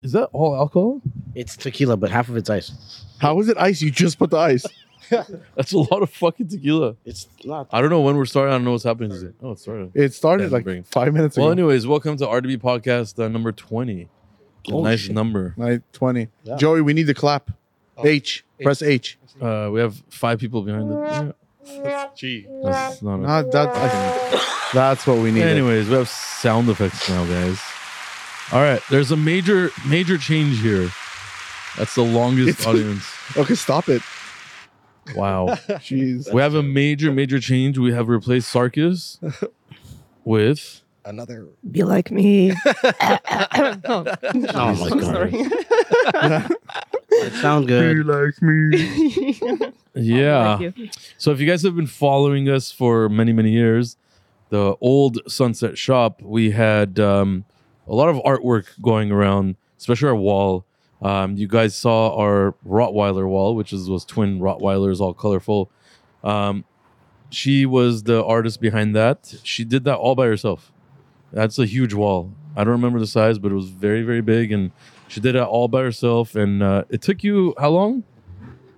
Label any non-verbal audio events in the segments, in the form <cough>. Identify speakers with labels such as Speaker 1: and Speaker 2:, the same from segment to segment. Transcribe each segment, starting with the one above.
Speaker 1: Is that all alcohol?
Speaker 2: It's tequila, but half of it's ice.
Speaker 3: How is it ice? You just put the ice.
Speaker 1: That's a lot of fucking tequila.
Speaker 2: It's not.
Speaker 1: I don't know when we're starting. I don't know what's happening today. Oh, it started.
Speaker 3: It
Speaker 1: Yeah,
Speaker 3: started like
Speaker 1: bring-
Speaker 3: five minutes
Speaker 1: Well,
Speaker 3: ago.
Speaker 1: anyways, welcome to RDB podcast uh, number 20. A
Speaker 2: Holy
Speaker 1: nice
Speaker 2: shit.
Speaker 1: number.
Speaker 3: Night twenty.
Speaker 2: Yeah.
Speaker 3: Joey, we need the clap.
Speaker 4: Oh.
Speaker 3: H. Press H.
Speaker 1: Uh, we have five people behind it. That's not a-
Speaker 3: Not that. I- that's what we need.
Speaker 1: Anyways, we have sound effects now, guys. All right, there's a major, major change here. That's the longest
Speaker 3: It's-
Speaker 1: audience.
Speaker 3: Okay,
Speaker 1: <laughs>
Speaker 3: stop it.
Speaker 1: Wow.
Speaker 3: Jeez.
Speaker 1: we have a major, major change. We have replaced Sarkis with.
Speaker 4: Another.
Speaker 5: Be
Speaker 1: <laughs>
Speaker 5: like me. oh,
Speaker 2: Oh my
Speaker 5: <laughs> I'm
Speaker 2: God.
Speaker 5: sorry.
Speaker 2: <laughs> It sounds
Speaker 1: Uh,
Speaker 2: good.
Speaker 3: like me?
Speaker 5: <laughs>
Speaker 1: Yeah.
Speaker 5: Thank you.
Speaker 1: So if you guys have been following us for many, many years, the old Sunset Shop, we had um, a lot of artwork going around, especially our wall. Um, you guys saw our Rottweiler wall, which is was twin Rottweilers, all colorful. Um, she was the artist behind that. She did that all by herself. That's a huge wall. I don't remember the size, but it was very, very big, and she did it all by herself. And uh, it took you how long?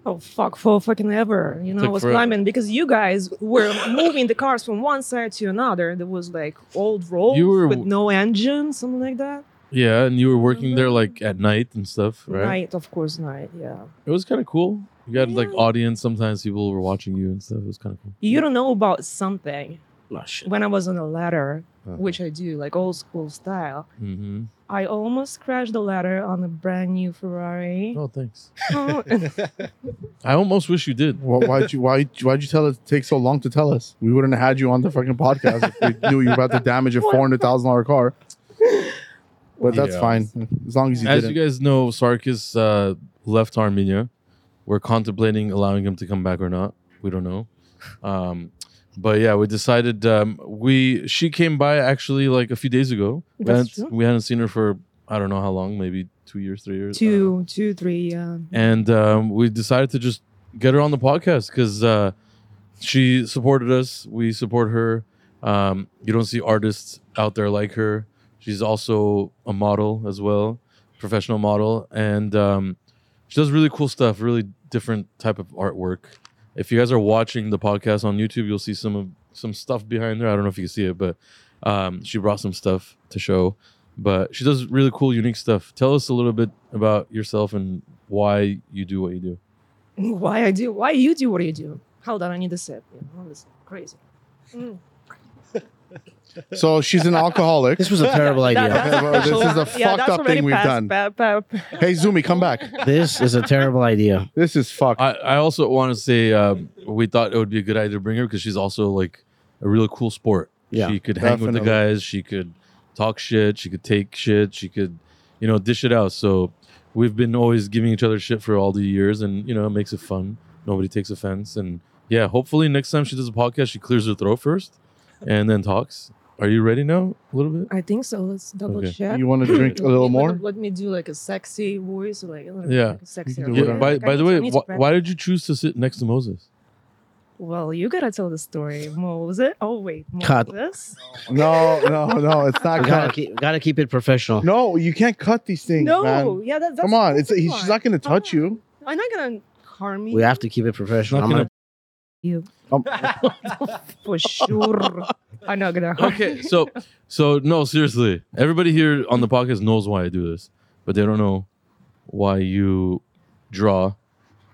Speaker 5: Oh fuck for fucking ever. You know, I
Speaker 1: Took
Speaker 5: was
Speaker 1: forever.
Speaker 5: climbing because you guys were moving the cars from one side to another. There was like old roads
Speaker 1: You were-
Speaker 5: with no engine, something like that.
Speaker 1: Yeah, and you were working there
Speaker 5: Mm-hmm.
Speaker 1: like at night and stuff, right?
Speaker 5: Night, of course, night. Yeah.
Speaker 1: It was kind of cool. You got like
Speaker 5: Yeah.
Speaker 1: audience. Sometimes people were watching you and stuff. It was kind of cool.
Speaker 5: You don't know about something.
Speaker 2: Oh, shit.
Speaker 5: When I was on a ladder,
Speaker 1: uh. Uh-huh.
Speaker 5: which I do, like old school style,
Speaker 1: hmm
Speaker 5: I almost crashed the ladder on a brand new Ferrari.
Speaker 1: Oh, thanks.
Speaker 5: <laughs> Oh,
Speaker 1: I almost wish you did.
Speaker 3: Why, why'd you why why'd you tell us take so long to tell us? We wouldn't have had you on the fucking podcast if we knew you were about to damage a
Speaker 5: <laughs>
Speaker 3: four hundred thousand dollar car. But that's
Speaker 1: Yeah.
Speaker 3: fine. As long as you
Speaker 1: As
Speaker 3: didn't.
Speaker 1: you guys know, Sarkis uh, left Armenia. We're contemplating allowing him to come back or not. We don't know. Um, but yeah, we decided um, we she came by actually like a few days ago. We
Speaker 5: That's
Speaker 1: hadn't-
Speaker 5: true.
Speaker 1: we hadn't seen her for I don't know how long, maybe two years, three years. I don't know.
Speaker 5: two, two, three. Yeah.
Speaker 1: and um, we decided to just get her on the podcast because uh, she supported us. We support her. Um, you don't see artists out there like her. She's also a model as well, professional model, and um, she does really cool stuff. Really different type of artwork. If you guys are watching the podcast on YouTube, you'll see some of some stuff behind her. I don't know if you can see it, but um, she brought some stuff to show. But she does really cool, unique stuff. Tell us a little bit about yourself and why you do what you do.
Speaker 5: Why I do? Why you do what you do? Hold on, I need a sip. Yeah, well, this is crazy. Mm.
Speaker 3: <laughs> so she's an alcohol.
Speaker 2: This was a terrible
Speaker 5: That-
Speaker 2: idea.
Speaker 5: that's a
Speaker 3: Well, <laughs> this
Speaker 5: special
Speaker 3: is the
Speaker 5: one. Yeah,
Speaker 3: fucked
Speaker 5: that's
Speaker 3: up
Speaker 5: already
Speaker 3: thing we've done.
Speaker 5: passed. Pa- pa- pa-
Speaker 3: Hey Zumi, come
Speaker 5: <laughs>
Speaker 3: back.
Speaker 2: This is a terrible idea.
Speaker 3: This is fucked.
Speaker 1: I, I also want to say um, we thought it would be a good idea to bring her because she's also like a really cool sport.
Speaker 2: Yeah,
Speaker 1: she could hang with the
Speaker 3: definitely.
Speaker 1: guys. She could talk shit. She could take shit. She could, you know, dish it out. So we've been always giving each other shit for all the years, and you know, it makes it fun. Nobody takes offense, and yeah, hopefully next time she does a podcast, she clears her throat first, and then talks. Are you ready now? A little bit.
Speaker 5: I think so. Let's double
Speaker 1: Okay.
Speaker 5: check.
Speaker 3: You want to drink a
Speaker 5: Let <laughs>
Speaker 3: little
Speaker 5: me-
Speaker 3: more?
Speaker 5: Let me do like a sexy voice, like a little
Speaker 1: Yeah.
Speaker 5: like a sexy.
Speaker 3: You can do
Speaker 1: Yeah,
Speaker 3: whatever.
Speaker 1: by
Speaker 5: Like, I
Speaker 1: by the
Speaker 5: need to- I
Speaker 1: way,
Speaker 5: need to
Speaker 1: wh-
Speaker 5: practice.
Speaker 1: why did you choose to sit next to Moses?
Speaker 5: <laughs> Well, you gotta tell the story. Moses. Oh wait,
Speaker 2: Cut.
Speaker 5: Moses.
Speaker 3: No,
Speaker 5: <laughs>
Speaker 3: no, no. It's not
Speaker 2: We gotta
Speaker 3: cut.
Speaker 2: keep, gotta keep it professional.
Speaker 3: No, you can't cut these things,
Speaker 5: No,
Speaker 3: man.
Speaker 5: yeah, that, that's
Speaker 3: Come on,
Speaker 5: that's
Speaker 3: it's
Speaker 5: a
Speaker 3: he's,
Speaker 5: lie.
Speaker 3: she's not gonna touch
Speaker 5: Come on.
Speaker 3: you.
Speaker 5: I'm not gonna harm you.
Speaker 2: We have to keep it professional.
Speaker 1: Not
Speaker 2: I'm
Speaker 1: gonna-
Speaker 2: gonna,
Speaker 3: <laughs>
Speaker 5: you
Speaker 3: Um, <laughs>
Speaker 5: for sure. I'm not gonna harm.
Speaker 1: okay, so so no, seriously. Everybody here on the podcast knows why I do this, but they don't know why you draw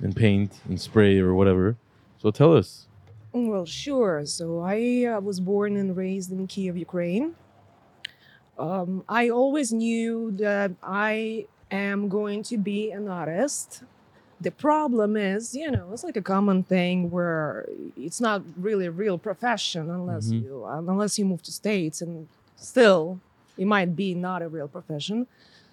Speaker 1: and paint and spray or whatever. So tell us.
Speaker 5: Well, sure. So I uh, was born and raised in Kiev, Ukraine. Um, I always knew that I am going to be an artist. The problem is, you know, it's like a common thing where it's not really a real profession unless
Speaker 1: Mhm.
Speaker 5: you um, unless you move to states and still it might be not a real profession.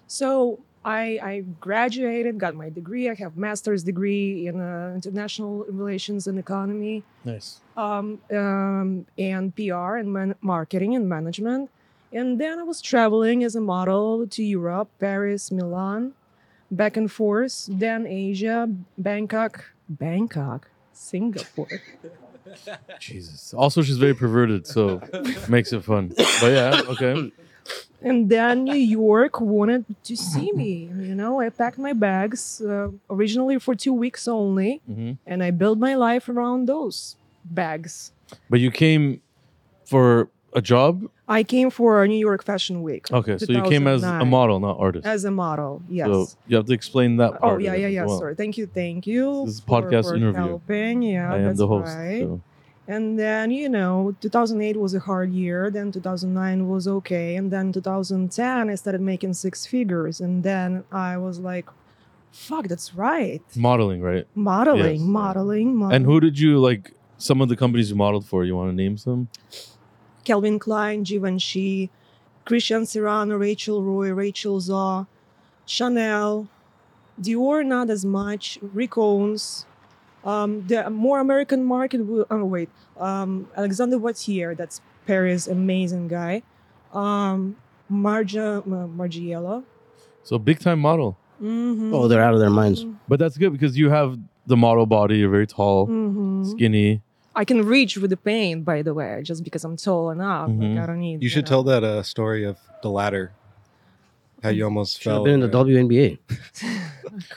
Speaker 5: So I, I graduated, got my degree. I have master's degree in uh, international relations and economy
Speaker 1: Nice.
Speaker 5: um, um, and PR and man- marketing and management. And then I was traveling as a model to Europe, Paris, Milan, back and forth, then Asia, Bangkok, Bangkok, Singapore. <laughs>
Speaker 1: Jesus. Also, she's very perverted, so makes it fun. But yeah, okay.
Speaker 5: and then New York wanted to see me. You know, I packed my bags uh, originally for two weeks only,
Speaker 1: Mhm.
Speaker 5: and I built my life around those bags.
Speaker 1: But you came for a job.
Speaker 5: I came for New York Fashion Week.
Speaker 1: Okay, so you came as a
Speaker 5: 2009.
Speaker 1: model, not artist.
Speaker 5: As a model, Uh, yes.
Speaker 1: Oh. So you have to explain that part.
Speaker 5: oh
Speaker 1: of
Speaker 5: yeah,
Speaker 1: it
Speaker 5: yeah,
Speaker 1: as
Speaker 5: yeah.
Speaker 1: well.
Speaker 5: Sorry. Thank you, thank you.
Speaker 1: This is podcast interview.
Speaker 5: Helping. Yeah,
Speaker 1: I am
Speaker 5: that's
Speaker 1: the host.
Speaker 5: right.
Speaker 1: so-
Speaker 5: And then, you know, 2008 was a hard year. Then 2009 was okay. And then 2010, I started making six figures. And then I was like, fuck, that's right.
Speaker 1: Modeling, right?
Speaker 5: Modeling,
Speaker 1: Yes.
Speaker 5: modeling, modeling.
Speaker 1: And who did you like? Some of the companies you modeled for. You want to name some?
Speaker 5: Calvin Klein, Givenchy, Christian Serrano, Rachel Roy, Rachel Zaw, Chanel, Dior, not as much, Rick Owens. Um, the more American market, will, oh wait, um, Alexander Wattier, that's Paris, amazing guy. Um, Marja, uh, Margiela.
Speaker 1: So big time model.
Speaker 5: Mhm.
Speaker 2: Oh, they're out of their minds.
Speaker 5: Mhm.
Speaker 1: But that's good because you have the model body. You're very tall,
Speaker 5: Mhm.
Speaker 1: skinny.
Speaker 5: I can reach with the pain, by the way, just because I'm tall enough.
Speaker 1: Mhm.
Speaker 5: Like, I don't need.
Speaker 4: You should
Speaker 5: know. <laughs>
Speaker 4: tell that uh, story of the ladder, how you almost
Speaker 2: Should have
Speaker 4: fell.
Speaker 2: been in the WNBA.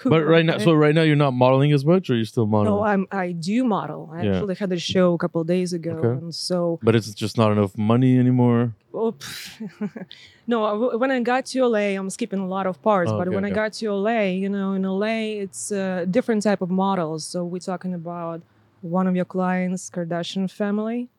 Speaker 1: But right now, so right now you're not modeling as much, or you're still modeling.
Speaker 5: No, I'm, I do model. I
Speaker 1: Yeah.
Speaker 5: actually had a show a couple days ago,
Speaker 1: Okay.
Speaker 5: and so
Speaker 1: but it's just not enough money anymore.
Speaker 5: oh, pff. <laughs> no. I- w- When I got to LA, I'm skipping a lot of parts.
Speaker 1: Oh,
Speaker 5: but
Speaker 1: okay,
Speaker 5: when I
Speaker 1: okay.
Speaker 5: got to LA, you know, in LA, it's a different type of models. So we're talking about one of your clients, Kardashian family,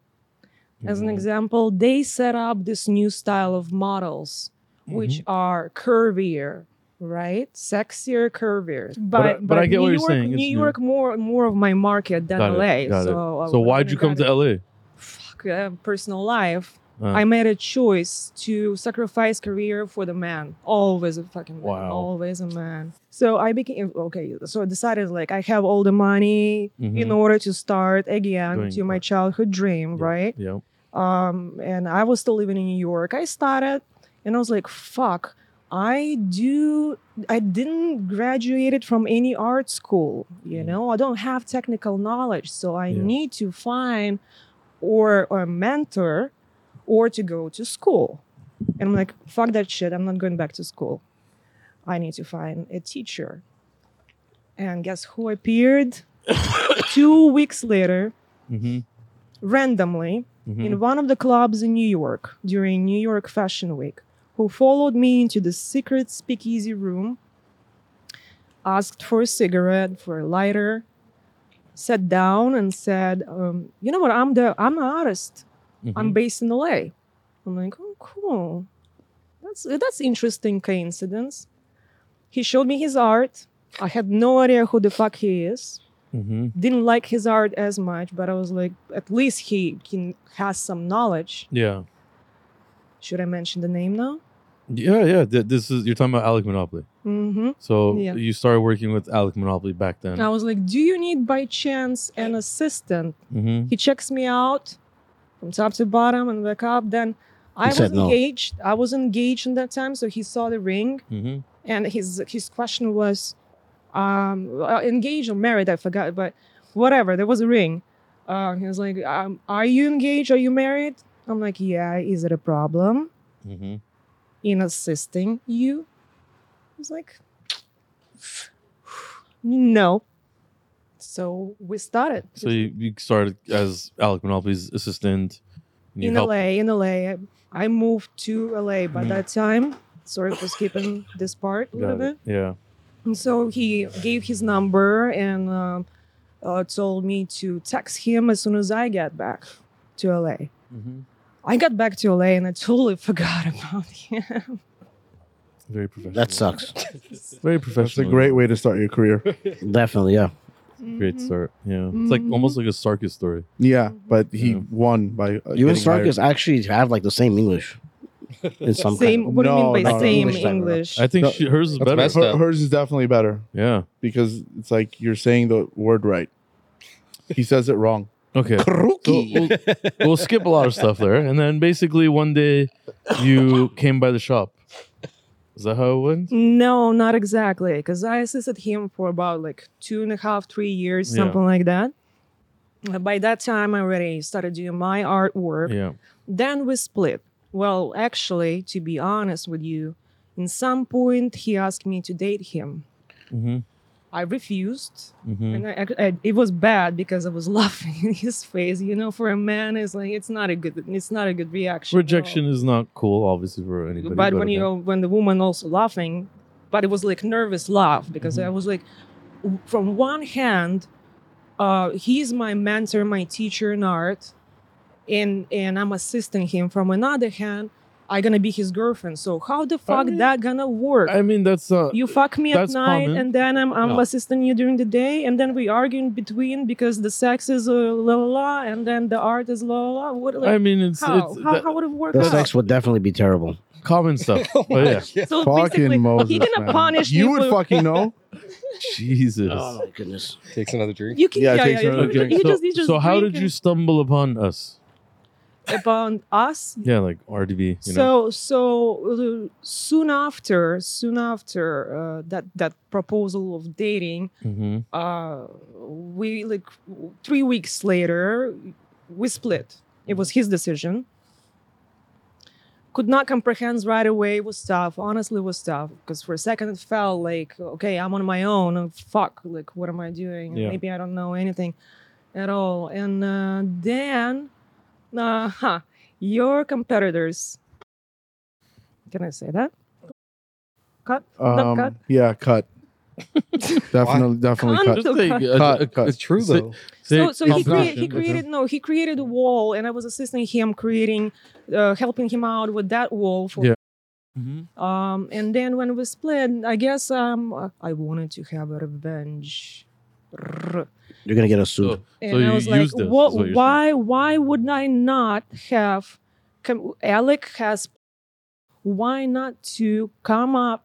Speaker 5: as an
Speaker 1: Mhm.
Speaker 5: example. They set up this new style of models,
Speaker 1: Mm-hmm.
Speaker 5: which are curvier. Right, sexier, curvier,
Speaker 1: I-
Speaker 5: but
Speaker 1: but I get
Speaker 5: New
Speaker 1: what you're
Speaker 5: York,
Speaker 1: saying. It's
Speaker 5: New
Speaker 1: new.
Speaker 5: York more more of my market than
Speaker 1: Got it,
Speaker 5: LA.
Speaker 1: got it.
Speaker 5: so uh,
Speaker 1: so
Speaker 5: when I
Speaker 1: why'd you come
Speaker 5: got
Speaker 1: to LA?
Speaker 5: fuck, uh, personal life.
Speaker 1: Uh.
Speaker 5: I made a choice to sacrifice career for the man. Always a fucking man.
Speaker 1: Wow.
Speaker 5: Always a man. So I became okay. So I decided like I have all the money in
Speaker 1: Mhm.
Speaker 5: order to start again
Speaker 1: Doing
Speaker 5: to my
Speaker 1: what?
Speaker 5: childhood dream,
Speaker 1: Yeah.
Speaker 5: right?
Speaker 1: Yeah.
Speaker 5: um, and I was still living in New York. I started, and I was like, "Fuck, I do. I didn't graduated from any art school. You
Speaker 1: Mm.
Speaker 5: know, I don't have technical knowledge, so I
Speaker 1: Yeah.
Speaker 5: need to find or or a mentor, or to go to school." And I'm like, "Fuck that shit. I'm not going back to school. I need to find a teacher." And guess who appeared? Two weeks later,
Speaker 1: Mhm.
Speaker 5: randomly
Speaker 1: Mhm.
Speaker 5: in one of the clubs in New York during New York Fashion Week, who followed me into the secret speakeasy room, asked for a cigarette, for a lighter, sat down and said, um, "You know what? I'm the I'm an artist. I'm
Speaker 1: Mhm.
Speaker 5: based in LA." I'm like, "Oh, cool. That's that's interesting coincidence." He showed me his art. I had no idea who the fuck he is
Speaker 1: Mhm.
Speaker 5: didn't like his art as much, but I was like, at least he can has some knowledge.
Speaker 1: Yeah.
Speaker 5: Should I mention the name now?
Speaker 1: Yeah. Yeah. Th- This is you're talking about Alec Monopoly.
Speaker 5: hmm
Speaker 1: So
Speaker 5: Yeah.
Speaker 1: you started working with Alec Monopoly back then.
Speaker 5: I was like, do you need by chance an assistant?
Speaker 1: hmm
Speaker 5: He checks me out from top to bottom and back up. Then I
Speaker 2: He
Speaker 5: was
Speaker 2: said no.
Speaker 5: engaged. I was engaged in that time, so he saw the ring,
Speaker 1: hmm
Speaker 5: and his his question was, um, uh, engaged or married? I forgot, but whatever. There was a ring. Uh, he was like, um, are you engaged? Are you married? I'm like, yeah. Is it a problem?
Speaker 1: hmm
Speaker 5: in assisting you? I was like, no. So we started
Speaker 1: So you, you started as Alec Monopoly's assistant. and you
Speaker 5: in
Speaker 1: helped-
Speaker 5: LA. In LA, I, I moved to LA by
Speaker 1: Mhm.
Speaker 5: that time. Sorry for skipping this part a little
Speaker 1: Got
Speaker 5: bit.
Speaker 1: it. Yeah.
Speaker 5: And so he gave his number and um uh, told me to text him as soon as I get back to LA.
Speaker 1: hmm
Speaker 5: I got back to LA and I totally <laughs> forgot about him.
Speaker 1: Very professional. <laughs>
Speaker 2: That sucks.
Speaker 1: Very
Speaker 3: That's a
Speaker 1: professional.
Speaker 3: great way to start your career.
Speaker 2: Definitely, yeah.
Speaker 5: Mm-hmm.
Speaker 1: Great start. Yeah. It's like
Speaker 5: Mhm.
Speaker 1: almost like a circus story.
Speaker 3: Yeah, but he
Speaker 1: Yeah.
Speaker 3: won by uh,
Speaker 2: You and
Speaker 3: getting hired.
Speaker 2: Sarkis actually have like the same English. In some kind
Speaker 5: Same. What do you
Speaker 3: No,
Speaker 5: mean by
Speaker 3: no, no.
Speaker 5: same
Speaker 2: English language.
Speaker 5: English?
Speaker 1: I think
Speaker 3: No,
Speaker 1: she, hers is
Speaker 4: that's
Speaker 1: better.
Speaker 4: messed
Speaker 3: Her-
Speaker 4: up.
Speaker 3: hers is definitely better
Speaker 1: Yeah.
Speaker 3: because it's like you're saying the word right. He says it wrong.
Speaker 1: Okay. So we'll, we'll skip a lot of stuff there, and then basically one day you came by the shop. Is that how it went?
Speaker 5: No, not exactly. Because I assisted him for about like two and a half, three years,
Speaker 1: Yeah.
Speaker 5: something like that. Uh, By that time, I already started doing my artwork.
Speaker 1: Yeah.
Speaker 5: Then we split. Well, actually, to be honest with you, in some point he asked me to date him.
Speaker 1: hmm
Speaker 5: I refused.
Speaker 1: hmm
Speaker 5: And I, ac- I- it was bad because I was <laughs> laughing in his face. You know, for a man, it's like it's not a good, it's not a good reaction. at all.
Speaker 1: Rejection is not cool, obviously, for anybody.
Speaker 5: but when you
Speaker 1: okay.
Speaker 5: when the woman also laughing, but it was like nervous laugh because
Speaker 1: Mhm.
Speaker 5: I was like, w- from one hand, uh, he's my mentor, my teacher in art, and and I'm assisting him. From another hand, I'm gonna be his girlfriend. So how the fuck
Speaker 1: mean-
Speaker 5: that gonna work?
Speaker 1: I mean, that's uh,
Speaker 5: you fuck me at
Speaker 1: that's
Speaker 5: night
Speaker 1: common.
Speaker 5: and then I'm, I'm
Speaker 1: Yeah.
Speaker 5: assisting you during the day and then we argue in between because the sex is uh, la la la and then the art is la la la. What, like,
Speaker 1: I mean, it's,
Speaker 5: how?
Speaker 1: it's
Speaker 5: how,
Speaker 1: that-
Speaker 5: how would it work <laughs>
Speaker 2: The
Speaker 5: out?
Speaker 2: sex would definitely be terrible.
Speaker 1: common
Speaker 5: <laughs>
Speaker 1: stuff.
Speaker 4: Oh
Speaker 1: but
Speaker 4: my
Speaker 1: yeah, <laughs>
Speaker 4: God.
Speaker 5: So <laughs> basically,
Speaker 3: Fucking Moses.
Speaker 5: he gonna
Speaker 3: man.
Speaker 5: punish
Speaker 3: you.
Speaker 5: me
Speaker 3: would
Speaker 5: for-
Speaker 3: fucking know.
Speaker 1: Jesus.
Speaker 2: Oh my goodness.
Speaker 4: Takes another drink.
Speaker 5: You can,
Speaker 3: Yeah,
Speaker 5: yeah,
Speaker 3: it
Speaker 5: yeah,
Speaker 3: takes
Speaker 5: yeah.
Speaker 3: another
Speaker 5: You
Speaker 3: drink.
Speaker 5: ju- you
Speaker 1: so,
Speaker 5: just- you just
Speaker 1: so how did
Speaker 5: drink
Speaker 1: you stumble upon us?
Speaker 5: it upon us?
Speaker 1: Yeah, like RDB. You know?
Speaker 5: So so uh, soon after, soon after uh, that that proposal of dating,
Speaker 1: hmm
Speaker 5: uh, we like w- three weeks later we split. It was his decision. Could not comprehend right away. It was tough. Honestly, it was tough because for a second it felt like, okay, I'm on my own. and Fuck, like what am I doing?
Speaker 1: Yeah.
Speaker 5: Maybe I don't know anything at all. And uh, then, uh, huh, your competitors. Can I say that? Cut. No, cut.
Speaker 3: Um, yeah, cut.
Speaker 5: <laughs>
Speaker 3: definitely, definitely
Speaker 5: Cunt.
Speaker 3: cut.
Speaker 1: Just take a-
Speaker 3: Cut,
Speaker 1: a- a-
Speaker 3: cut.
Speaker 4: It's true
Speaker 1: say-
Speaker 4: though.
Speaker 1: say
Speaker 5: so, so he, crea-
Speaker 1: compassion.
Speaker 5: he created no he created a wall and i was assisting him creating uh, helping him out with that wall for
Speaker 1: Yeah. Mhm.
Speaker 5: um and then when we split i guess um uh, i wanted to have a revenge Rrr.
Speaker 2: You're gonna get us sued.
Speaker 5: and
Speaker 1: So
Speaker 5: i
Speaker 1: you
Speaker 5: was like
Speaker 1: used this, is
Speaker 5: "Wha-
Speaker 1: what you're saying."
Speaker 5: why why would i not have come alec has why not to come up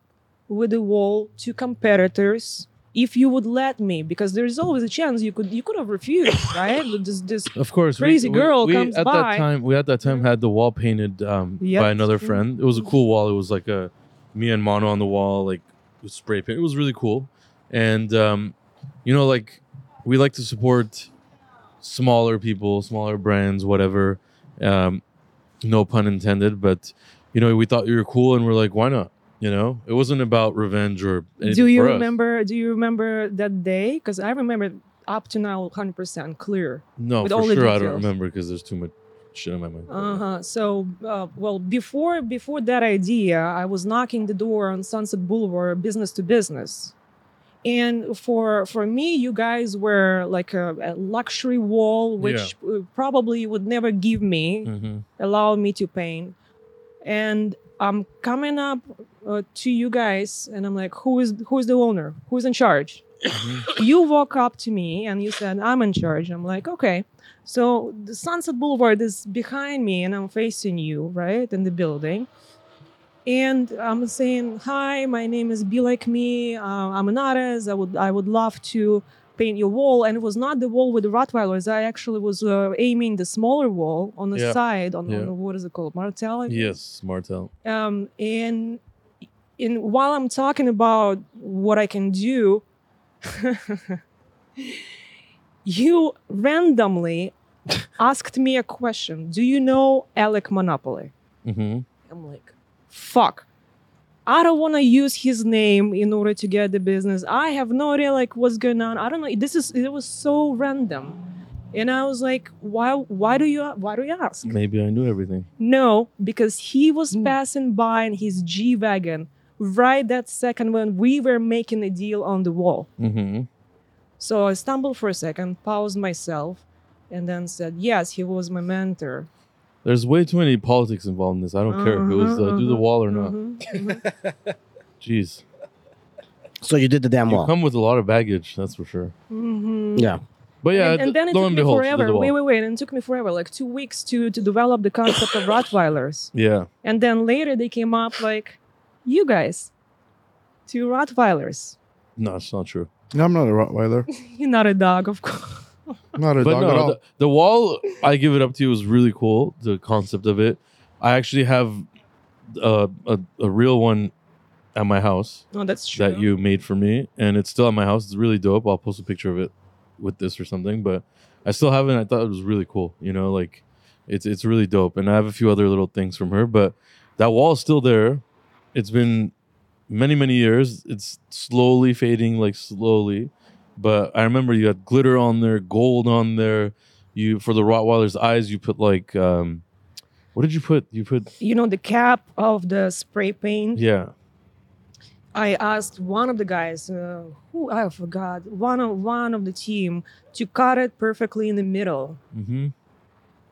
Speaker 5: with a wall to competitors if you would let me because there's always a chance you could you could have refused right this this
Speaker 1: Of course, we-
Speaker 5: Crazy
Speaker 1: we-
Speaker 5: girl
Speaker 1: we
Speaker 5: comes
Speaker 1: at
Speaker 5: by.
Speaker 1: that time. We at that time
Speaker 5: Mhm.
Speaker 1: had the wall painted um,
Speaker 5: Yep.
Speaker 1: by another
Speaker 5: Mhm.
Speaker 1: friend. It was a cool wall. It was like a me and Mono on the wall, like with spray paint. It was really cool, and um, you know, like we like to support smaller people, smaller brands, whatever. Um, no pun intended, but you know, we thought you were cool, and we're like, why not? You know, it wasn't about revenge or. anything
Speaker 5: do you
Speaker 1: for us.
Speaker 5: remember do you remember that day because i remember up to now 100% clear
Speaker 1: No,
Speaker 5: with
Speaker 1: for
Speaker 5: all the
Speaker 1: sure, I don't
Speaker 5: details?
Speaker 1: remember because there's too much shit in my mind.
Speaker 5: uh-huh so uh, well before before that idea i was knocking the door on sunset boulevard business to business and for for me you guys were like a, a luxury wall which uh, probably you would never give me
Speaker 1: Mhm.
Speaker 5: allow me to paint and i'm coming up uh, to you guys and i'm like who is who is the owner who's in charge
Speaker 1: Mhm.
Speaker 5: you walk up to me and you said i'm in charge i'm like okay so the sunset boulevard is behind me and i'm facing you right in the building and i'm saying hi my name is be like me uh, i'm an artist i would i would love to paint your wall and it was not the wall with the rottweilers i actually was uh, aiming the smaller wall on the
Speaker 1: Yeah.
Speaker 5: side on,
Speaker 1: Yeah.
Speaker 5: on what is it called martel I think?
Speaker 1: Yes, Martel.
Speaker 5: um, and in while I'm talking about what I can do, <laughs> you randomly asked me a question. Do you know Alec Monopoly?
Speaker 1: Mm-hmm.
Speaker 5: I'm like, fuck. I don't want to use his name in order to get the business. I have no idea like what's going on. I don't know. This is it was so random. And I was like, why why do you why do you
Speaker 1: <laughs>
Speaker 5: ask?
Speaker 1: Maybe I knew everything.
Speaker 5: No, because he was
Speaker 1: Hmm.
Speaker 5: passing by in his G Wagon right that second when we were making a deal on the wall.
Speaker 1: Mm-hmm.
Speaker 5: So I stumbled for a second, paused myself, and then said, Yes, he was my mentor.
Speaker 1: There's way too many politics involved in this. I don't care if it was uh, do the
Speaker 5: Mhm,
Speaker 1: wall or not.
Speaker 5: Mhm, mhm.
Speaker 1: Jeez,
Speaker 2: So you did the damn
Speaker 1: you
Speaker 2: wall.
Speaker 1: come with a lot of baggage, that's for sure.
Speaker 5: Mhm.
Speaker 2: Yeah.
Speaker 1: But yeah,
Speaker 5: and, and then it
Speaker 1: lo
Speaker 5: took
Speaker 1: and
Speaker 5: me
Speaker 1: behold, she did the
Speaker 5: forever.
Speaker 1: wall.
Speaker 5: Wait, wait, wait. And it took me forever, like two weeks to to develop the concept of Rottweilers.
Speaker 1: Yeah,
Speaker 5: And then later they came up like, you guys, two Rottweilers. <laughs>
Speaker 1: no, it's not true.
Speaker 3: No, I'm not a Rottweiler.
Speaker 5: You're not a dog, of course. <laughs>
Speaker 3: I'm not a
Speaker 1: But
Speaker 3: dog at
Speaker 1: no,
Speaker 3: all.
Speaker 1: the, the wall, I give it up to you, was really cool. The concept of it, I actually have a a, a real one at my house
Speaker 5: No, that's true.
Speaker 1: that you made for me, and it's still at my house. It's really dope. I'll post a picture of it with this or something, but I still haven't. I thought it was really cool. You know, like It's it's really dope, and I have a few other little things from her. But that wall is still there. It's been many many years. It's slowly fading, like slowly. But I remember you had glitter on there, gold on there. You for the Rottweiler's eyes, you put like um, what did you put? You
Speaker 5: <laughs>
Speaker 1: put
Speaker 5: You know, the cap of the spray paint.
Speaker 1: yeah,
Speaker 5: I asked one of the guys, uh, who I forgot, one of one of the team, to cut it perfectly in the middle,
Speaker 1: mm-hmm.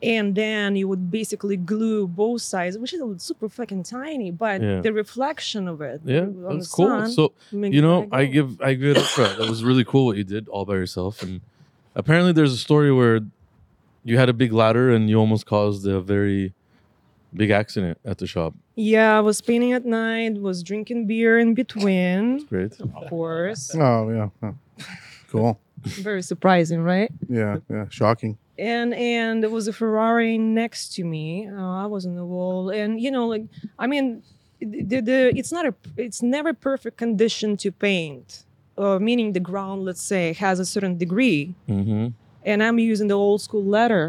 Speaker 5: and then you would basically glue both sides, which is super fucking tiny, but
Speaker 1: Yeah.
Speaker 5: the reflection of it,
Speaker 1: yeah.
Speaker 5: on the
Speaker 1: That's cool.
Speaker 5: sun
Speaker 1: So
Speaker 5: <laughs> makes
Speaker 1: you
Speaker 5: it
Speaker 1: know
Speaker 5: like
Speaker 1: i
Speaker 5: gold.
Speaker 1: give i give it up for that. that was really cool what you did all by yourself and apparently there's a story where you had a big ladder and you almost caused a very big accident at the shop
Speaker 5: Yeah, I was painting at night, was drinking beer in between,
Speaker 1: great
Speaker 5: of
Speaker 1: <laughs>
Speaker 5: course.
Speaker 3: Oh yeah. Huh. Cool.
Speaker 5: Very surprising, right?
Speaker 3: Yeah. Yeah. Shocking.
Speaker 5: and and there was a Ferrari next to me. Uh, I was on the wall, and you know, like I mean, the, the it's not a it's never perfect condition to paint. Uh, meaning the ground, let's say, has a certain degree,
Speaker 1: mm-hmm.
Speaker 5: and I'm using the old school ladder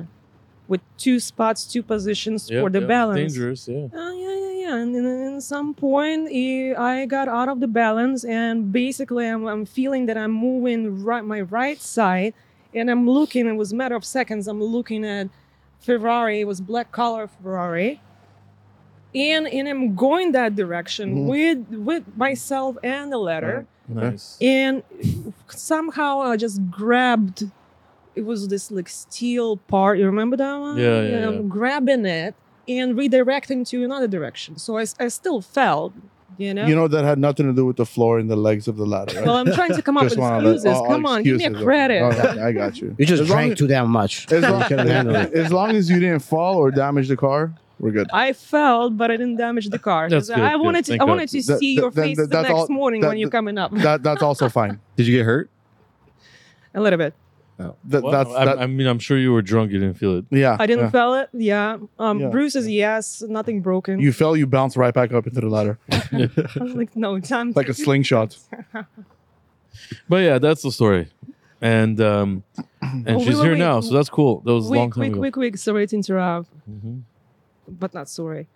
Speaker 5: with two spots, two positions for the balance.
Speaker 1: dangerous yeah
Speaker 5: Uh, yeah, yeah, yeah. And then at some point, eh, I got out of the balance, and basically, I'm, I'm feeling that I'm moving right my right side, and I'm looking. It was a matter of seconds. I'm looking at Ferrari. It was black color Ferrari, and and I'm going that
Speaker 3: Mhm.
Speaker 5: direction with with myself and the letter,
Speaker 1: nice
Speaker 5: and somehow I just grabbed. It was this like steel part. You remember that one?
Speaker 1: Yeah, yeah, yeah.
Speaker 5: I'm grabbing it and redirecting to another direction. So I, s- I still fell. You know.
Speaker 3: You know that had nothing to do with the floor and the legs of the ladder. Right?
Speaker 5: well, I'm trying to come up with
Speaker 3: Just wanna let-
Speaker 5: excuses.
Speaker 3: oh,
Speaker 5: come on, give me a
Speaker 3: excuses.
Speaker 5: credit.
Speaker 3: Oh, yeah, I got
Speaker 5: <laughs>
Speaker 3: you.
Speaker 2: You just
Speaker 3: As long
Speaker 2: drank
Speaker 3: as-
Speaker 2: too damn much.
Speaker 3: As
Speaker 2: You
Speaker 3: long,
Speaker 2: couldn't handle it.
Speaker 3: as long as you didn't fall or damage the car, we're good.
Speaker 5: I fell, but I didn't damage the car.
Speaker 1: That's
Speaker 5: 'Cause I
Speaker 1: good, good.
Speaker 5: wanted to.
Speaker 1: Thank
Speaker 5: I
Speaker 1: God.
Speaker 5: wanted to
Speaker 3: That-
Speaker 5: see
Speaker 3: that-
Speaker 5: your
Speaker 3: that-
Speaker 5: face
Speaker 3: that-
Speaker 5: the
Speaker 3: that's
Speaker 5: next
Speaker 3: all-
Speaker 5: morning
Speaker 3: that-
Speaker 5: when you're
Speaker 3: that-
Speaker 5: coming up.
Speaker 3: That that's also
Speaker 5: <laughs>
Speaker 3: fine.
Speaker 4: Did you get hurt?
Speaker 5: a little bit. Oh.
Speaker 3: That,
Speaker 1: Well,
Speaker 3: that's
Speaker 1: I,
Speaker 3: that,
Speaker 1: I mean i'm sure you were drunk you didn't feel it
Speaker 3: yeah.
Speaker 5: I didn't
Speaker 3: yeah.
Speaker 5: fell it. Yeah. Um,
Speaker 3: Yeah.
Speaker 5: Bruises, yes. Nothing broken. <laughs>
Speaker 3: You fell, you bounce right back up into the ladder
Speaker 5: I was like, no, time. <laughs>
Speaker 3: like a slingshot.
Speaker 1: but yeah that's the story and
Speaker 5: <clears throat>
Speaker 1: um and
Speaker 5: Oh, wait,
Speaker 1: she's
Speaker 5: wait,
Speaker 1: here
Speaker 5: wait.
Speaker 1: now so that's cool that was a long time
Speaker 5: Quick, quick,
Speaker 1: ago
Speaker 5: quick, quick. Sorry to interrupt.
Speaker 1: hmm
Speaker 5: but not sorry.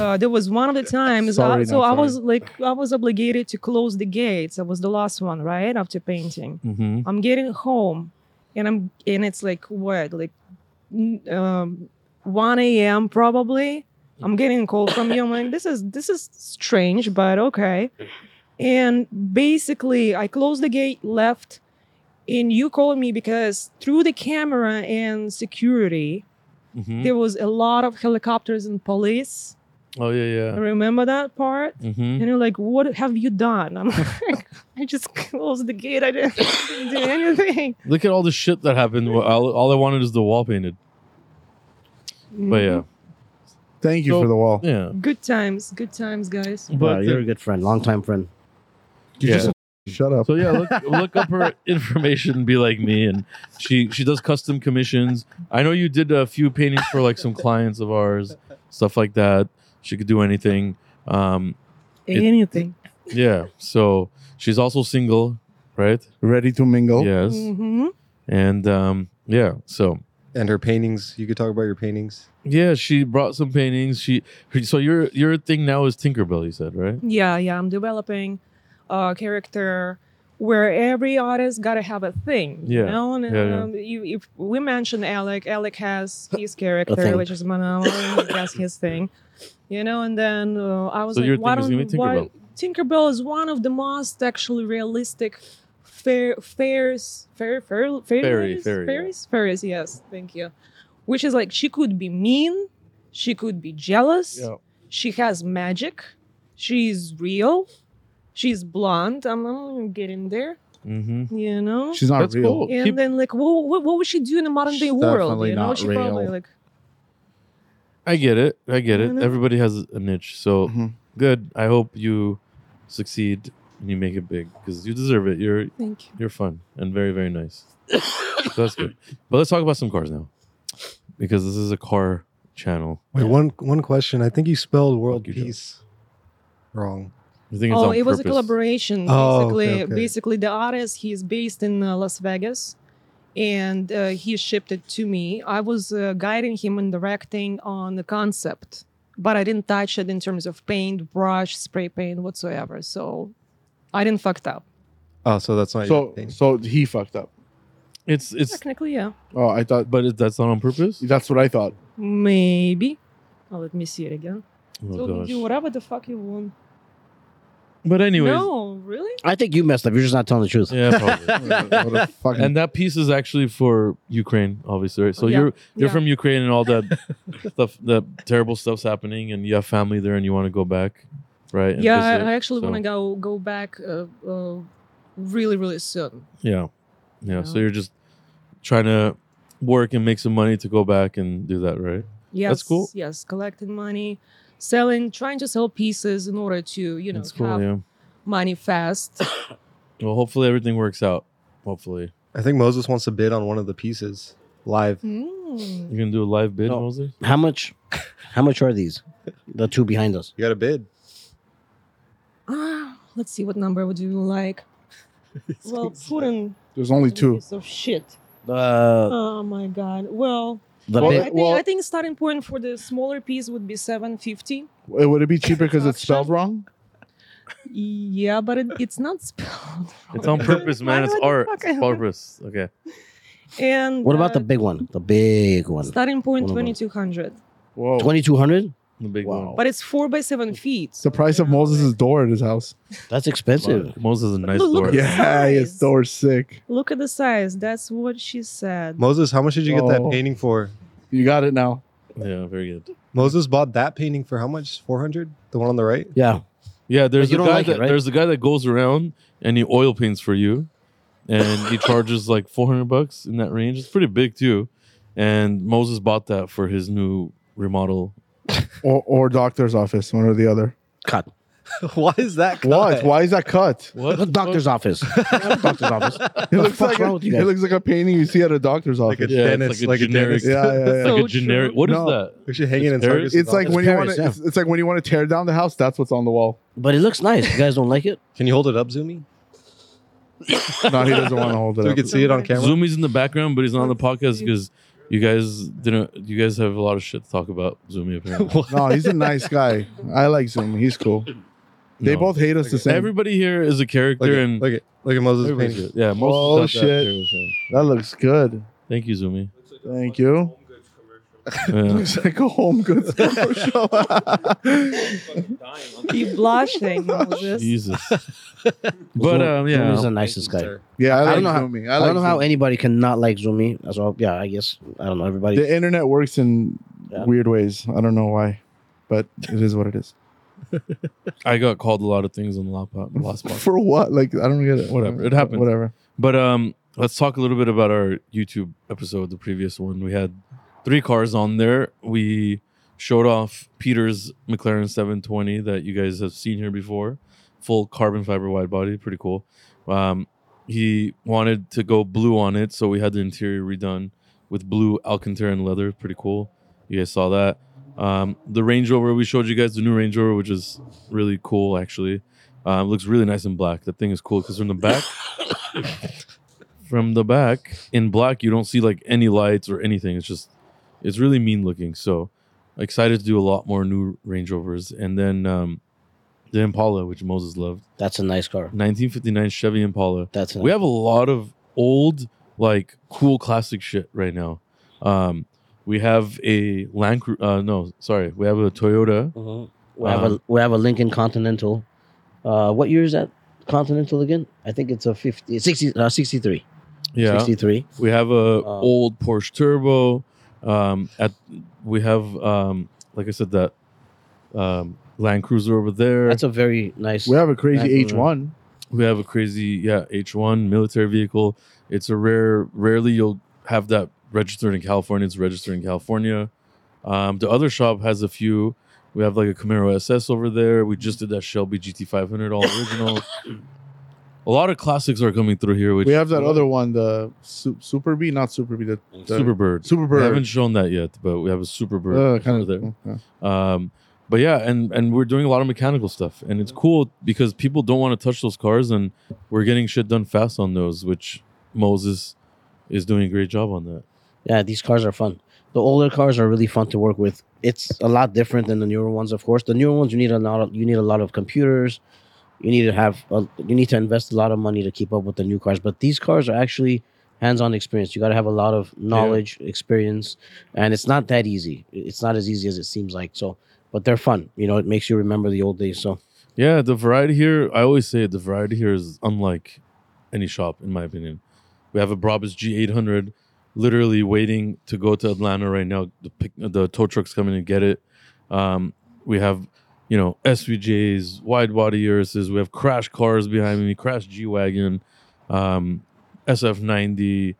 Speaker 5: Uh, there was one of the times,
Speaker 3: Sorry,
Speaker 5: I, so
Speaker 3: not
Speaker 5: I
Speaker 3: sorry.
Speaker 5: was like, I was obligated to close the gates. I was the last one, right after painting.
Speaker 1: hmm
Speaker 5: I'm getting home, and I'm, and it's like what, like, n- um, 1 a.m. probably. I'm getting a call from you. I'm like, this is this is strange, but okay. And basically, I closed the gate, left, and you called me because through the camera and security,
Speaker 1: hmm
Speaker 5: there was a lot of helicopters and police.
Speaker 1: oh yeah
Speaker 5: Remember that part?
Speaker 1: yeah hmm
Speaker 5: And you're like, "What have you done?"
Speaker 1: <laughs>
Speaker 5: I'm like, "I just closed the gate. I didn't, didn't do anything."
Speaker 1: look at all the shit that happened all, all i wanted is the wall painted but yeah
Speaker 3: Thank you
Speaker 1: So-
Speaker 3: for the wall.
Speaker 1: yeah
Speaker 5: Mm-hmm. good times, good times, guys.
Speaker 1: but
Speaker 2: Wow,
Speaker 1: the-
Speaker 2: you're a good friend, long time friend.
Speaker 1: yeah.
Speaker 3: Shut up.
Speaker 1: So yeah,
Speaker 2: <laughs>
Speaker 1: look, look up her information. Be like me, and she she does custom commissions. I know you did a few paintings for like some clients of ours, stuff like that. She could do anything. Um, It-
Speaker 5: anything.
Speaker 1: yeah. So she's also single, right?
Speaker 3: Ready to mingle.
Speaker 1: Yes.
Speaker 5: hmm
Speaker 1: And um, yeah. So
Speaker 4: And her paintings. You could talk about your paintings.
Speaker 1: yeah, she brought some paintings. She so your your thing now is Tinkerbell. You said right?
Speaker 5: Yeah, yeah. I'm developing a character where every artist gotta have a thing. You
Speaker 1: Yeah,
Speaker 5: know? and,
Speaker 1: yeah, yeah.
Speaker 5: um, You, if we mentioned Alec, Alec has his
Speaker 2: thing.
Speaker 5: character, which is Manawa, he has his thing. You know, and then uh, I was
Speaker 1: So
Speaker 5: like,
Speaker 1: your
Speaker 5: why
Speaker 1: thing is
Speaker 5: don't
Speaker 1: gonna be
Speaker 5: why Tinkerbell is one of the most actually realistic fair fairs fair fair fairies
Speaker 1: fairy, yeah.
Speaker 5: fairies fairies yes thank you which is like she could be mean she could be jealous she has magic. She's real. She's blonde. I'm not gonna get in there,
Speaker 1: Mm-hmm.
Speaker 5: you know.
Speaker 3: She's not
Speaker 1: That's
Speaker 3: real.
Speaker 1: cool.
Speaker 5: and
Speaker 1: Keep-
Speaker 5: then like, what, what what would she do in the modern day
Speaker 3: She's
Speaker 5: world?
Speaker 3: definitely
Speaker 5: You know,
Speaker 3: not
Speaker 5: she probably
Speaker 3: real.
Speaker 5: like
Speaker 1: I get it. I get
Speaker 5: You
Speaker 1: it.
Speaker 5: know?
Speaker 1: Everybody has a niche. So
Speaker 3: Mhm.
Speaker 1: good. I hope you succeed and you make it big because you deserve it. You're
Speaker 5: thank you.
Speaker 1: you're fun and very very nice. so that's good. But let's talk about some cars now because this is a car channel.
Speaker 4: Wait, one one question. I think you spelled world
Speaker 1: you, Joe.
Speaker 4: peace wrong.
Speaker 1: You think it's
Speaker 5: Oh,
Speaker 1: on
Speaker 5: it was a
Speaker 1: purpose.
Speaker 5: collaboration.
Speaker 4: Oh, okay,
Speaker 5: basically,
Speaker 4: okay.
Speaker 5: basically the artist he's based in uh, Las Vegas, and uh, he shipped it to me. I was uh, guiding him and directing on the concept, but I didn't touch it in terms of paint, brush, spray paint, whatsoever. So I didn't fucked up.
Speaker 4: Oh, so that's not your
Speaker 3: So
Speaker 4: thing. <laughs>
Speaker 3: so he fucked up.
Speaker 1: It's it's,
Speaker 5: Technically, yeah,
Speaker 3: Oh, I thought
Speaker 1: but it, that's not on purpose.
Speaker 3: that's what I thought.
Speaker 5: maybe. Oh, let me see it again. so
Speaker 1: Oh
Speaker 5: do
Speaker 1: gosh.
Speaker 5: whatever the fuck you want.
Speaker 1: But anyways,
Speaker 5: No, really?
Speaker 2: I think you messed up. You're just not telling the truth.
Speaker 1: yeah,
Speaker 5: <laughs>
Speaker 1: probably.
Speaker 3: what a what a fucking
Speaker 1: and that piece is actually for Ukraine, obviously, right? So
Speaker 5: Yeah,
Speaker 1: you're you're
Speaker 5: yeah.
Speaker 1: from Ukraine and all that
Speaker 5: <laughs>
Speaker 1: stuff, the terrible stuff's happening, and you have family there, and you want to go back, right? and
Speaker 5: yeah,
Speaker 1: visit,
Speaker 5: I, I actually
Speaker 1: so-
Speaker 5: want to go go back uh, uh, really, really soon.
Speaker 1: Yeah, yeah. So
Speaker 5: Yeah.
Speaker 1: you're just trying to work and make some money to go back and do that, right?
Speaker 5: Yes,
Speaker 1: cool.
Speaker 5: Yes, collecting money, selling, trying to sell pieces in order to you know
Speaker 1: That's cool.
Speaker 5: have
Speaker 1: Yeah.
Speaker 5: money fast.
Speaker 1: Well, hopefully everything works out. Hopefully
Speaker 4: I think Moses wants to bid on one of the pieces live.
Speaker 5: Mm.
Speaker 1: you can do a live bid,
Speaker 2: No. <laughs>
Speaker 1: Moses.
Speaker 2: How much? How much are these? The two behind us.
Speaker 4: You got a bid.
Speaker 5: Ah, let's see what number would you like. well, Putin
Speaker 3: there's only
Speaker 5: is a
Speaker 3: two.
Speaker 5: piece of shit.
Speaker 2: Uh,
Speaker 5: Oh my god. Well,
Speaker 2: the
Speaker 3: Well,
Speaker 5: I
Speaker 2: big.
Speaker 5: think
Speaker 3: well-
Speaker 5: I think starting point for the smaller piece would be seven fifty.
Speaker 3: Wait, Would it be cheaper because it's
Speaker 5: Option.
Speaker 3: spelled wrong?
Speaker 5: Yeah, but it, it's not spelled.
Speaker 1: It's on purpose, man.
Speaker 5: Why
Speaker 1: It's
Speaker 5: would the
Speaker 1: art.
Speaker 5: fuck
Speaker 1: It's
Speaker 5: I-
Speaker 1: purpose. Okay.
Speaker 5: And
Speaker 2: What about
Speaker 5: uh,
Speaker 2: the big one? The big one.
Speaker 5: starting point
Speaker 2: What about-
Speaker 5: twenty two hundred?
Speaker 3: Whoa.
Speaker 2: Twenty two hundred.
Speaker 1: The big
Speaker 2: Wow.
Speaker 1: one.
Speaker 5: But it's four by seven feet.
Speaker 3: It's the price of Moses' door at his house.
Speaker 2: That's expensive.
Speaker 1: Moses is a nice
Speaker 5: look- look
Speaker 3: <laughs>
Speaker 1: door.
Speaker 5: at
Speaker 1: Yeah.
Speaker 5: Yeah.
Speaker 3: Yeah, his
Speaker 5: Size.
Speaker 3: door's sick.
Speaker 5: Look at the size. That's what she said.
Speaker 4: Moses, how much did you get
Speaker 3: Oh.
Speaker 4: that painting for?
Speaker 3: You got it now.
Speaker 1: very good.
Speaker 4: Moses bought that painting for how much? 400? The one on the right?
Speaker 3: <laughs>
Speaker 2: Yeah.
Speaker 1: Yeah, there's
Speaker 2: But you
Speaker 1: a
Speaker 2: don't
Speaker 1: guy
Speaker 2: like it,
Speaker 1: that
Speaker 2: right?
Speaker 1: there's a guy that goes around and he oil paints for you, and he charges like 400 bucks in that range. It's pretty big too, and Moses bought that for his new remodel.
Speaker 3: Or, or doctor's office, one or the other.
Speaker 2: Cut.
Speaker 4: Why is that?
Speaker 3: What?
Speaker 4: cut?
Speaker 3: Why is
Speaker 1: <laughs>
Speaker 3: that cut?
Speaker 1: What?
Speaker 2: Doctor's office. Doctor's office.
Speaker 3: It
Speaker 2: The
Speaker 3: looks
Speaker 2: fuck's
Speaker 3: like
Speaker 2: wrong
Speaker 3: a,
Speaker 2: with you
Speaker 3: it
Speaker 2: guys?
Speaker 3: looks like a painting you see at a doctor's
Speaker 4: Like a
Speaker 3: office.
Speaker 1: Yeah, it's
Speaker 4: dentist, like a
Speaker 1: generic.
Speaker 4: dentist.
Speaker 3: yeah, yeah, yeah.
Speaker 1: It's <laughs> like
Speaker 5: So
Speaker 1: a generic.
Speaker 5: true.
Speaker 1: What is
Speaker 3: No.
Speaker 1: that?
Speaker 4: We should hang it in
Speaker 1: It's
Speaker 4: Ferguson's
Speaker 3: It's like
Speaker 4: office.
Speaker 3: when you want
Speaker 2: Paris,
Speaker 3: to.
Speaker 2: yeah.
Speaker 3: It's, it's like when you want to tear down the house. That's what's on the wall.
Speaker 2: But it looks nice. You guys don't like it?
Speaker 4: Can you hold it up, Zoomy?
Speaker 3: No, he doesn't want to hold it.
Speaker 4: So we
Speaker 3: up.
Speaker 4: can see it on camera?
Speaker 1: Zoomy's in the background, but he's not on the
Speaker 5: Let's
Speaker 1: podcast
Speaker 5: see.
Speaker 1: because you guys didn't. You guys have a lot of shit to talk about. Zoomy apparently.
Speaker 3: No, he's a nice guy. I like Zoom. He's cool. They
Speaker 1: No.
Speaker 3: both hate us the <laughs> same.
Speaker 1: Everybody here is a
Speaker 4: Look
Speaker 1: character,
Speaker 4: at,
Speaker 1: and
Speaker 4: look at look at Moses'
Speaker 1: everybody's
Speaker 4: painting.
Speaker 1: good. yeah, Moses
Speaker 3: Oh,
Speaker 1: got that
Speaker 3: shit.
Speaker 1: character.
Speaker 3: that looks good.
Speaker 1: Thank you, Zoomy.
Speaker 3: Thank you. <laughs>
Speaker 1: Yeah.
Speaker 3: Looks like a home goods <laughs> commercial. <laughs>
Speaker 5: Keep blushing, Moses.
Speaker 1: Jesus. but
Speaker 2: Zoom-
Speaker 1: um, yeah,
Speaker 2: Zoomy's the nicest guy.
Speaker 3: yeah, I, like
Speaker 2: don't know how-
Speaker 3: Zoomy.
Speaker 2: I,
Speaker 3: like
Speaker 2: don't know how
Speaker 3: Zoomy.
Speaker 2: anybody can not like Zoomy. As well, yeah, I guess I don't know. Everybody,
Speaker 3: the internet works in
Speaker 2: Yeah.
Speaker 3: weird ways. I don't know why, but it is what it
Speaker 1: <laughs>
Speaker 3: is.
Speaker 1: I got called a lot of things on the last po- last podcast.
Speaker 3: For what? Like I don't get it.
Speaker 1: Whatever. It happens.
Speaker 3: Whatever.
Speaker 1: But um, let's talk a little bit about our YouTube episode, the previous one. We had three cars on there. We showed off Peter's McLaren 720 that you guys have seen here before, full carbon fiber wide body, pretty cool. Um, he wanted to go blue on it, so we had the interior redone with blue Alcantaran leather, pretty cool. You guys saw that. Um, the Range Rover we showed you guys, the new Range Rover, which is really cool actually. Um, looks really nice in black. That thing is cool because from the back, from the back in black you don't see like any lights or anything it's just it's really mean looking so excited to do a lot more new range rovers and then um the impala which moses loved
Speaker 2: that's a nice car.
Speaker 1: 1959 chevy impala
Speaker 2: That's a,
Speaker 1: we have a lot of old like cool classic shit right now um we have a land Cru- uh no sorry we have a toyota
Speaker 2: Mhm. we have a we have a Lincoln Continental. Uh, what year is that Continental again? I think it's a 50, 60, uh, 63.
Speaker 1: yeah
Speaker 2: 63.
Speaker 1: We have a
Speaker 2: Um,
Speaker 1: old Porsche Turbo. Um, at we have um, like I said that um, Land Cruiser over there.
Speaker 2: That's a very nice.
Speaker 3: We have a crazy
Speaker 2: Right.
Speaker 3: H one.
Speaker 1: we have a crazy yeah H1 military vehicle. It's a rare. Rarely you'll have that registered in California. It's registered in California. Um, the other shop has a few. We have like a Camaro SS over there. We just did that Shelby GT500
Speaker 2: <laughs>
Speaker 1: all original. a lot of classics are coming through here. Which
Speaker 3: We have that other one, the Su- Super B, not Super B, the, the
Speaker 1: Superbird.
Speaker 3: Super
Speaker 1: We haven't
Speaker 3: Bird.
Speaker 1: shown that yet, but we have a Superbird.
Speaker 3: Uh, kind of
Speaker 1: there.
Speaker 3: yeah.
Speaker 1: Um, but yeah, and and we're doing a lot of mechanical stuff, and it's cool because people don't want to touch those cars, and we're getting shit done fast on those, which Moses is doing a great job on that.
Speaker 2: Yeah, these cars are fun. The older cars are really fun to work with. It's a lot different than the newer ones, of course. The newer ones you need a lot of, you need a lot of computers. You need to have a, you need to invest a lot of money to keep up with the new cars. But these cars are actually hands-on experience. You got to have a lot of knowledge, experience, and it's not that easy. It's not as easy as it seems like. So, but they're fun. You know, it makes you remember the old days. So,
Speaker 1: Yeah, the variety here, I always say the variety here is unlike any shop, in my opinion. We have a Brabus G800 literally waiting to go to Atlanta right now. The, pick, the tow truck's coming to get it. Um, we have, you know, SVJs, wide body Urises. We have crash cars behind me, crash G Wagon, um, SF90,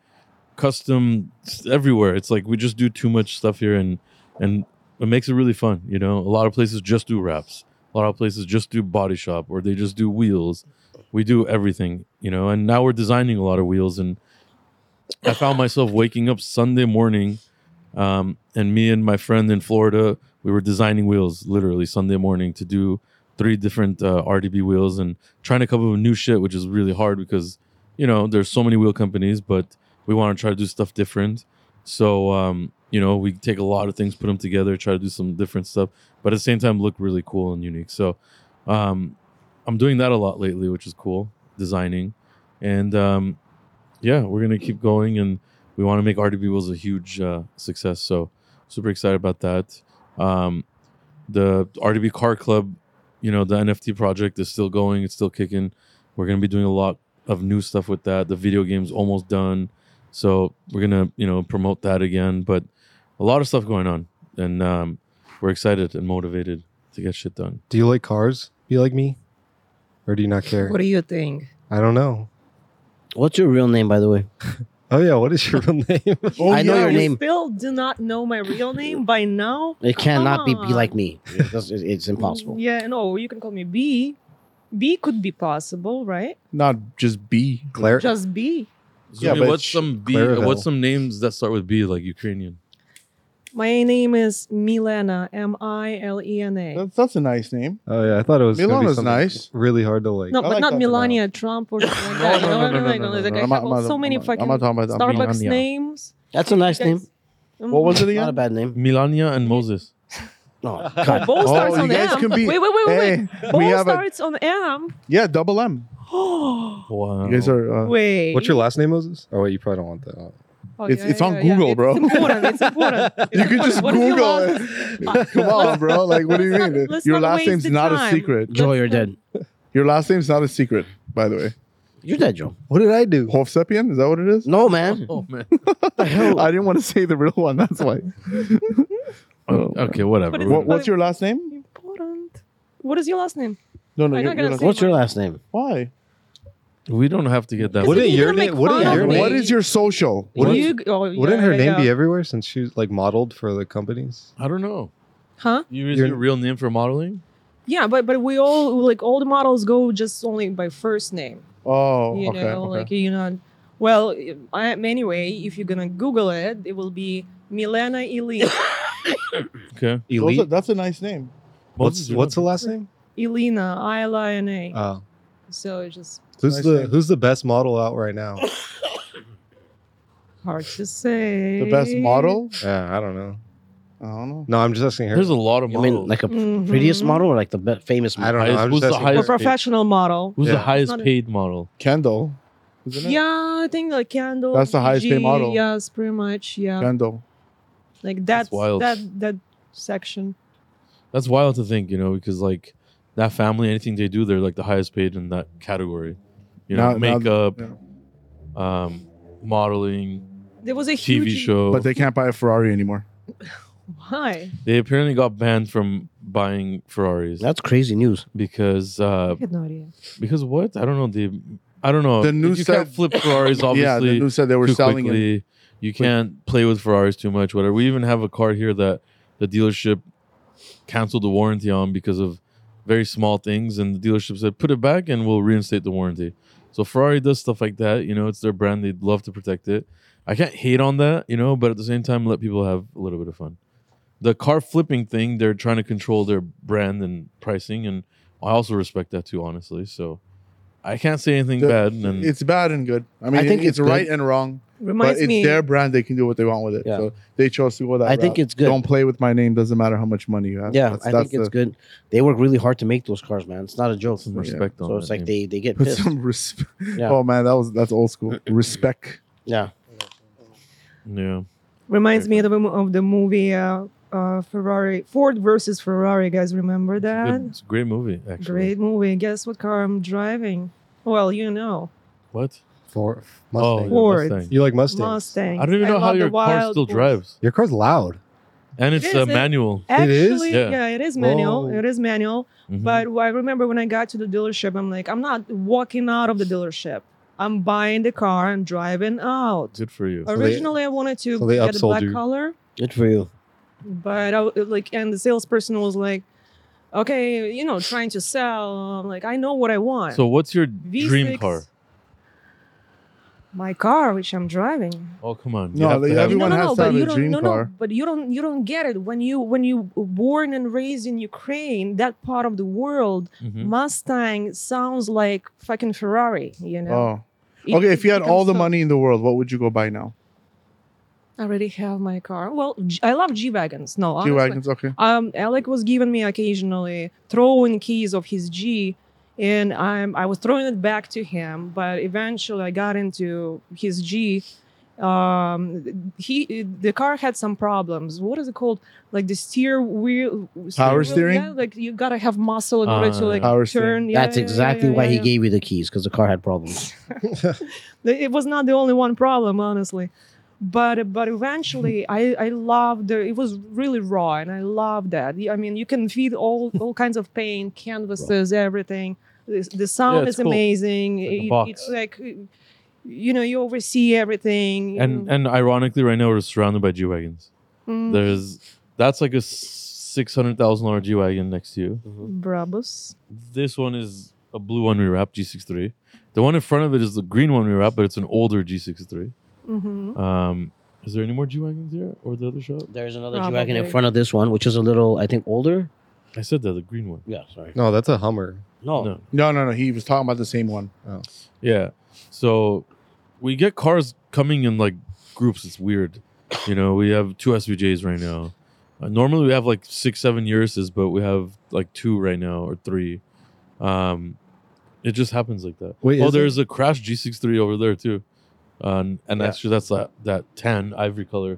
Speaker 1: custom it's everywhere. It's like we just do too much stuff here and, and it makes it really fun. You know, a lot of places just do wraps. A lot of places just do body shop or they just do wheels. We do everything, you know. And now we're designing a lot of wheels. And I found myself waking up Sunday morning, um, and me and my friend in Florida, we were designing wheels literally Sunday morning to do three different uh, RDB wheels and trying to come up with new shit, which is really hard because you know there's so many wheel companies, but we want to try to do stuff different. So um, you know we take a lot of things, put them together, try to do some different stuff but at the same time look really cool and unique. So um, I'm doing that a lot lately, which is cool, designing. And um, yeah, we're going to keep going and we want to make RDB Wheels a huge uh, success. So super excited about that. Um, the RDB Car Club, you know, the NFT project is still going, it's still kicking. We're going to be doing a lot of new stuff with that. The video game's almost done. So we're going to, you know, promote that again. But a lot of stuff going on. And um, we're excited and motivated to get shit done.
Speaker 4: Do you like cars? Do you like me? Or do you not care?
Speaker 5: What do you think?
Speaker 4: I don't know.
Speaker 2: what's your real name, by the way?
Speaker 4: Oh yeah, what is your real <laughs> name?
Speaker 3: Oh,
Speaker 2: I know
Speaker 3: yeah,
Speaker 2: your
Speaker 3: we-
Speaker 5: You
Speaker 2: name.
Speaker 5: still do not know my real name by now?
Speaker 2: It cannot be be
Speaker 5: on.
Speaker 2: like me. It does- it- It's impossible.
Speaker 5: <laughs> Yeah, no, you can call me B. B could be possible, right?
Speaker 3: Not just B.
Speaker 4: Claire.
Speaker 5: Just B.
Speaker 3: Yeah,
Speaker 1: Zumi,
Speaker 3: but
Speaker 1: what's
Speaker 3: sh-
Speaker 1: some B?
Speaker 4: Clarabelle.
Speaker 1: What's some names that start with B like Ukrainian?
Speaker 5: My name is Milena, M I L E N A.
Speaker 3: That's, that's a nice name.
Speaker 4: Oh yeah, I thought it was. gonna be
Speaker 3: Milana's
Speaker 4: something
Speaker 3: nice.
Speaker 4: Really hard to like.
Speaker 5: No, but
Speaker 3: like
Speaker 5: not
Speaker 3: that.
Speaker 5: Melania
Speaker 3: <laughs>
Speaker 5: Trump or something like that. You know what I mean? Like, I
Speaker 3: I'm
Speaker 5: have
Speaker 3: not- I'm
Speaker 5: so
Speaker 3: not-
Speaker 5: many
Speaker 3: I'm not-
Speaker 5: fucking
Speaker 3: I'm not talking about that.
Speaker 5: Starbucks
Speaker 3: Milania.
Speaker 5: names.
Speaker 2: That's a nice name.
Speaker 3: What
Speaker 5: <laughs>
Speaker 3: was it
Speaker 2: Not a
Speaker 3: again?
Speaker 2: bad name.
Speaker 1: Melania and Moses.
Speaker 2: <laughs> No,
Speaker 5: Oh, both
Speaker 3: Oh,
Speaker 5: starts
Speaker 3: you
Speaker 5: on
Speaker 3: guys
Speaker 5: M.
Speaker 3: can be-
Speaker 5: Wait, wait, wait, wait. wait.
Speaker 3: Hey, <laughs>
Speaker 5: Both
Speaker 3: we have a
Speaker 5: starts on M. <gasps>
Speaker 3: yeah, double M.
Speaker 5: Oh,
Speaker 1: Wow.
Speaker 3: You guys are. Uh,
Speaker 5: wait.
Speaker 4: What's your last name, Moses? Oh wait, you probably don't want that. Oh.
Speaker 5: Oh,
Speaker 3: It's- it's on Google,
Speaker 5: it's
Speaker 3: bro.
Speaker 5: <laughs> Important. It's important. It's
Speaker 3: <laughs> you could
Speaker 5: important.
Speaker 3: just
Speaker 5: <laughs> What is your
Speaker 3: Google it.
Speaker 5: last-
Speaker 3: <laughs> Come on,
Speaker 5: <laughs>
Speaker 3: bro. Like, what do you
Speaker 5: Let's
Speaker 3: mean?
Speaker 5: not- let's
Speaker 3: Your
Speaker 5: not
Speaker 3: last
Speaker 5: waste
Speaker 3: name's
Speaker 5: the
Speaker 3: not
Speaker 5: time.
Speaker 3: a secret.
Speaker 2: Joe, you're dead.
Speaker 3: Your last name's not a secret, by the way.
Speaker 2: You're dead, Joe.
Speaker 4: What did I do?
Speaker 3: Hovsepian? Is that what it is?
Speaker 2: No, man.
Speaker 1: Oh man.
Speaker 3: I didn't want to say the real one. That's why. <laughs> Oh.
Speaker 1: okay, whatever.
Speaker 5: But
Speaker 1: We're
Speaker 3: What,
Speaker 1: gonna-
Speaker 3: what's your last name?
Speaker 5: Important. What is your last name?
Speaker 3: No, no.
Speaker 5: I'm
Speaker 3: Your, your
Speaker 5: not gonna
Speaker 3: last,
Speaker 2: <laughs>
Speaker 5: say-
Speaker 2: What's your last name?
Speaker 3: why?
Speaker 1: we don't have to get that.
Speaker 5: What
Speaker 4: Wouldn't
Speaker 5: is-
Speaker 4: your
Speaker 5: You're gonna
Speaker 4: name?
Speaker 5: make
Speaker 3: Oh,
Speaker 4: Wouldn't
Speaker 5: fun
Speaker 4: your
Speaker 5: of
Speaker 4: name?
Speaker 3: What
Speaker 5: me.
Speaker 3: is your social?
Speaker 4: What is-
Speaker 5: you, oh, yeah,
Speaker 4: Wouldn't her
Speaker 5: yeah,
Speaker 4: name
Speaker 5: yeah.
Speaker 4: be everywhere since she's like modeled for the companies?
Speaker 1: I don't know.
Speaker 5: Huh?
Speaker 1: You is
Speaker 4: Your-
Speaker 1: your real name for modeling?
Speaker 5: Yeah, but but we all like all the models go just only by first name.
Speaker 3: Oh,
Speaker 5: you
Speaker 3: okay.
Speaker 5: know,
Speaker 3: okay.
Speaker 5: like you know. Well, I, anyway, if you're gonna Google it, it will be Milena
Speaker 3: <laughs>
Speaker 5: Ilina.
Speaker 1: Okay.
Speaker 3: Those
Speaker 4: Elite.
Speaker 3: are- that's a nice name.
Speaker 4: What's what's the last name?
Speaker 5: Ilina, I L I N
Speaker 3: Uh.
Speaker 5: A.
Speaker 4: Oh,
Speaker 5: So it's just
Speaker 4: who's
Speaker 3: nice
Speaker 4: the
Speaker 3: name.
Speaker 4: who's the best model out right now?
Speaker 5: hard to say.
Speaker 3: The best model?
Speaker 4: <laughs> Yeah, I don't know.
Speaker 3: I don't know.
Speaker 4: No, I'm just asking her.
Speaker 1: There's a lot of
Speaker 2: I mean,
Speaker 1: models.
Speaker 2: like a
Speaker 5: Mhm.
Speaker 2: prettiest model or like the be- famous
Speaker 4: I
Speaker 2: model?
Speaker 4: don't know.
Speaker 1: Highest-
Speaker 4: I'm
Speaker 1: who's
Speaker 4: just
Speaker 1: the
Speaker 4: asking
Speaker 5: A
Speaker 1: highest-
Speaker 4: her.
Speaker 5: professional model.
Speaker 1: Who's the
Speaker 4: Yeah.
Speaker 1: highest
Speaker 5: Not a-
Speaker 1: paid model?
Speaker 3: Kendall. Isn't it?
Speaker 5: Yeah, I think like Candle.
Speaker 3: That's the highest paid
Speaker 5: Gigi,
Speaker 3: model.
Speaker 5: Yes, pretty much. Yeah,
Speaker 3: Kendall.
Speaker 5: like that's,
Speaker 1: That's wild.
Speaker 5: that that section.
Speaker 1: That's wild to think, you know, because like that family, anything they do, they're like the highest paid in that category. You know,
Speaker 3: Now- now-
Speaker 1: makeup, um, modeling,
Speaker 5: There was a huge
Speaker 1: TV show.
Speaker 3: But they can't buy a Ferrari anymore.
Speaker 5: Why?
Speaker 1: They apparently got banned from buying Ferraris
Speaker 2: That's crazy news.
Speaker 1: because uh
Speaker 5: I had no idea.
Speaker 1: because what? I don't know. They I don't know.
Speaker 3: The news
Speaker 1: you can't
Speaker 3: said-
Speaker 1: flip Ferraris
Speaker 3: <laughs> yeah,
Speaker 1: obviously
Speaker 3: the news said they were
Speaker 1: too
Speaker 3: selling it.
Speaker 1: quickly. You can't play with Ferraris too much. Whatever. We even have a car here that the dealership canceled the warranty on because of very small things, and the dealership said put it back and we'll reinstate the warranty. So Ferrari does stuff like that. You know, it's their brand. They'd love to protect it. I can't hate on that, you know, but at the same time, let people have a little bit of fun. The car flipping thing, they're trying to control their brand and pricing, and I also respect that too, honestly. So I can't say anything
Speaker 3: The-
Speaker 1: bad. And
Speaker 3: It's bad and good. I mean,
Speaker 2: I think
Speaker 3: it-
Speaker 2: it's
Speaker 3: it's,
Speaker 2: good.
Speaker 3: right and wrong. but
Speaker 5: Reminds
Speaker 3: it's
Speaker 5: me.
Speaker 3: their brand. They can do what they want with it.
Speaker 2: Yeah.
Speaker 3: So they chose to go that.
Speaker 2: I think
Speaker 3: route.
Speaker 2: it's good.
Speaker 3: Don't play with my name. Doesn't matter how much money you have.
Speaker 2: yeah,
Speaker 3: That's-
Speaker 2: I
Speaker 3: that's
Speaker 2: think it's good. They work really hard to make those cars, man. It's not a joke.
Speaker 1: Some
Speaker 2: So
Speaker 1: respect on
Speaker 2: it's
Speaker 1: that
Speaker 2: like
Speaker 1: name.
Speaker 2: they they get
Speaker 3: Put
Speaker 2: <laughs> pissed.
Speaker 3: <laughs> some respect.
Speaker 2: Yeah.
Speaker 3: Oh man, that was that's
Speaker 1: <clears throat>
Speaker 3: old school. Respect.
Speaker 2: Yeah,
Speaker 1: Yeah.
Speaker 5: Reminds
Speaker 1: Okay.
Speaker 5: me of, the mo- of the movie uh, uh, Ferrari Ford versus Ferrari. You guys remember
Speaker 1: It's a,
Speaker 5: that?
Speaker 1: good- it's a great movie, actually.
Speaker 5: Great movie. Guess what car I'm driving? Well, you know,
Speaker 1: What?
Speaker 4: For
Speaker 1: Oh, yeah,
Speaker 4: Mustang.
Speaker 5: Ford.
Speaker 1: Mustang.
Speaker 4: You like Mustangs?
Speaker 5: Mustang.
Speaker 1: I don't even know how
Speaker 5: love the
Speaker 1: your car
Speaker 5: wild
Speaker 1: still
Speaker 5: horse.
Speaker 1: drives.
Speaker 4: Your car's <laughs> loud.
Speaker 1: And it's
Speaker 5: It
Speaker 1: uh,
Speaker 5: is, it-
Speaker 1: manual.
Speaker 4: It
Speaker 5: Actually,
Speaker 4: is?
Speaker 1: Yeah.
Speaker 5: yeah. it is manual.
Speaker 4: Whoa.
Speaker 5: It is manual.
Speaker 1: Mhm.
Speaker 5: But I remember when I got to the dealership, I'm like, I'm not walking out of the dealership. I'm buying the car and driving out.
Speaker 1: good for you.
Speaker 4: they-
Speaker 5: Originally, I wanted to
Speaker 4: so they
Speaker 5: get a
Speaker 4: upsold
Speaker 5: black
Speaker 4: you.
Speaker 5: color,
Speaker 2: good for you.
Speaker 5: but I w- like, and the salesperson was like, okay, you know, trying to sell. I'm like, I know what I want.
Speaker 1: So what's your
Speaker 5: V6,
Speaker 1: dream car?
Speaker 5: My car, which I'm driving.
Speaker 1: Oh come on.
Speaker 3: No,
Speaker 1: have to
Speaker 3: they-
Speaker 1: have-
Speaker 3: everyone- has to have
Speaker 5: you
Speaker 3: a
Speaker 5: don't,
Speaker 3: dream
Speaker 5: no,
Speaker 3: car.
Speaker 5: no, but you don't, you don't get it when you, when you were born and raised in Ukraine, that part of the world.
Speaker 1: Mhm.
Speaker 5: Mustang sounds like fucking Ferrari, you know.
Speaker 3: Oh.
Speaker 5: It-
Speaker 3: Okay, if you
Speaker 5: it
Speaker 3: had all
Speaker 5: becomes
Speaker 3: the
Speaker 5: so-
Speaker 3: money in the world, what would you go buy now?
Speaker 5: I already have my car. Well, G- I love G wagons. No,
Speaker 3: G
Speaker 5: honestly.
Speaker 3: wagons. Okay.
Speaker 5: Um, Alec was giving me occasionally throwing keys of his G, and I'm I was throwing it back to him. But eventually, I got into his G. Um, he the car had some problems. What is it called? Like the steer wheel,
Speaker 3: Power steering?
Speaker 5: yeah, like you gotta have muscle in order
Speaker 1: Uh,
Speaker 5: to like
Speaker 3: Power steering.
Speaker 5: turn. Yeah,
Speaker 2: That's
Speaker 5: yeah, yeah,
Speaker 2: exactly
Speaker 5: yeah,
Speaker 2: why
Speaker 5: yeah,
Speaker 2: he
Speaker 5: yeah.
Speaker 2: gave you the keys because the car had problems.
Speaker 5: The- it was not the only one problem honestly but but
Speaker 1: <laughs>
Speaker 5: eventually i i loved the, it was really raw and i loved that i mean you can feed all all kinds of
Speaker 1: <laughs>
Speaker 5: paint canvases everything the, the sound
Speaker 1: it's
Speaker 5: is
Speaker 1: cool.
Speaker 5: amazing
Speaker 1: It's like a
Speaker 5: It-
Speaker 1: box.
Speaker 5: it's like you know you oversee everything you
Speaker 1: And
Speaker 5: know.
Speaker 1: and ironically, right now we're surrounded by G wagons.
Speaker 5: Mm,
Speaker 1: There's that's like a six hundred thousand dollar G wagon next to you.
Speaker 5: brabus
Speaker 1: This one is a blue one rewrap G63. The one in front of it is the green one rewrap, but it's an older G63.
Speaker 5: hmm
Speaker 1: Um, is there any more G wagons here or the other shop?
Speaker 2: <laughs> There's another G wagon in
Speaker 5: Probably.
Speaker 2: front of this one, which is a little, I think, older.
Speaker 1: I said that the green one.
Speaker 2: Yeah, sorry.
Speaker 4: No, that's a Hummer.
Speaker 5: Oh.
Speaker 2: No,
Speaker 1: No.
Speaker 3: No, no, no. He was talking about the same one.
Speaker 1: Yeah. So we get cars coming in like groups. It's weird. You know, we have two SVJs right now. Uh, normally we have like six, seven Urises, but we have like two right now or three. Um, it just happens like that.
Speaker 4: Wait,
Speaker 1: oh,
Speaker 4: is it-
Speaker 1: there's a crash G63 over there too. Um, and actually, that's that, that tan ivory color,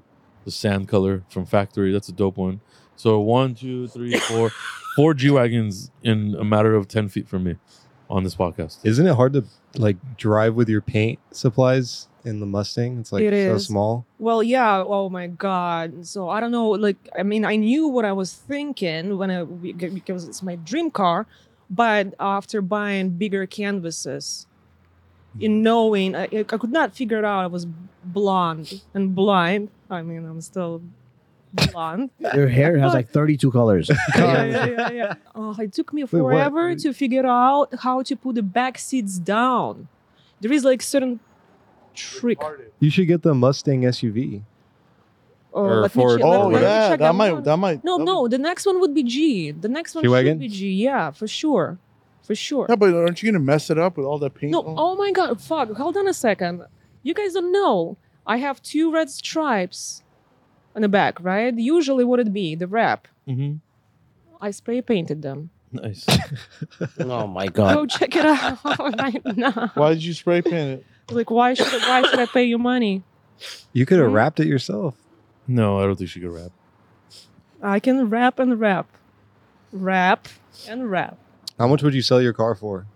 Speaker 1: the sand color from factory. That's a dope one. So one, two, three, four, four G wagons in a matter of ten feet from me, on this podcast.
Speaker 4: Isn't it hard to like drive with your paint supplies in the Mustang? It's like
Speaker 5: It
Speaker 4: so
Speaker 5: is.
Speaker 4: small.
Speaker 5: Well, yeah. Oh my God. So I don't know. Like, I mean, I knew what I was thinking when I because it's my dream car, but after buying bigger canvases, in knowing I, I could not figure it out. I was blonde and blind. I mean, I'm still blonde.
Speaker 2: Your hair has like 32 colors.
Speaker 5: yeah, yeah, yeah, yeah. Oh, it took me
Speaker 4: what?
Speaker 5: forever to figure out how to put the back seats down. There is like certain trick.
Speaker 4: You should get the Mustang SUV.
Speaker 5: Oh,
Speaker 1: Or
Speaker 5: let me
Speaker 1: Ford
Speaker 5: check- let-
Speaker 1: or
Speaker 5: let me
Speaker 1: whatever.
Speaker 5: check that one.
Speaker 3: might.
Speaker 5: No,
Speaker 3: that
Speaker 5: no. The next one would be G. The next one
Speaker 4: G-Wagon?
Speaker 5: should be G. Yeah, for sure, for sure.
Speaker 3: Yeah, but aren't you gonna mess it up with all that paint?
Speaker 5: No.
Speaker 3: on?
Speaker 5: Oh my God. Fuck. Hold on a second. You guys don't know. I have two red stripes on the back, right? Usually, what it be the wrap.
Speaker 1: Mm-hmm.
Speaker 5: I spray painted them.
Speaker 1: Nice.
Speaker 2: <laughs>
Speaker 1: <laughs>
Speaker 2: oh my
Speaker 5: Go
Speaker 2: god.
Speaker 5: check it out <laughs> right
Speaker 3: <laughs>
Speaker 5: now.
Speaker 3: Why did you spray paint it?
Speaker 5: Like, why should why should I pay you money?
Speaker 4: You could have
Speaker 5: Mhm.
Speaker 4: wrapped it yourself.
Speaker 1: No, I don't think she could rap.
Speaker 5: I can wrap and wrap, wrap and wrap.
Speaker 4: How much would you sell your car for?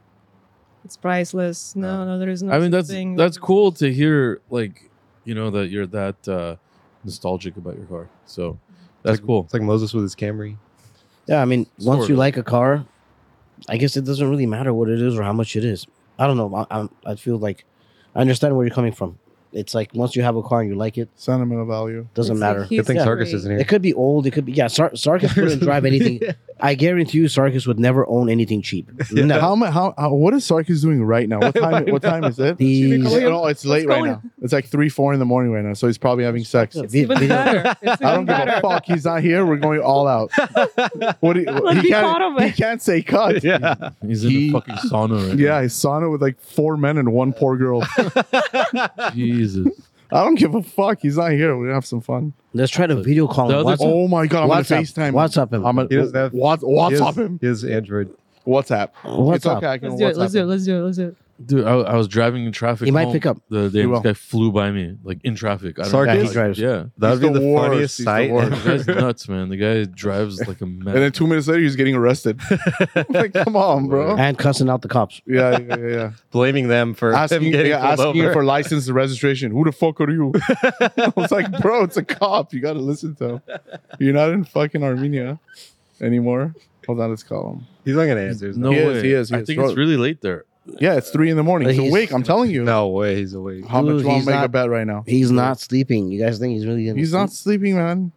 Speaker 5: It's priceless. No, no, there is no.
Speaker 1: I
Speaker 5: such
Speaker 1: mean, that's
Speaker 5: thing.
Speaker 1: that's cool to hear. Like, you know that you're that uh, nostalgic about your car. So that's
Speaker 4: It's like-
Speaker 1: cool.
Speaker 4: It's like Moses with his Camry.
Speaker 2: Yeah, I mean, once
Speaker 1: Sort
Speaker 2: you
Speaker 1: of.
Speaker 2: like a car, I guess it doesn't really matter what it is or how much it is. I don't know. I, I'm- I feel like I understand where you're coming from. It's like once you have a car and you like it,
Speaker 3: Sentimental value.
Speaker 2: doesn't
Speaker 5: It's like
Speaker 2: matter.
Speaker 5: he's
Speaker 4: Good thing
Speaker 5: free.
Speaker 4: Sarkis isn't here.
Speaker 2: It could be old. It could be yeah. Sar- Sarkis
Speaker 5: <laughs>
Speaker 2: wouldn't
Speaker 4: <laughs>
Speaker 2: drive anything. I guarantee you, Sarkis would never own anything cheap.
Speaker 5: <laughs>
Speaker 2: Never.
Speaker 3: How, mu- how how what is Sarkis doing right now? What time? what time is
Speaker 2: <laughs>
Speaker 3: it?
Speaker 2: The-
Speaker 3: It's- no, it's late right
Speaker 5: going?
Speaker 3: now. It's like three, four in the morning right now. So he's probably having sex.
Speaker 5: It's
Speaker 2: Vi-
Speaker 5: even
Speaker 2: video-
Speaker 5: better. It's
Speaker 3: I don't
Speaker 5: even
Speaker 3: give a
Speaker 5: better.
Speaker 3: fuck. He's not here. We're going all out. What do you,
Speaker 5: Let's
Speaker 3: he
Speaker 5: be
Speaker 3: can't
Speaker 5: part of
Speaker 3: he
Speaker 5: it.
Speaker 3: can't say cut.
Speaker 4: yeah.
Speaker 1: He's in
Speaker 3: He-
Speaker 1: a fucking sauna right
Speaker 3: <laughs> Yeah, his sauna with like four men and one poor girl.
Speaker 1: now. Jesus.
Speaker 3: I don't give a fuck. He's not here. We're gonna have some fun.
Speaker 2: Let's try to video call
Speaker 1: The
Speaker 2: him.
Speaker 1: other-
Speaker 2: WhatsApp,
Speaker 3: Oh my god, I'm gonna
Speaker 2: WhatsApp,
Speaker 3: FaceTime. him.
Speaker 2: WhatsApp him.
Speaker 3: I'm gonna
Speaker 4: He doesn't have-
Speaker 3: What-
Speaker 4: He
Speaker 3: WhatsApp
Speaker 4: has-
Speaker 3: him.
Speaker 4: He has Android.
Speaker 3: WhatsApp.
Speaker 2: WhatsApp.
Speaker 3: It's okay. I can
Speaker 5: Let's do it. Let's
Speaker 3: WhatsApp
Speaker 5: do it.
Speaker 3: him.
Speaker 5: Let's do it. Let's do it.
Speaker 1: Dude, I, I was driving in traffic.
Speaker 2: He might
Speaker 1: home
Speaker 2: pick up.
Speaker 1: The day this
Speaker 3: He will.
Speaker 1: guy flew by me, like in traffic. I don't
Speaker 4: Sarkis?
Speaker 1: know.
Speaker 2: Yeah, he
Speaker 1: like,
Speaker 2: drives.
Speaker 1: Yeah.
Speaker 4: That would
Speaker 3: He's
Speaker 4: be the,
Speaker 3: the worst.
Speaker 4: funniest
Speaker 3: He's the
Speaker 4: sight.
Speaker 3: worst.
Speaker 4: <laughs>
Speaker 1: The guy's nuts, man. The guy drives
Speaker 3: <laughs>
Speaker 1: like a mad.
Speaker 3: And then two minutes later, he's getting arrested. <laughs> like, come on, bro.
Speaker 2: and cussing out the cops.
Speaker 3: Yeah, yeah, yeah.
Speaker 4: Blaming them for
Speaker 3: yeah.
Speaker 4: <laughs> him
Speaker 3: Asking,
Speaker 4: getting
Speaker 3: yeah,
Speaker 4: pulled
Speaker 3: asking
Speaker 4: over.
Speaker 3: for license and registration. Who the fuck are
Speaker 4: <laughs>
Speaker 3: you? I was like, bro, it's a cop. You gotta listen to him. You're not in fucking Armenia anymore. Hold on, let's call him.
Speaker 4: He's not gonna answer.
Speaker 1: no
Speaker 3: He
Speaker 1: way.
Speaker 3: is, he is, he
Speaker 1: I
Speaker 3: is.
Speaker 1: think
Speaker 3: Bro.
Speaker 1: it's really late there.
Speaker 3: Yeah, it's three in the morning. He's,
Speaker 2: He's-
Speaker 3: awake. I'm telling you.
Speaker 4: no way. He's awake.
Speaker 3: How much
Speaker 2: Dude,
Speaker 3: you want
Speaker 2: he's
Speaker 3: to make a
Speaker 2: not-
Speaker 3: bet right now?
Speaker 2: He's not sleeping. You guys think he's really? Gonna
Speaker 3: He's not sleeping, man.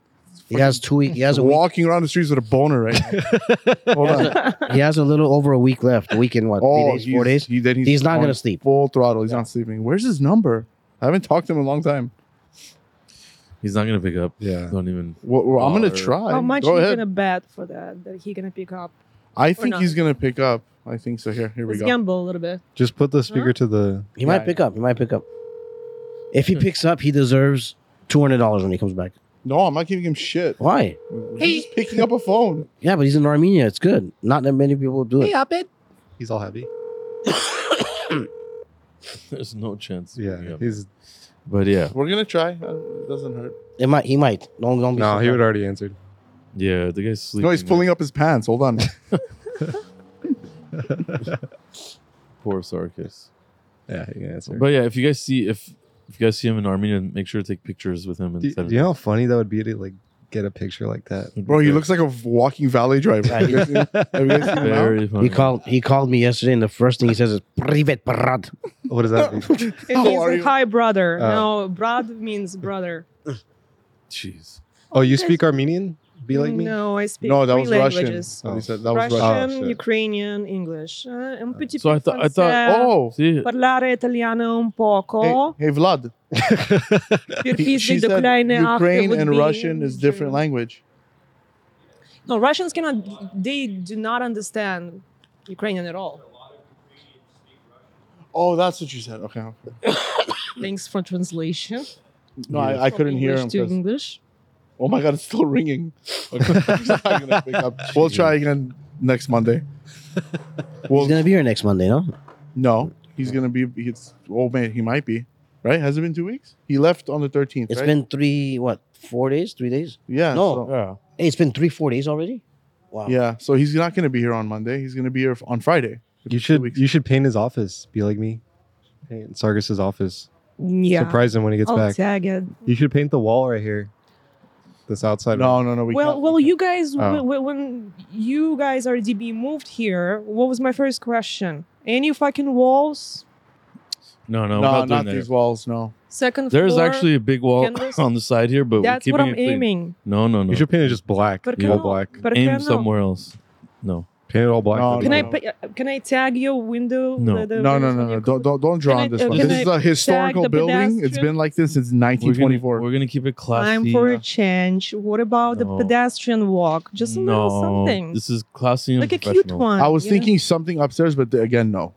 Speaker 2: He has two week. He has a week.
Speaker 3: walking around the streets with a boner right
Speaker 2: <laughs>
Speaker 3: now. Hold on.
Speaker 2: He has a little over a week left. A week in what? Three days, four
Speaker 3: Oh, he's-
Speaker 2: days.
Speaker 3: He, then he's,
Speaker 2: He's not
Speaker 3: on
Speaker 2: gonna sleep.
Speaker 3: Full throttle. He's not sleeping. Where's his number? I haven't talked to him in a long time.
Speaker 1: He's not gonna pick up.
Speaker 4: Yeah.
Speaker 1: Don't even. <laughs>
Speaker 3: Well, well, I'm
Speaker 1: Or-
Speaker 3: gonna try.
Speaker 5: How much
Speaker 3: Go
Speaker 5: you
Speaker 3: ahead.
Speaker 5: gonna bet for that? That he gonna pick up?
Speaker 3: I think
Speaker 5: not?
Speaker 3: he's gonna pick up. I think so. Here, here we
Speaker 5: Let's
Speaker 3: go.
Speaker 5: gamble a little bit.
Speaker 4: Just put the speaker to the.
Speaker 2: He might
Speaker 3: Yeah.
Speaker 2: pick up. He might pick up. If he picks up, he deserves two hundred dollars when he comes back.
Speaker 3: No, I'm not giving him shit.
Speaker 2: Why?
Speaker 3: He's just picking up a phone.
Speaker 2: Yeah, but he's in Armenia. It's good. Not that many people do it.
Speaker 5: up it.
Speaker 4: He's all happy.
Speaker 1: There's no chance. of picking
Speaker 4: Yeah.
Speaker 1: up.
Speaker 4: He's
Speaker 1: But yeah,
Speaker 3: We're gonna try. Uh, It doesn't hurt.
Speaker 2: It might. He might. Don't don't be.
Speaker 4: no. He
Speaker 2: surprised.
Speaker 4: would already answered.
Speaker 1: yeah. The guy's sleeping.
Speaker 3: No, he's pulling up his pants. Hold
Speaker 1: <laughs>
Speaker 3: on.
Speaker 1: Poor Sarkis.
Speaker 4: Yeah. He can answer.
Speaker 1: But yeah, if you guys see if if you guys see him in Armenia, make sure to take pictures with him and
Speaker 4: do,
Speaker 1: send
Speaker 4: do you know how funny that would be to like get a picture like that?
Speaker 1: it.
Speaker 3: Bro, he looks like a walking valet driver.
Speaker 2: Yeah, he-
Speaker 3: You guys seen- have you guys seen him out?
Speaker 1: very funny.
Speaker 2: He called. He called me yesterday, and the first thing he says is "Privet Brad."
Speaker 4: What does that mean?
Speaker 3: <laughs>
Speaker 5: And
Speaker 3: How
Speaker 5: <laughs> he's
Speaker 3: are
Speaker 5: like,
Speaker 3: you?
Speaker 5: "Hi, brother."
Speaker 4: Uh.
Speaker 5: no, brad means
Speaker 3: <laughs>
Speaker 5: brother.
Speaker 1: Jeez.
Speaker 4: Oh, you speak Armenian? Be like me.
Speaker 5: No, I speak
Speaker 3: No, that
Speaker 5: three
Speaker 3: was Russian.
Speaker 5: languages.
Speaker 3: He said that was
Speaker 5: Russian,
Speaker 3: Russian.
Speaker 4: Oh, shit.
Speaker 5: Ukrainian, English. Uh, un petit
Speaker 1: So I
Speaker 5: peu
Speaker 1: thought- I thought-
Speaker 5: français,
Speaker 3: Oh,
Speaker 1: See,
Speaker 5: Parlare italiano un poco.
Speaker 3: hey, hey, Vlad. He-
Speaker 5: Переписывать
Speaker 3: She
Speaker 5: до
Speaker 3: said
Speaker 5: крайне авто
Speaker 3: Ukraine
Speaker 5: would
Speaker 3: and
Speaker 5: be
Speaker 3: Russian is different
Speaker 5: German.
Speaker 3: language.
Speaker 5: No, Russians cannot. They do not understand Ukrainian at all.
Speaker 3: Oh, that's what you said. Okay. okay.
Speaker 5: Thanks for translation.
Speaker 3: No, I, I
Speaker 5: From
Speaker 3: couldn't hear
Speaker 5: English
Speaker 3: him.
Speaker 5: To
Speaker 3: 'cause-
Speaker 5: English.
Speaker 3: Oh my god, it's still ringing. <laughs> Okay. He's not gonna pick up. <laughs> We'll try again next
Speaker 2: <laughs>
Speaker 3: Monday.
Speaker 2: He's
Speaker 3: Well,
Speaker 2: gonna be here next Monday, no?
Speaker 3: no, he's gonna be. It's oh man, he might be. Right? Has it been two weeks? He left on the thirteenth.
Speaker 2: It's
Speaker 3: right?
Speaker 2: been three, what, four days, three days?
Speaker 3: yeah.
Speaker 2: no.
Speaker 3: so-
Speaker 1: yeah.
Speaker 2: Hey, it's been three, four days already. Wow.
Speaker 3: yeah. So he's not gonna be here on Monday. He's gonna be here on Friday.
Speaker 4: <laughs> You should you should paint his office. Be like me. Paint Sargis's office.
Speaker 5: Yeah. Oh,
Speaker 4: Surprise him when he gets
Speaker 5: I'll
Speaker 4: back.
Speaker 5: tag it.
Speaker 4: You should paint the wall right here. This outside. wall.
Speaker 3: No, no, no. We
Speaker 5: well,
Speaker 3: can't.
Speaker 5: well, you guys,
Speaker 4: Oh.
Speaker 5: wh- wh- when you guys RDB moved here, what was my first question? Any fucking walls?
Speaker 1: No, no,
Speaker 3: No,
Speaker 1: we're not,
Speaker 3: not,
Speaker 1: doing that.
Speaker 3: these walls. No.
Speaker 5: Second
Speaker 1: There's
Speaker 5: floor?
Speaker 1: actually a big wall
Speaker 5: canvas.
Speaker 1: <laughs> on the side here, but
Speaker 5: That's
Speaker 1: we're
Speaker 5: what
Speaker 1: keeping
Speaker 5: I'm
Speaker 1: it clean.
Speaker 5: aiming.
Speaker 1: No, no, no.
Speaker 4: You should paint it just black.
Speaker 5: But
Speaker 4: All
Speaker 5: can-
Speaker 4: black.
Speaker 5: But
Speaker 1: Aim
Speaker 5: can-
Speaker 1: somewhere else. No.
Speaker 4: Paint it all black.
Speaker 3: No,
Speaker 5: Can
Speaker 4: That'd
Speaker 5: I
Speaker 4: be
Speaker 3: no.
Speaker 4: cool.
Speaker 5: pa- uh, can I tag your window?
Speaker 1: No.
Speaker 5: the- the
Speaker 3: No, no,
Speaker 5: windows
Speaker 3: no,
Speaker 5: on
Speaker 3: no.
Speaker 5: your-
Speaker 3: Don't don't don't draw
Speaker 5: Can I-
Speaker 3: on this
Speaker 5: uh,
Speaker 3: one.
Speaker 5: can
Speaker 3: This is
Speaker 5: I
Speaker 3: a historical
Speaker 5: tag the
Speaker 3: building. It's
Speaker 5: pedestrian?
Speaker 3: been like this since
Speaker 1: We're gonna,
Speaker 3: 1924.
Speaker 1: we're gonna keep it classy.
Speaker 5: Time for a change. What about
Speaker 1: No.
Speaker 5: the pedestrian walk? Just a
Speaker 1: no,
Speaker 5: little something,
Speaker 1: This is classy and
Speaker 5: like a
Speaker 1: professional.
Speaker 5: cute one.
Speaker 3: I was
Speaker 5: you know?
Speaker 3: thinking something upstairs, but the- again, no.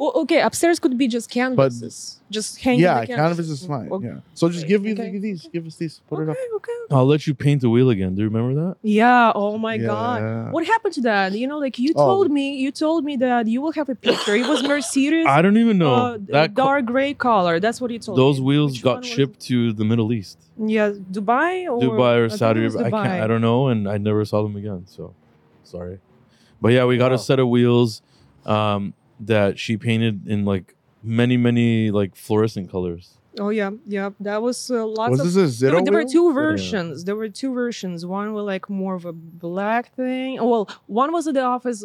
Speaker 5: O- okay, upstairs could be just canvases, just hanging.
Speaker 3: yeah,
Speaker 5: the
Speaker 3: cannabis
Speaker 5: canvases.
Speaker 3: is fine.
Speaker 5: Okay.
Speaker 3: Yeah. So just
Speaker 5: Okay,
Speaker 3: give me the-
Speaker 5: okay.
Speaker 3: these. Give us these. Put it
Speaker 5: Okay, oh
Speaker 3: up.
Speaker 5: okay.
Speaker 1: I'll let you paint the wheel again. Do you remember that?
Speaker 5: Yeah. Oh my god.
Speaker 3: Yeah.
Speaker 5: What happened to that? You know, like you
Speaker 3: Oh.
Speaker 5: told me, you told me that you will have a picture. It was Mercedes,
Speaker 1: <laughs> I don't even know.
Speaker 5: uh,
Speaker 1: that co-
Speaker 5: dark gray color. That's what you told me.
Speaker 1: those wheels
Speaker 5: Which one
Speaker 1: got
Speaker 5: was-
Speaker 1: shipped to the Middle East,
Speaker 5: Yeah, Dubai or
Speaker 1: Dubai
Speaker 5: I
Speaker 1: or
Speaker 5: think
Speaker 1: Saudi
Speaker 5: it was
Speaker 1: Arabia. I can't.
Speaker 5: Dubai.
Speaker 1: I don't know, and I never saw them again. So, sorry. But yeah, we got
Speaker 2: Wow.
Speaker 1: a set of wheels um, that she painted in like many, many like fluorescent colors.
Speaker 5: Oh yeah, yeah. That was uh, lots
Speaker 3: Was
Speaker 5: of.
Speaker 3: this a
Speaker 5: There,
Speaker 3: zero?
Speaker 5: were- there were
Speaker 3: wheel?
Speaker 5: two versions. There were two versions. One was like more of a black thing. Oh, Well, one was at the office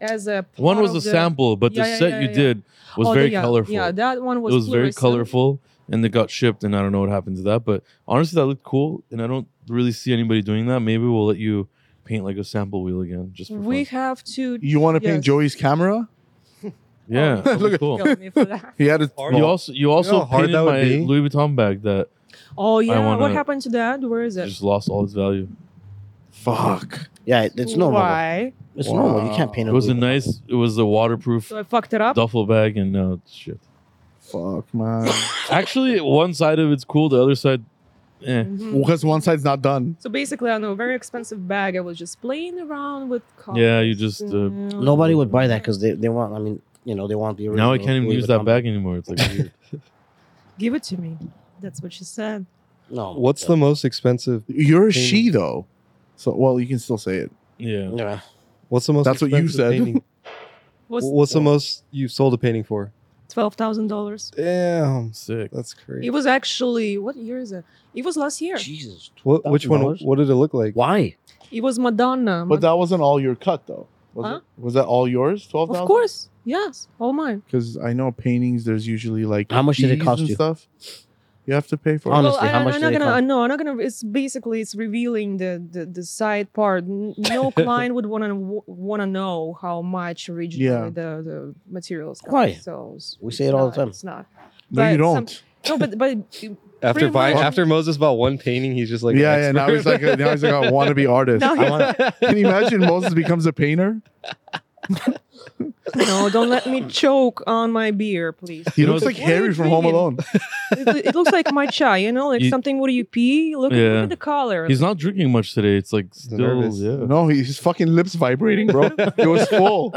Speaker 5: as a.
Speaker 1: One
Speaker 5: part
Speaker 1: was
Speaker 5: of
Speaker 1: a
Speaker 5: Oh, the-
Speaker 1: sample, but
Speaker 5: Yeah,
Speaker 1: the
Speaker 5: yeah,
Speaker 1: set
Speaker 5: yeah,
Speaker 1: you
Speaker 5: yeah.
Speaker 1: did was
Speaker 5: Oh, the-
Speaker 1: very
Speaker 5: yeah,
Speaker 1: colorful.
Speaker 5: Yeah, that one was.
Speaker 1: it was very
Speaker 5: fluorescent.
Speaker 1: colorful, and it got shipped, and I don't know what happened to that. But honestly, that looked cool, and I don't really see anybody doing that. Maybe we'll let you paint like a sample wheel again, just for
Speaker 5: We
Speaker 1: fun.
Speaker 5: have to.
Speaker 3: You want to paint
Speaker 5: Yes.
Speaker 3: Joey's camera?
Speaker 5: <laughs>
Speaker 1: Yeah,
Speaker 5: Oh,
Speaker 1: that'd be
Speaker 3: look at-
Speaker 1: cool.
Speaker 5: Kill me for that.
Speaker 3: He had a
Speaker 1: You also you also
Speaker 4: how hard
Speaker 1: painted
Speaker 4: that would
Speaker 1: my
Speaker 4: be?
Speaker 1: Louis Vuitton bag that
Speaker 5: Oh yeah, what
Speaker 1: wanna-
Speaker 5: happened to that? Where is it?
Speaker 1: just lost all its value.
Speaker 3: Oh, fuck.
Speaker 2: Yeah, it- it's normal.
Speaker 5: Why?
Speaker 2: It's
Speaker 3: Wow.
Speaker 2: normal. You can't paint
Speaker 1: It
Speaker 2: a
Speaker 1: was a
Speaker 2: blue-
Speaker 1: nice. It was a waterproof
Speaker 5: So I fucked it up.
Speaker 1: duffel bag, and now it's uh, shit.
Speaker 3: Fuck,
Speaker 5: <coughs>
Speaker 3: man.
Speaker 1: Actually, one side of it's cool, the other side, eh.
Speaker 5: Mhm.
Speaker 3: Because one side's not done.
Speaker 5: So basically, on a very expensive bag, I was just playing around with colors.
Speaker 1: Yeah, you just, uh,
Speaker 5: and-
Speaker 2: Nobody would buy that because they, they want. I mean, you know, they want the original.
Speaker 1: Now I can't even
Speaker 2: Louis
Speaker 1: use that
Speaker 2: Vuitton.
Speaker 1: bag anymore. It's like
Speaker 2: <laughs>
Speaker 1: weird.
Speaker 5: Give it to me. That's what she said.
Speaker 2: No.
Speaker 4: What's the most expensive?
Speaker 3: You're a
Speaker 4: Painting.
Speaker 3: she though. So well, you can still say it.
Speaker 1: yeah.
Speaker 2: Yeah.
Speaker 4: What's the most?
Speaker 3: That's what you
Speaker 4: expensive
Speaker 3: said.
Speaker 5: <laughs>
Speaker 4: painting?
Speaker 5: Was
Speaker 4: What's the most you've sold a painting for?
Speaker 5: twelve thousand dollars?
Speaker 4: Damn,
Speaker 1: Sick.
Speaker 4: that's crazy.
Speaker 5: It was actually what year is it? It was last year.
Speaker 2: Jesus.
Speaker 4: What, which one?
Speaker 2: $12,000?
Speaker 4: What did it look like?
Speaker 2: Why?
Speaker 5: It was Madonna.
Speaker 3: But that wasn't all your cut though. Was
Speaker 5: Huh?
Speaker 3: it? Was that all yours? Twelve
Speaker 5: of
Speaker 3: thousand.
Speaker 5: course, yes, all mine.
Speaker 3: Because I know paintings. There's usually like
Speaker 2: How much did it
Speaker 3: fees
Speaker 2: cost
Speaker 3: and
Speaker 2: you?
Speaker 3: Stuff you have to pay for.
Speaker 2: Honest-
Speaker 3: it.
Speaker 2: Honestly,
Speaker 5: well,
Speaker 2: how
Speaker 5: I,
Speaker 2: much
Speaker 5: I'm
Speaker 2: did
Speaker 5: not
Speaker 2: it
Speaker 5: gonna. uh,
Speaker 2: cost?
Speaker 5: No, I'm not gonna. It's basically it's revealing the the, the side part. N- No client would wanna w- wanna know how much originally
Speaker 3: Yeah.
Speaker 5: the the materials. cost.
Speaker 2: Why?
Speaker 5: So it's-
Speaker 2: We say
Speaker 5: it's
Speaker 2: it all the
Speaker 5: not-
Speaker 2: time.
Speaker 5: It's not.
Speaker 3: No, you
Speaker 5: but some-
Speaker 3: don't.
Speaker 5: No, but but
Speaker 4: After
Speaker 5: Pretty
Speaker 4: buying,
Speaker 5: much.
Speaker 4: after Moses bought one painting, he's just like,
Speaker 3: yeah,
Speaker 4: an
Speaker 3: yeah. Now
Speaker 4: expert.
Speaker 3: he's like, a, now he's like a
Speaker 5: <laughs>
Speaker 3: wannabe artist.
Speaker 5: Now
Speaker 3: I wanna- <laughs> can you imagine Moses becomes a painter?
Speaker 5: No, don't let me choke on my beer, please.
Speaker 3: He
Speaker 1: You know,
Speaker 3: looks like
Speaker 5: it's- What are
Speaker 3: Harry
Speaker 5: you
Speaker 3: from Home
Speaker 5: drinking?
Speaker 3: Alone.
Speaker 5: It, it looks like my chai, you know, like
Speaker 1: You-
Speaker 5: something where you pee. Look,
Speaker 1: Yeah.
Speaker 5: look at the color.
Speaker 1: He's not drinking much today. It's like
Speaker 4: He's
Speaker 1: still,
Speaker 4: nervous.
Speaker 1: yeah.
Speaker 3: No, he- his fucking lips vibrating, bro. It was full.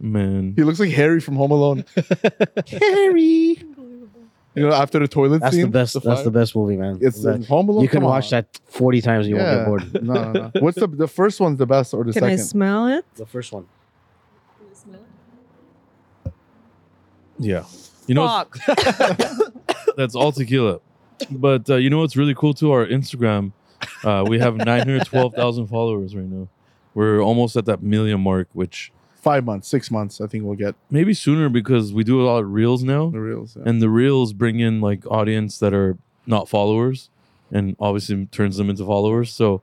Speaker 1: Man.
Speaker 3: He looks like Harry from Home Alone. Harry. You know, after the toilet
Speaker 2: That's
Speaker 3: scene.
Speaker 2: the best. that's
Speaker 3: fire-
Speaker 2: the best movie, man.
Speaker 3: It's
Speaker 2: That-
Speaker 3: in Home Alone.
Speaker 2: you can
Speaker 3: come
Speaker 2: watch
Speaker 3: on.
Speaker 2: that forty times. You won't
Speaker 3: Yeah.
Speaker 2: get bored.
Speaker 3: No, no, no. What's the the first one's the best or the
Speaker 5: Can I
Speaker 3: second?
Speaker 5: smell it?
Speaker 2: The first one.
Speaker 1: Yeah. You know, what's-
Speaker 5: Fuck.
Speaker 1: that's all tequila. But uh, you know what's really cool too? Our Instagram, uh, we have 912,000 followers right now. We're almost at that million mark, which
Speaker 3: Five months, six months. I think we'll get
Speaker 1: maybe sooner because we do a lot of reels now.
Speaker 3: the reels. yeah.
Speaker 1: and the reels bring in like audience that are not followers and obviously turns them into followers so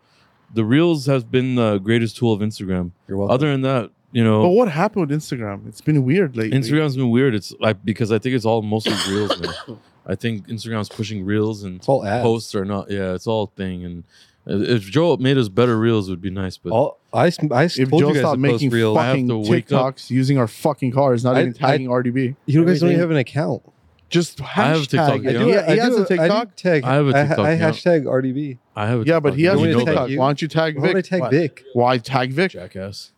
Speaker 1: the reels has been the greatest tool of instagram
Speaker 4: You're welcome.
Speaker 1: other than that you
Speaker 3: But
Speaker 1: know
Speaker 3: what happened with Instagram? It's been weird lately.
Speaker 1: instagram's been weird it's like because i think it's all mostly reels
Speaker 3: <coughs>
Speaker 1: now i think instagram's pushing reels and
Speaker 4: it's all ads.
Speaker 1: posts are not yeah it's all thing and if joe made us better reels would be nice but
Speaker 4: All, I, s- I s-
Speaker 3: If
Speaker 4: told
Speaker 3: Joe
Speaker 4: you guys to
Speaker 3: stopped
Speaker 4: post
Speaker 3: making
Speaker 4: reels.
Speaker 1: I have
Speaker 3: fucking
Speaker 1: to wake up.
Speaker 3: TikToks using our fucking cars, not
Speaker 4: I-
Speaker 3: even tagging RDB,
Speaker 4: you guys
Speaker 2: everything-
Speaker 4: don't even have an account.
Speaker 3: just hashtag.
Speaker 1: have TikTok,
Speaker 3: it.
Speaker 1: yeah.
Speaker 3: He-
Speaker 1: I
Speaker 3: he has
Speaker 4: do-
Speaker 3: a TikTok.
Speaker 4: I, do tag,
Speaker 1: I have a
Speaker 4: ha-
Speaker 1: TikTok
Speaker 4: I
Speaker 1: account.
Speaker 4: hashtag RDB.
Speaker 1: i have a
Speaker 3: yeah, but he has
Speaker 1: TikTok.
Speaker 4: You
Speaker 3: a
Speaker 1: know
Speaker 4: want me to
Speaker 1: that,
Speaker 3: TikTok.
Speaker 4: tag you?
Speaker 3: Why don't you tag
Speaker 4: Why would I
Speaker 3: Vic?
Speaker 4: tag
Speaker 2: What?
Speaker 4: Vic?
Speaker 3: Why tag Vic?
Speaker 1: jackass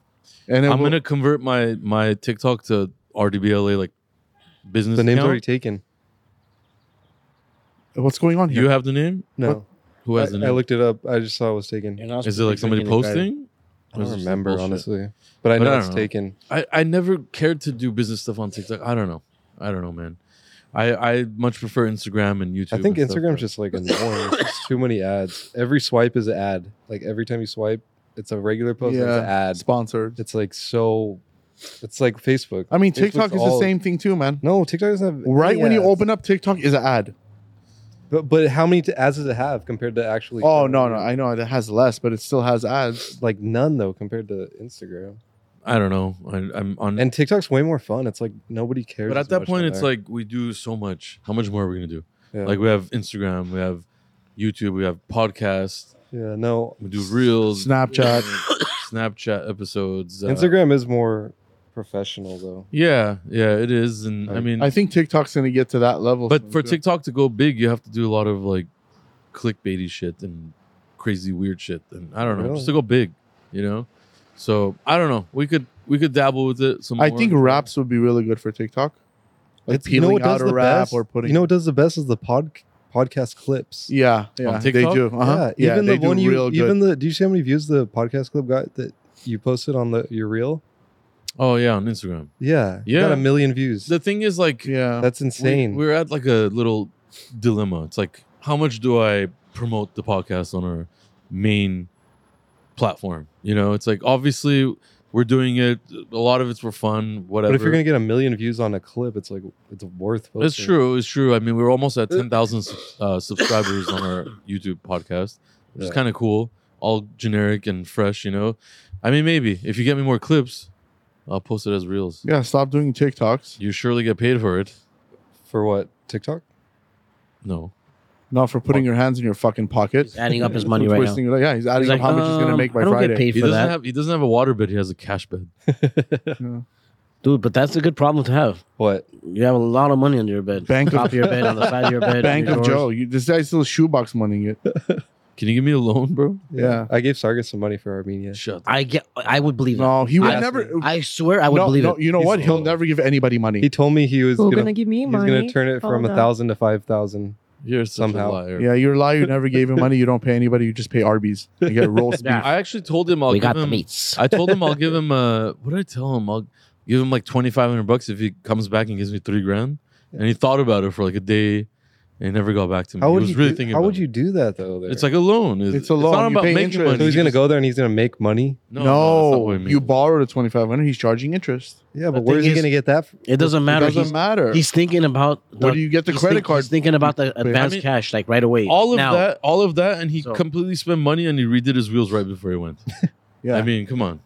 Speaker 3: And then
Speaker 1: i'm
Speaker 3: we'll-
Speaker 1: gonna convert my my tiktok to rdbla like business
Speaker 4: The name's
Speaker 1: account.
Speaker 4: already taken.
Speaker 3: what's going on here?
Speaker 1: you have the name
Speaker 4: No,
Speaker 1: who has the
Speaker 4: I,
Speaker 1: name
Speaker 4: I looked it up. I just saw it was taken.
Speaker 2: You're not
Speaker 1: Is it like
Speaker 2: supposed to Oh, be
Speaker 1: somebody
Speaker 2: drinking
Speaker 1: posting?
Speaker 2: the card.
Speaker 4: I don't
Speaker 1: Or is it just
Speaker 4: remember
Speaker 1: bullshit?
Speaker 4: honestly, but I
Speaker 1: But
Speaker 4: know
Speaker 1: I
Speaker 4: it's
Speaker 1: don't know.
Speaker 4: taken.
Speaker 1: I, I never cared to do business stuff on TikTok. I don't know. I don't know, man. I, I much prefer Instagram and YouTube.
Speaker 4: I think
Speaker 1: and stuff,
Speaker 4: Instagram's
Speaker 1: but- <laughs>
Speaker 4: just like annoying. It's just too many ads. Every swipe is an ad. Like every time you swipe, it's a regular post. and It's an
Speaker 3: yeah,
Speaker 4: ad.
Speaker 3: sponsored.
Speaker 4: It's like so. It's like Facebook.
Speaker 3: I mean,
Speaker 4: Facebook's
Speaker 3: TikTok is the
Speaker 4: all-
Speaker 3: same thing too, man.
Speaker 4: No, TikTok doesn't have
Speaker 3: Right
Speaker 4: any
Speaker 3: when you
Speaker 4: ads.
Speaker 3: open up TikTok is an ad.
Speaker 4: But, but how many t- ads does it have compared to actually?
Speaker 3: Oh no, no, I know it has less, but it still has ads.
Speaker 4: like none though compared to Instagram.
Speaker 1: I don't know. I, I'm on.
Speaker 4: And TikTok's way more fun. It's like nobody cares.
Speaker 1: Mm. but
Speaker 4: as
Speaker 1: at that
Speaker 4: much
Speaker 1: point,
Speaker 4: on
Speaker 1: it's
Speaker 4: there.
Speaker 1: like we do so much. How much more are we gonna do?
Speaker 4: yeah.
Speaker 1: Like we have Instagram, we have YouTube, we have podcasts,
Speaker 4: yeah, no.
Speaker 1: we do reels,
Speaker 3: Snapchat.
Speaker 1: <coughs> <laughs> Snapchat episodes, uh,
Speaker 4: Instagram is more professional though.
Speaker 1: Yeah, yeah, it is. And I
Speaker 4: Like,
Speaker 1: mean,
Speaker 3: I think TikTok's gonna get to that level.
Speaker 1: but
Speaker 3: soon,
Speaker 1: for
Speaker 3: too.
Speaker 1: TikTok to go big, you have to do a lot of like clickbaity shit and crazy weird shit. And I don't know, just to go big, you know. So I don't know. We could we could dabble with it some.
Speaker 3: I
Speaker 1: more.
Speaker 3: think raps would be really good for TikTok. Like
Speaker 4: It's-
Speaker 3: peeling
Speaker 4: what
Speaker 3: out
Speaker 4: does
Speaker 3: a
Speaker 4: the
Speaker 3: rap
Speaker 4: best?
Speaker 3: or putting.
Speaker 4: You know what does the best is the pod podcast clips.
Speaker 3: yeah, yeah, they
Speaker 1: TikTok?
Speaker 3: do. Uh-huh. Yeah,
Speaker 4: even
Speaker 3: they
Speaker 4: the one
Speaker 3: do
Speaker 4: you
Speaker 3: real good.
Speaker 4: even the do you see how many views the podcast clip got that you posted on the your reel?
Speaker 1: Oh yeah, on Instagram.
Speaker 4: Yeah, you got
Speaker 1: Yeah.
Speaker 4: a million views.
Speaker 1: The thing is, like,
Speaker 3: yeah,
Speaker 4: That's insane.
Speaker 1: We, are at like a little dilemma. It's like, how much do I promote the podcast on our main platform? You know, it's like obviously we're doing it. A lot of it's for fun, whatever.
Speaker 4: but if you're gonna get a million views on a clip, it's like it's worth. Posting.
Speaker 1: It's true. It's true. I mean, we're almost at 10,000 subs- uh, subscribers on
Speaker 2: <laughs>
Speaker 1: our YouTube podcast, which is
Speaker 4: Yeah.
Speaker 1: kind of cool. All generic and fresh, you know? I mean, maybe if you get me more clips, I'll post it as reels.
Speaker 3: yeah. Stop doing TikToks.
Speaker 1: You surely get paid for it.
Speaker 4: For what TikTok?
Speaker 1: No.
Speaker 3: Not for putting your hands in your fucking pocket.
Speaker 2: He's adding up his money right now.
Speaker 3: Twisting it. Yeah, he's adding
Speaker 2: He's
Speaker 3: up how much he's gonna
Speaker 2: um,
Speaker 3: make by
Speaker 2: I don't
Speaker 3: Friday.
Speaker 2: get paid
Speaker 1: He
Speaker 2: for
Speaker 1: doesn't
Speaker 2: that.
Speaker 1: have he doesn't have a water bed, he has a cash bed.
Speaker 3: Yeah.
Speaker 2: dude. But that's a good problem to have.
Speaker 4: What?
Speaker 2: You have a lot of money under your bed.
Speaker 3: Bank
Speaker 2: top
Speaker 3: of-
Speaker 2: of your bed, on the side of your bed.
Speaker 3: Bank
Speaker 2: on your
Speaker 3: of
Speaker 2: drawers.
Speaker 3: Joe. You, this guy's still shoebox moneying it.
Speaker 1: Can you give me a loan, bro?
Speaker 3: Yeah.
Speaker 4: I gave Sargon some money for Armenia.
Speaker 1: Shut.
Speaker 2: I get. I would believe
Speaker 3: No, he would
Speaker 2: I-
Speaker 3: never.
Speaker 2: it. I swear, I would
Speaker 3: no,
Speaker 2: believe
Speaker 3: no,
Speaker 2: it.
Speaker 3: you know
Speaker 4: He's-
Speaker 3: what? He'll never give anybody money.
Speaker 4: He told me he was
Speaker 5: Who
Speaker 4: gonna,
Speaker 5: gonna give me
Speaker 4: he's
Speaker 5: money?
Speaker 4: gonna turn it from
Speaker 5: Hold
Speaker 4: a
Speaker 5: on.
Speaker 4: thousand to five thousand.
Speaker 1: You're such
Speaker 4: Somehow.
Speaker 1: a liar.
Speaker 3: yeah, you're a liar. You never gave him money. You don't pay anybody. You just pay Arby's.
Speaker 2: <laughs>
Speaker 3: You get roast beef.
Speaker 2: Yeah.
Speaker 1: I actually told him I'll
Speaker 2: we
Speaker 1: Oh, give
Speaker 2: got the
Speaker 1: him.
Speaker 2: meats.
Speaker 1: I told him I'll give him. Uh, what did I tell him? I'll give him like twenty five hundred bucks if he comes back and gives me three grand. And he thought about it for like a day, and never got back to me.
Speaker 4: How
Speaker 1: he
Speaker 4: would
Speaker 1: was
Speaker 4: you?
Speaker 1: really
Speaker 4: do,
Speaker 1: thinking.
Speaker 4: how
Speaker 1: about
Speaker 4: would
Speaker 1: it.
Speaker 4: you do that though? there?
Speaker 1: It's like a loan.
Speaker 3: It's a loan.
Speaker 1: not
Speaker 3: You
Speaker 1: about
Speaker 3: pay
Speaker 1: making
Speaker 3: interest.
Speaker 1: money.
Speaker 4: so he's
Speaker 1: You
Speaker 4: gonna
Speaker 1: just-
Speaker 4: go there and he's gonna make money.
Speaker 1: No, no, that's not
Speaker 3: no,
Speaker 1: what I mean.
Speaker 3: you borrowed a twenty five hundred. He's charging interest.
Speaker 4: Yeah,
Speaker 2: The
Speaker 4: but where's
Speaker 2: thing
Speaker 4: he gonna get that? From?
Speaker 2: It doesn't
Speaker 3: It
Speaker 2: matter.
Speaker 3: doesn't
Speaker 2: he's,
Speaker 3: matter.
Speaker 2: he's thinking about the,
Speaker 3: Where do you get the
Speaker 2: he's
Speaker 3: credit
Speaker 2: think-
Speaker 3: card?
Speaker 2: He's thinking about the
Speaker 3: mean-
Speaker 2: advanced cash like right away.
Speaker 1: all of
Speaker 2: Now,
Speaker 1: that, all of that, and he
Speaker 2: So-
Speaker 1: completely spent money and he redid his wheels right before he went.
Speaker 3: yeah,
Speaker 1: I mean, come on.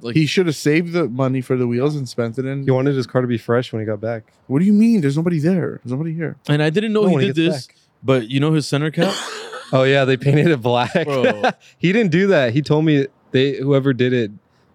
Speaker 1: Like
Speaker 3: he should have saved the money for the wheels and spent it in.
Speaker 4: He wanted his car to be fresh when he got back.
Speaker 3: What do you mean? There's nobody there. There's nobody here.
Speaker 1: and I didn't know
Speaker 4: No,
Speaker 1: he
Speaker 4: when
Speaker 1: did
Speaker 4: gets
Speaker 1: this,
Speaker 4: back.
Speaker 1: but you know his center cap? <coughs>
Speaker 4: Oh yeah, they painted it black.
Speaker 1: Bro.
Speaker 4: <laughs> he didn't do that. He told me they whoever did it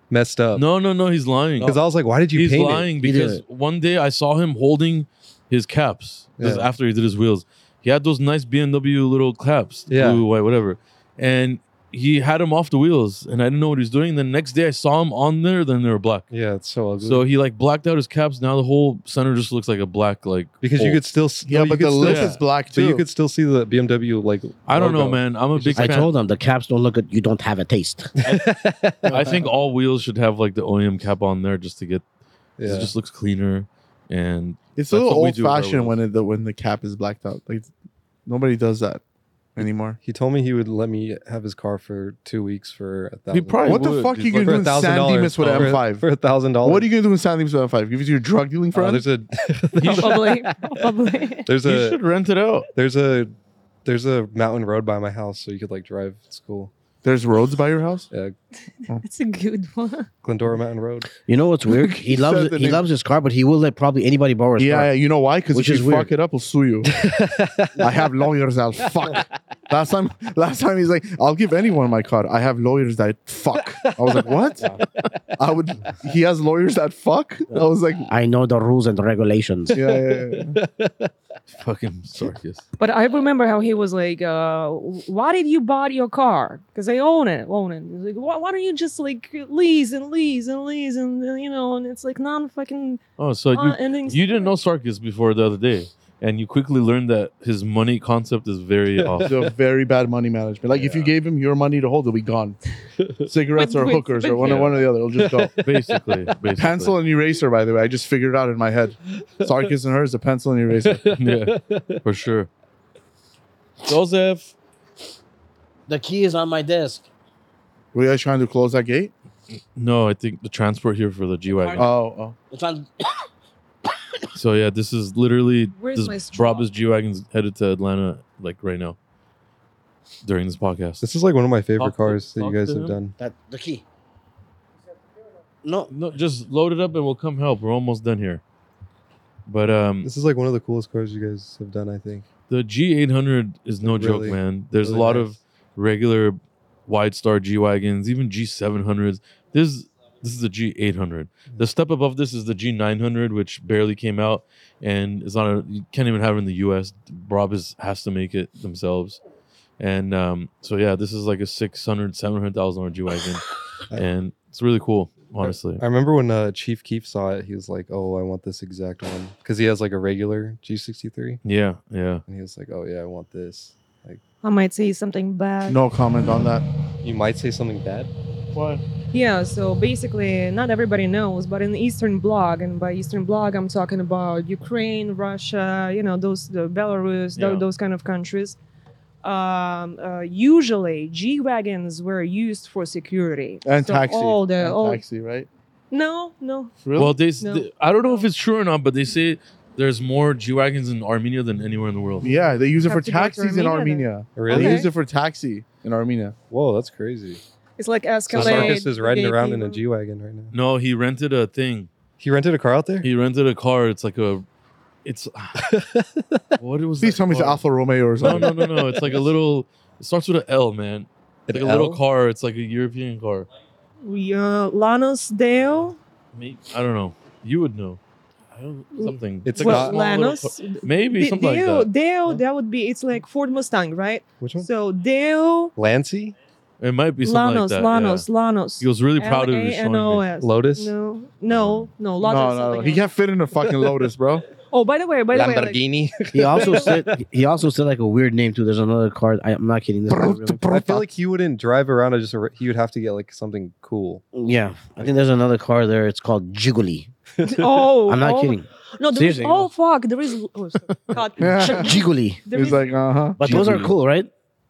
Speaker 4: messed up.
Speaker 1: no, no, no, he's lying.
Speaker 4: because I was like, why did you
Speaker 1: He's
Speaker 4: paint
Speaker 1: lying
Speaker 2: did
Speaker 1: because
Speaker 2: it.
Speaker 1: one day I saw him holding his caps This is
Speaker 4: Yeah.
Speaker 1: after he did his wheels. He had those nice BMW little caps,
Speaker 4: Yeah.
Speaker 1: blue, white, whatever. And he had them off the wheels, and I didn't know what he was doing. The next day I saw him on there, then they were black.
Speaker 4: it? Yeah, it's so ugly.
Speaker 1: So he like blacked out his caps. Now the whole center just looks like a black like
Speaker 4: because you
Speaker 1: hole.
Speaker 4: could still s-
Speaker 3: Yeah,
Speaker 4: oh, you
Speaker 3: but
Speaker 4: could
Speaker 3: the
Speaker 4: still-
Speaker 3: lip
Speaker 1: yeah.
Speaker 3: is black
Speaker 4: So
Speaker 3: too.
Speaker 4: you could still see the BMW like.
Speaker 1: I don't know,
Speaker 4: logo. <laughs>
Speaker 1: man. I'm a
Speaker 4: It's
Speaker 1: big
Speaker 4: Oh, just-
Speaker 2: I
Speaker 1: fan.
Speaker 2: told him the caps don't look good. You don't have a taste.
Speaker 1: <laughs> I
Speaker 4: <laughs>
Speaker 1: think all wheels should have like the OEM cap on there just to get 'cause
Speaker 4: Yeah.
Speaker 1: it just looks cleaner and
Speaker 3: it's a
Speaker 1: That's
Speaker 3: little
Speaker 1: what we
Speaker 3: old
Speaker 1: do with our
Speaker 3: fashioned when it, the, when the cap is blacked out. Like nobody does that anymore.
Speaker 4: He told me he would let me have his car for two weeks for a thousand.
Speaker 1: he probably
Speaker 3: What the
Speaker 1: would.
Speaker 3: fuck
Speaker 1: He's
Speaker 3: you
Speaker 1: like-
Speaker 3: gonna
Speaker 4: for
Speaker 3: do
Speaker 4: a
Speaker 3: in
Speaker 4: thousand
Speaker 3: San
Speaker 4: dollars
Speaker 3: Dimas with
Speaker 4: for-
Speaker 3: M5?
Speaker 4: for a thousand dollars.
Speaker 3: What are you gonna do in San Dimas with M5? Give it to your drug dealing
Speaker 4: Oh,
Speaker 3: friend?
Speaker 4: there's a
Speaker 5: Probably. Probably.
Speaker 4: <laughs> there's
Speaker 1: he
Speaker 4: a
Speaker 1: should rent it out.
Speaker 4: there's a there's a mountain road by my house, so you could like drive. It's cool.
Speaker 3: there's roads by your house.
Speaker 4: Yeah,
Speaker 5: <laughs> That's a good one.
Speaker 4: Glendora Mountain Road.
Speaker 2: You know what's weird? He
Speaker 3: <laughs> He
Speaker 2: loves
Speaker 3: said
Speaker 2: it.
Speaker 3: the
Speaker 2: He
Speaker 3: name.
Speaker 2: loves his car, but he will let probably anybody borrow his
Speaker 3: Yeah,
Speaker 2: car.
Speaker 3: yeah, you know why? Because
Speaker 2: Which
Speaker 3: if
Speaker 2: is
Speaker 3: you
Speaker 2: weird.
Speaker 3: fuck it up, I'll sue
Speaker 4: <laughs>
Speaker 3: you. I have lawyers. I'll fuck. Last time, last time he's like, "I'll give anyone my car." I have lawyers that fuck. I was like,
Speaker 4: <laughs>
Speaker 3: "What?" I would. He has lawyers that fuck. I was like,
Speaker 2: I know the rules and regulations.
Speaker 3: "Yeah, yeah, yeah."
Speaker 1: Fucking Sarkis.
Speaker 5: But I remember how he was like, uh, "Why did you buy your car? Because I own it, own it." He's like, why, "Why don't you just like lease and lease and lease and uh, you know?" And it's like non-fucking
Speaker 1: Oh, so you
Speaker 5: ending.
Speaker 1: you didn't know Sarkis before the other day, and you quickly learned that his money concept is very off.
Speaker 4: <laughs>
Speaker 3: So very bad money management. Like if you
Speaker 1: Yeah.
Speaker 3: gave him your money to hold, it'll be gone. Cigarettes
Speaker 5: But
Speaker 3: or
Speaker 5: with-
Speaker 3: hookers or
Speaker 5: but
Speaker 3: one or
Speaker 1: yeah.
Speaker 3: one or the other. It'll just go.
Speaker 1: Basically, basically.
Speaker 3: <laughs> pencil and eraser. By the way, I just figured it out in my head. Sarkis and her is a pencil and eraser.
Speaker 1: <laughs> yeah, for sure. Joseph,
Speaker 2: The key is on my desk.
Speaker 3: Were you guys trying to close that gate?
Speaker 1: no, I think the transport here for the G wagon.
Speaker 3: Oh, oh.
Speaker 2: It's on.
Speaker 1: So yeah, this is literally
Speaker 5: Where's my
Speaker 1: this
Speaker 5: straw?
Speaker 1: Brabus G wagon's headed to Atlanta like right now during this podcast.
Speaker 4: This is like one of my favorite
Speaker 1: Talk to-
Speaker 4: cars that
Speaker 1: talk
Speaker 4: you guys
Speaker 1: to
Speaker 4: have
Speaker 1: him.
Speaker 4: done.
Speaker 2: That the key. No,
Speaker 1: No, just load it up and we'll come help. We're almost done here. But um,
Speaker 4: This is like one of the coolest cars you guys have done. I think.
Speaker 1: the G800 is no
Speaker 4: Really-
Speaker 1: joke, man. There's
Speaker 4: Really
Speaker 1: a lot
Speaker 4: nice.
Speaker 1: of regular wide star G wagons, even G700s. This this is the G800. The step above this is the G900, which barely came out and it's not a you can't even have it in the U.S. Brabus has to make it themselves. And um, so yeah, this is like a 600 700 thousand dollar G wagon, and it's really cool, honestly.
Speaker 4: I remember when uh, Chief Keef saw it, he was like, "Oh, I want this exact one," because he has like a regular G63,
Speaker 1: Yeah, yeah.
Speaker 4: and he was like, "Oh yeah, I want this."
Speaker 5: I might say something bad.
Speaker 3: oh. No comment on that.
Speaker 4: You might say something bad.
Speaker 3: What?
Speaker 5: Yeah, so basically, not everybody knows, but in the Eastern Bloc, and by Eastern Bloc, I'm talking about Ukraine, Russia, you know, those the Belarus, tho-
Speaker 1: Yeah.
Speaker 5: those kind of countries. Um, uh, usually, G wagons were used for security
Speaker 3: And
Speaker 5: So
Speaker 3: taxi.
Speaker 5: All Oh. the
Speaker 3: And
Speaker 5: all,
Speaker 3: taxi, right?
Speaker 5: no, no,
Speaker 3: Really?
Speaker 1: Well, they, s
Speaker 5: No.
Speaker 1: they- I don't know if it's true or not, but they say there's more G wagons in Armenia than anywhere in the world.
Speaker 3: yeah, they use it
Speaker 5: Have
Speaker 3: for
Speaker 5: to go to
Speaker 3: taxis in
Speaker 5: Armenia
Speaker 3: Armenia.
Speaker 4: Really?
Speaker 3: They
Speaker 5: Okay.
Speaker 3: use it for taxi in Armenia.
Speaker 4: Whoa, that's crazy.
Speaker 5: it's like
Speaker 4: So
Speaker 5: Escalade.
Speaker 4: Sarkis is riding around in a
Speaker 5: gatekeeper.
Speaker 4: G wagon right now.
Speaker 1: No, he rented a thing.
Speaker 4: He rented a car out there.
Speaker 1: He rented a car. It's like a, it's what it was.
Speaker 3: Please
Speaker 1: that
Speaker 3: tell me it's
Speaker 1: car?
Speaker 3: Alfa Romeo or
Speaker 1: No,
Speaker 5: <laughs>
Speaker 3: something.
Speaker 1: no, no, no. It's like a little. It starts with an L, man. It's
Speaker 4: An
Speaker 1: like a little
Speaker 4: L?
Speaker 1: car. It's like a European car.
Speaker 5: We, uh, Lanos Deo.
Speaker 1: Me- I don't know. You would know
Speaker 2: I don't,
Speaker 1: something.
Speaker 4: It's a
Speaker 1: Well,
Speaker 4: got-
Speaker 1: small little
Speaker 5: Lanos.
Speaker 1: car- Maybe
Speaker 5: De-
Speaker 1: something
Speaker 5: Deo,
Speaker 1: like
Speaker 5: Deo,
Speaker 1: Yeah.
Speaker 5: that would be, it's like Ford Mustang, right?
Speaker 4: Which one?
Speaker 5: So Deo,
Speaker 4: Lancy?
Speaker 1: that. It might be something
Speaker 5: Lanos,
Speaker 1: like that. yeah.
Speaker 5: Lanos, Lanos.
Speaker 1: He was really proud of his showing me.
Speaker 5: L-A-N-O-S.
Speaker 4: Lotus?
Speaker 5: No, no, no.
Speaker 3: No,
Speaker 5: Lotus. is
Speaker 3: no, no.
Speaker 5: something
Speaker 3: He
Speaker 5: else.
Speaker 3: can't fit in a fucking Lotus, <laughs> bro.
Speaker 5: Oh, by the way, by the way, like, <laughs>
Speaker 4: Lamborghini?
Speaker 2: he
Speaker 3: <laughs>
Speaker 2: also said he also said like a weird name too. There's another car. I, I'm not kidding. This guy really-
Speaker 4: I feel like he wouldn't drive around. I just he would have to get like something cool.
Speaker 5: <laughs>
Speaker 2: yeah, I think there's another car there. It's called Jiggly.
Speaker 5: oh,
Speaker 2: <laughs> I'm not
Speaker 5: oh,
Speaker 2: kidding.
Speaker 5: No, there is,
Speaker 2: Seriously.
Speaker 5: oh fuck, there is. Oh,
Speaker 1: <laughs>
Speaker 5: sorry. God,
Speaker 3: Yeah.
Speaker 2: Jiggly.
Speaker 5: there
Speaker 3: He's
Speaker 5: is-
Speaker 3: like, uh huh.
Speaker 2: But those are
Speaker 1: Jiggly.
Speaker 2: cool, right?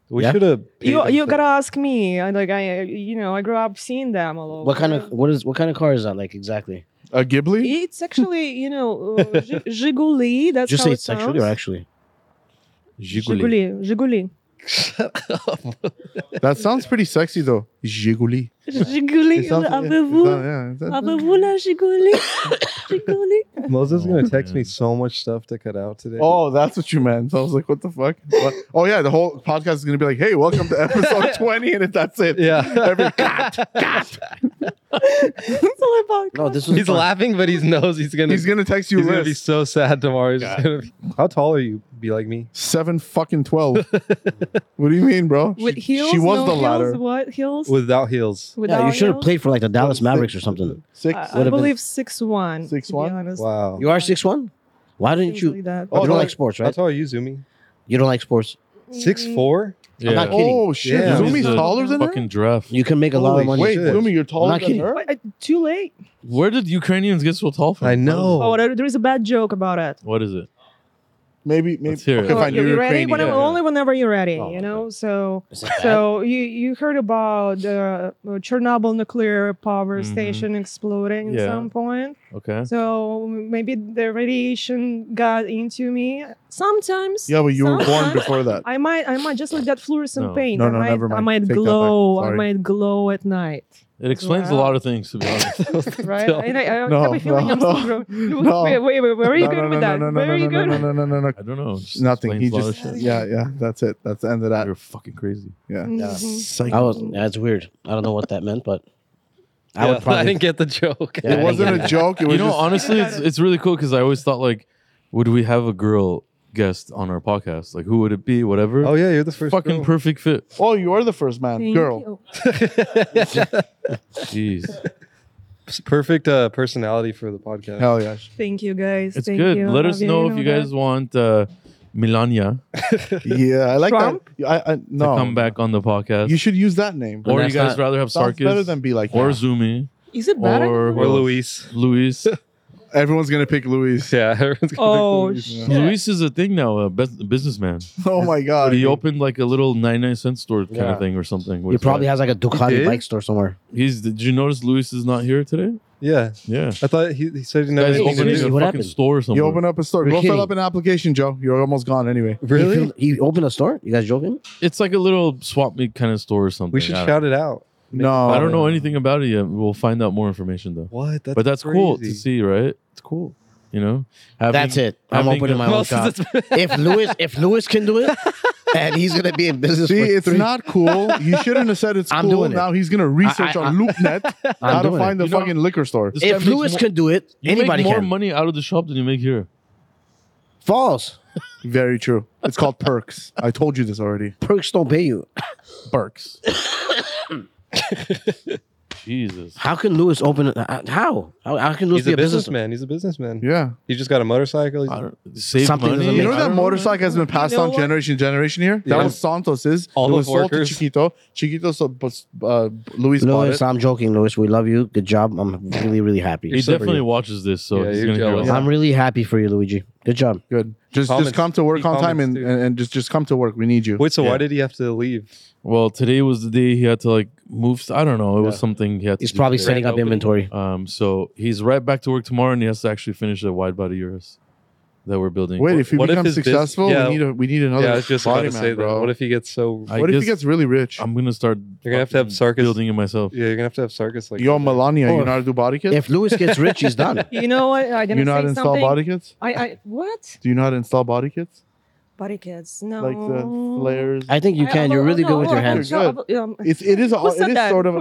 Speaker 4: We
Speaker 2: Yeah.
Speaker 4: should have.
Speaker 5: you, you gotta ask me. I Like I, you know, I grew up seeing them all over.
Speaker 2: What kind of what is what kind of car is that? Like exactly?
Speaker 3: A Ghibli?
Speaker 5: It's actually, you know, uh, Gi- Giguli. That's
Speaker 2: Just
Speaker 5: how
Speaker 2: say
Speaker 5: it
Speaker 2: it's actually or
Speaker 5: sounds.
Speaker 2: actually.
Speaker 1: Jiggly.
Speaker 5: Giguli, Giguli,
Speaker 3: That sounds pretty sexy though. Giguli.
Speaker 5: Giguli.
Speaker 3: It sounds-
Speaker 5: Avez-vous,
Speaker 3: yeah, it sounds-
Speaker 5: avez-vous la Giguli? Giguli.
Speaker 4: Moses is gonna
Speaker 1: Oh,
Speaker 4: text me
Speaker 1: man.
Speaker 4: so much stuff to cut out today.
Speaker 3: Oh, that's what you meant. I was like, what the fuck? What? Oh yeah, the whole podcast is gonna be like, hey, welcome to episode twenty, and it- that's it.
Speaker 4: yeah.
Speaker 1: <laughs>
Speaker 3: Every cut, cut.
Speaker 5: It's all about.
Speaker 2: No, this was
Speaker 4: <laughs> he's
Speaker 2: fun.
Speaker 4: laughing, but he knows he's gonna.
Speaker 3: He's gonna text you
Speaker 4: he's gonna be
Speaker 3: list.
Speaker 4: so sad tomorrow. He's just gonna be, <laughs> How tall are you? Be like me.
Speaker 3: Seven fucking twelve. what do you mean, bro?
Speaker 5: <laughs> With
Speaker 3: She-
Speaker 5: heels,
Speaker 3: she was
Speaker 5: no
Speaker 3: the
Speaker 5: heels,
Speaker 3: latter.
Speaker 5: What heels?
Speaker 4: Without heels.
Speaker 2: Yeah,
Speaker 5: Without
Speaker 2: you should have
Speaker 5: heels?
Speaker 2: played for like the Dallas Mavericks or something.
Speaker 3: Six.
Speaker 5: I- I
Speaker 2: Would've been-
Speaker 5: believe six one.
Speaker 3: Six
Speaker 5: to be
Speaker 3: one?
Speaker 5: honest.
Speaker 4: Wow. Oh,
Speaker 2: You are six one. Why didn't
Speaker 5: Things
Speaker 2: you?
Speaker 5: like that.
Speaker 2: Oh, you
Speaker 4: no,
Speaker 2: don't like sports,
Speaker 4: How
Speaker 2: right?
Speaker 4: tall are you, Zumi?
Speaker 2: You don't like sports.
Speaker 4: Oh,
Speaker 5: Mm.
Speaker 4: Six four.
Speaker 2: I'm not
Speaker 1: Yeah.
Speaker 2: kidding.
Speaker 3: Oh shit,
Speaker 4: Yeah.
Speaker 3: Zumi's
Speaker 1: He's a
Speaker 3: taller than
Speaker 1: Fucking
Speaker 3: her.
Speaker 1: giraffe.
Speaker 2: You can make a lot
Speaker 4: Holy
Speaker 2: of money.
Speaker 3: Wait,
Speaker 4: shit.
Speaker 3: Zumi, you're taller
Speaker 2: not
Speaker 3: than
Speaker 2: kidding.
Speaker 3: her.
Speaker 5: But, uh, too late.
Speaker 1: Where did Ukrainians get so tall from?
Speaker 4: I know.
Speaker 5: Oh, there there is a bad joke about it.
Speaker 1: What is it?
Speaker 3: Maybe, maybe.
Speaker 1: Let's hear it.
Speaker 3: Okay, fine,
Speaker 5: you
Speaker 3: you're
Speaker 5: ready?
Speaker 3: Ukrainian.
Speaker 5: Whenever-
Speaker 1: yeah.
Speaker 5: Only whenever you're ready,
Speaker 2: Oh,
Speaker 5: you know.
Speaker 2: okay.
Speaker 5: So,
Speaker 2: Is that bad?
Speaker 5: so you you heard about uh, Chernobyl nuclear power
Speaker 1: Mhm.
Speaker 5: station exploding
Speaker 1: Yeah.
Speaker 5: at some point.
Speaker 1: Okay.
Speaker 5: So maybe the radiation got into me. Sometimes.
Speaker 3: Yeah, but you were born
Speaker 5: sometimes
Speaker 3: before that.
Speaker 5: I might, I might just like that fluorescent
Speaker 1: No.
Speaker 5: paint.
Speaker 3: No,
Speaker 5: I
Speaker 3: no,
Speaker 5: might,
Speaker 3: never
Speaker 5: I
Speaker 3: mind.
Speaker 5: might
Speaker 3: Take that back.
Speaker 5: glow. I
Speaker 3: Sorry.
Speaker 5: might glow at night.
Speaker 1: <laughs> It explains a
Speaker 5: Wow.
Speaker 1: lot of things, to be honest.
Speaker 5: right?
Speaker 4: Tell-
Speaker 5: And I, I
Speaker 3: No,
Speaker 5: have a feeling
Speaker 3: no,
Speaker 5: I'm still
Speaker 3: <laughs> no,
Speaker 5: growing.
Speaker 3: no.
Speaker 5: Wait, wait, wait, where are you
Speaker 3: No, no, no,
Speaker 5: going with
Speaker 3: no,
Speaker 5: that?
Speaker 3: No, no,
Speaker 5: where are
Speaker 3: no,
Speaker 5: you going?
Speaker 3: no, no, no, no, no,
Speaker 1: I don't know. It just
Speaker 3: Nothing. He
Speaker 1: explains a lot
Speaker 3: just.
Speaker 1: of shit.
Speaker 3: Yeah, yeah. That's it. That's the end of that.
Speaker 1: You're fucking crazy.
Speaker 3: Yeah.
Speaker 5: <laughs> Mhm.
Speaker 2: I was. That's weird. I don't know what that meant, but <laughs>
Speaker 1: <laughs>
Speaker 2: I
Speaker 4: Yeah,
Speaker 2: would probably.
Speaker 4: didn't get the <laughs> joke.
Speaker 2: Yeah, I
Speaker 3: It
Speaker 2: didn't
Speaker 3: wasn't
Speaker 2: get
Speaker 3: a joke. It was
Speaker 1: you know,
Speaker 3: just.
Speaker 1: honestly, it's, it's really cool because I always thought like, would we have a girl guest on our podcast? Like, who would it be? Whatever.
Speaker 4: Oh yeah, you're the first.
Speaker 1: fucking
Speaker 4: girl.
Speaker 1: perfect fit.
Speaker 3: Oh, you are the first man,
Speaker 5: Mm-hmm. Thank
Speaker 3: girl.
Speaker 5: you. <laughs>
Speaker 1: Jeez,
Speaker 4: <laughs> perfect uh, personality for the podcast.
Speaker 3: Hell yeah.
Speaker 5: Thank you, guys.
Speaker 1: it's
Speaker 5: Thank
Speaker 1: good.
Speaker 5: You.
Speaker 1: Let us
Speaker 5: Javier,
Speaker 1: know if you
Speaker 5: that.
Speaker 1: guys want uh, Melania
Speaker 3: Yeah, I like that. I, I,
Speaker 1: to
Speaker 3: no,
Speaker 1: come back on the podcast,
Speaker 3: You should use that name.
Speaker 1: or you
Speaker 2: that's
Speaker 1: guys
Speaker 2: not-
Speaker 1: rather have
Speaker 3: Sounds better
Speaker 1: Sarkis
Speaker 3: than be like.
Speaker 1: or
Speaker 3: that.
Speaker 1: Zumi
Speaker 5: Is it better?
Speaker 1: or-
Speaker 4: Or Luis.
Speaker 3: <laughs>
Speaker 1: Luis.
Speaker 3: Everyone's gonna pick Luis. <laughs>
Speaker 4: Yeah. everyone's gonna pick
Speaker 5: oh,
Speaker 4: Luis.
Speaker 5: shit.
Speaker 1: Luis is a thing now, a bus- businessman.
Speaker 3: Oh my
Speaker 1: But
Speaker 3: god.
Speaker 1: he opened like a little 99 cent store kind
Speaker 2: Yeah.
Speaker 1: of thing or something. where
Speaker 2: He
Speaker 1: it's
Speaker 2: probably
Speaker 1: like-
Speaker 2: has like a Ducati
Speaker 4: did?
Speaker 2: bike store somewhere.
Speaker 1: he's. Did you notice Luis is not here today?
Speaker 4: Yeah.
Speaker 1: Yeah.
Speaker 4: I thought he, he said he never
Speaker 1: Guys
Speaker 4: had anything
Speaker 1: opening
Speaker 4: to
Speaker 1: a
Speaker 2: seriously,
Speaker 4: do.
Speaker 1: fucking
Speaker 2: what happened?
Speaker 1: store or something.
Speaker 3: You open up a store.
Speaker 2: You're
Speaker 3: Go
Speaker 2: kidding.
Speaker 3: fill up an application, Joe. You're almost gone anyway.
Speaker 2: He,
Speaker 4: Really?
Speaker 2: filled- he opened a store. You guys joking?
Speaker 1: It's like a little swap meet kind of store or something.
Speaker 4: We should
Speaker 1: I don't,
Speaker 4: shout it out.
Speaker 3: No,
Speaker 1: I don't know anything about it yet. We'll find out more information though.
Speaker 4: What? That's
Speaker 1: but that's cool to
Speaker 4: crazy.
Speaker 1: see, right? It's cool. You know, Having-
Speaker 2: That's it. I'm
Speaker 1: having
Speaker 2: opening
Speaker 1: a-
Speaker 2: my own shop. <laughs> If Lewis, if Lewis can do it, and he's gonna be in business.
Speaker 3: See,
Speaker 2: for
Speaker 3: it's
Speaker 2: three-
Speaker 3: not cool. You shouldn't have said it's
Speaker 2: I'm
Speaker 3: cool.
Speaker 2: doing it.
Speaker 3: Now he's gonna research
Speaker 2: I- I-
Speaker 3: on LoopNet
Speaker 2: I'm
Speaker 3: how to
Speaker 2: doing it.
Speaker 3: find the
Speaker 1: You know-
Speaker 3: fucking liquor store.
Speaker 1: This guy
Speaker 2: If
Speaker 1: makes
Speaker 2: Lewis
Speaker 1: more-
Speaker 2: can do it,
Speaker 1: you
Speaker 2: anybody
Speaker 1: make more
Speaker 2: can.
Speaker 1: money out of the shop than you make here.
Speaker 2: False.
Speaker 3: Very true. It's
Speaker 5: <laughs>
Speaker 3: called perks. I told you this already.
Speaker 2: Perks don't pay you. <coughs>
Speaker 1: Barks. Jesus.
Speaker 2: How can Lewis open? it? Uh, How? How, how can Lewis
Speaker 4: He's
Speaker 2: be
Speaker 4: a
Speaker 2: a business?
Speaker 4: businessman. He's a businessman.
Speaker 3: Yeah.
Speaker 4: He just got a motorcycle.
Speaker 1: I
Speaker 4: He's
Speaker 1: don't, save
Speaker 2: Something
Speaker 1: money.
Speaker 2: doesn't
Speaker 3: You
Speaker 2: make-
Speaker 3: know that motorcycle has been passed
Speaker 5: You know
Speaker 3: on
Speaker 5: what?
Speaker 3: generation to generation here. That
Speaker 4: Yeah.
Speaker 3: was Santos's.
Speaker 4: All
Speaker 3: it
Speaker 4: the
Speaker 3: was sold to
Speaker 4: workers.
Speaker 3: Chiquito. Chiquito, so, but, uh, Luis, bought
Speaker 2: Lewis,
Speaker 3: it.
Speaker 2: I'm joking. Lewis, we love you. Good job. I'm really, really happy.
Speaker 1: He
Speaker 2: for you.
Speaker 1: definitely watches this, so
Speaker 4: Yeah,
Speaker 1: he's
Speaker 4: you're
Speaker 1: gonna hear
Speaker 4: jealous.
Speaker 1: us.
Speaker 2: I'm really happy for you, Luigi. Good job.
Speaker 3: Good. Just
Speaker 4: comments-
Speaker 3: just come to work
Speaker 4: he
Speaker 3: on time and,
Speaker 4: comments too.
Speaker 3: and, and just just come to work. We need you.
Speaker 4: Wait, so
Speaker 1: Yeah.
Speaker 4: why did he have to leave?
Speaker 1: Well, today was the day he had to like move. s- I don't know. It was
Speaker 4: Yeah.
Speaker 1: something he had to.
Speaker 2: He's
Speaker 1: do
Speaker 2: probably
Speaker 1: today.
Speaker 2: setting up
Speaker 4: opening.
Speaker 2: inventory.
Speaker 1: Um, so he's right back to work tomorrow, and he has to actually finish the wide body Urus that we're building.
Speaker 3: Wait, if you
Speaker 4: What if
Speaker 3: become
Speaker 4: his bus-
Speaker 3: successful,
Speaker 4: yeah.
Speaker 3: we need a, we need another.
Speaker 4: yeah, I was just about
Speaker 3: body
Speaker 4: to
Speaker 3: man,
Speaker 4: say that.
Speaker 3: bro.
Speaker 4: What if he gets so?
Speaker 1: I
Speaker 3: what if he
Speaker 1: guess
Speaker 3: gets really rich?
Speaker 1: I'm gonna start.
Speaker 4: You're gonna have to have
Speaker 1: fucking
Speaker 4: Sarkis-
Speaker 1: building it myself.
Speaker 4: yeah, you're gonna have to have Sarkis like.
Speaker 3: Yo, Melania,
Speaker 2: Or-
Speaker 3: you know how to do body kits?
Speaker 2: If Lewis gets rich, he's done.
Speaker 5: You know what? I'm
Speaker 3: you
Speaker 5: gonna
Speaker 3: know how to
Speaker 5: say
Speaker 3: install
Speaker 5: something.
Speaker 3: body kits?
Speaker 5: I, I what?
Speaker 3: Do you know how to install body kits?
Speaker 5: Body kits. No.
Speaker 3: like the flares.
Speaker 2: I think you
Speaker 5: I-
Speaker 2: can.
Speaker 5: well,
Speaker 2: You're really
Speaker 5: no,
Speaker 2: good with your
Speaker 5: well,
Speaker 3: You're
Speaker 2: hands.
Speaker 5: no,
Speaker 3: good.
Speaker 5: but, um,
Speaker 3: It's it is a,
Speaker 5: who said
Speaker 3: oh, it is
Speaker 5: that?
Speaker 3: sort of.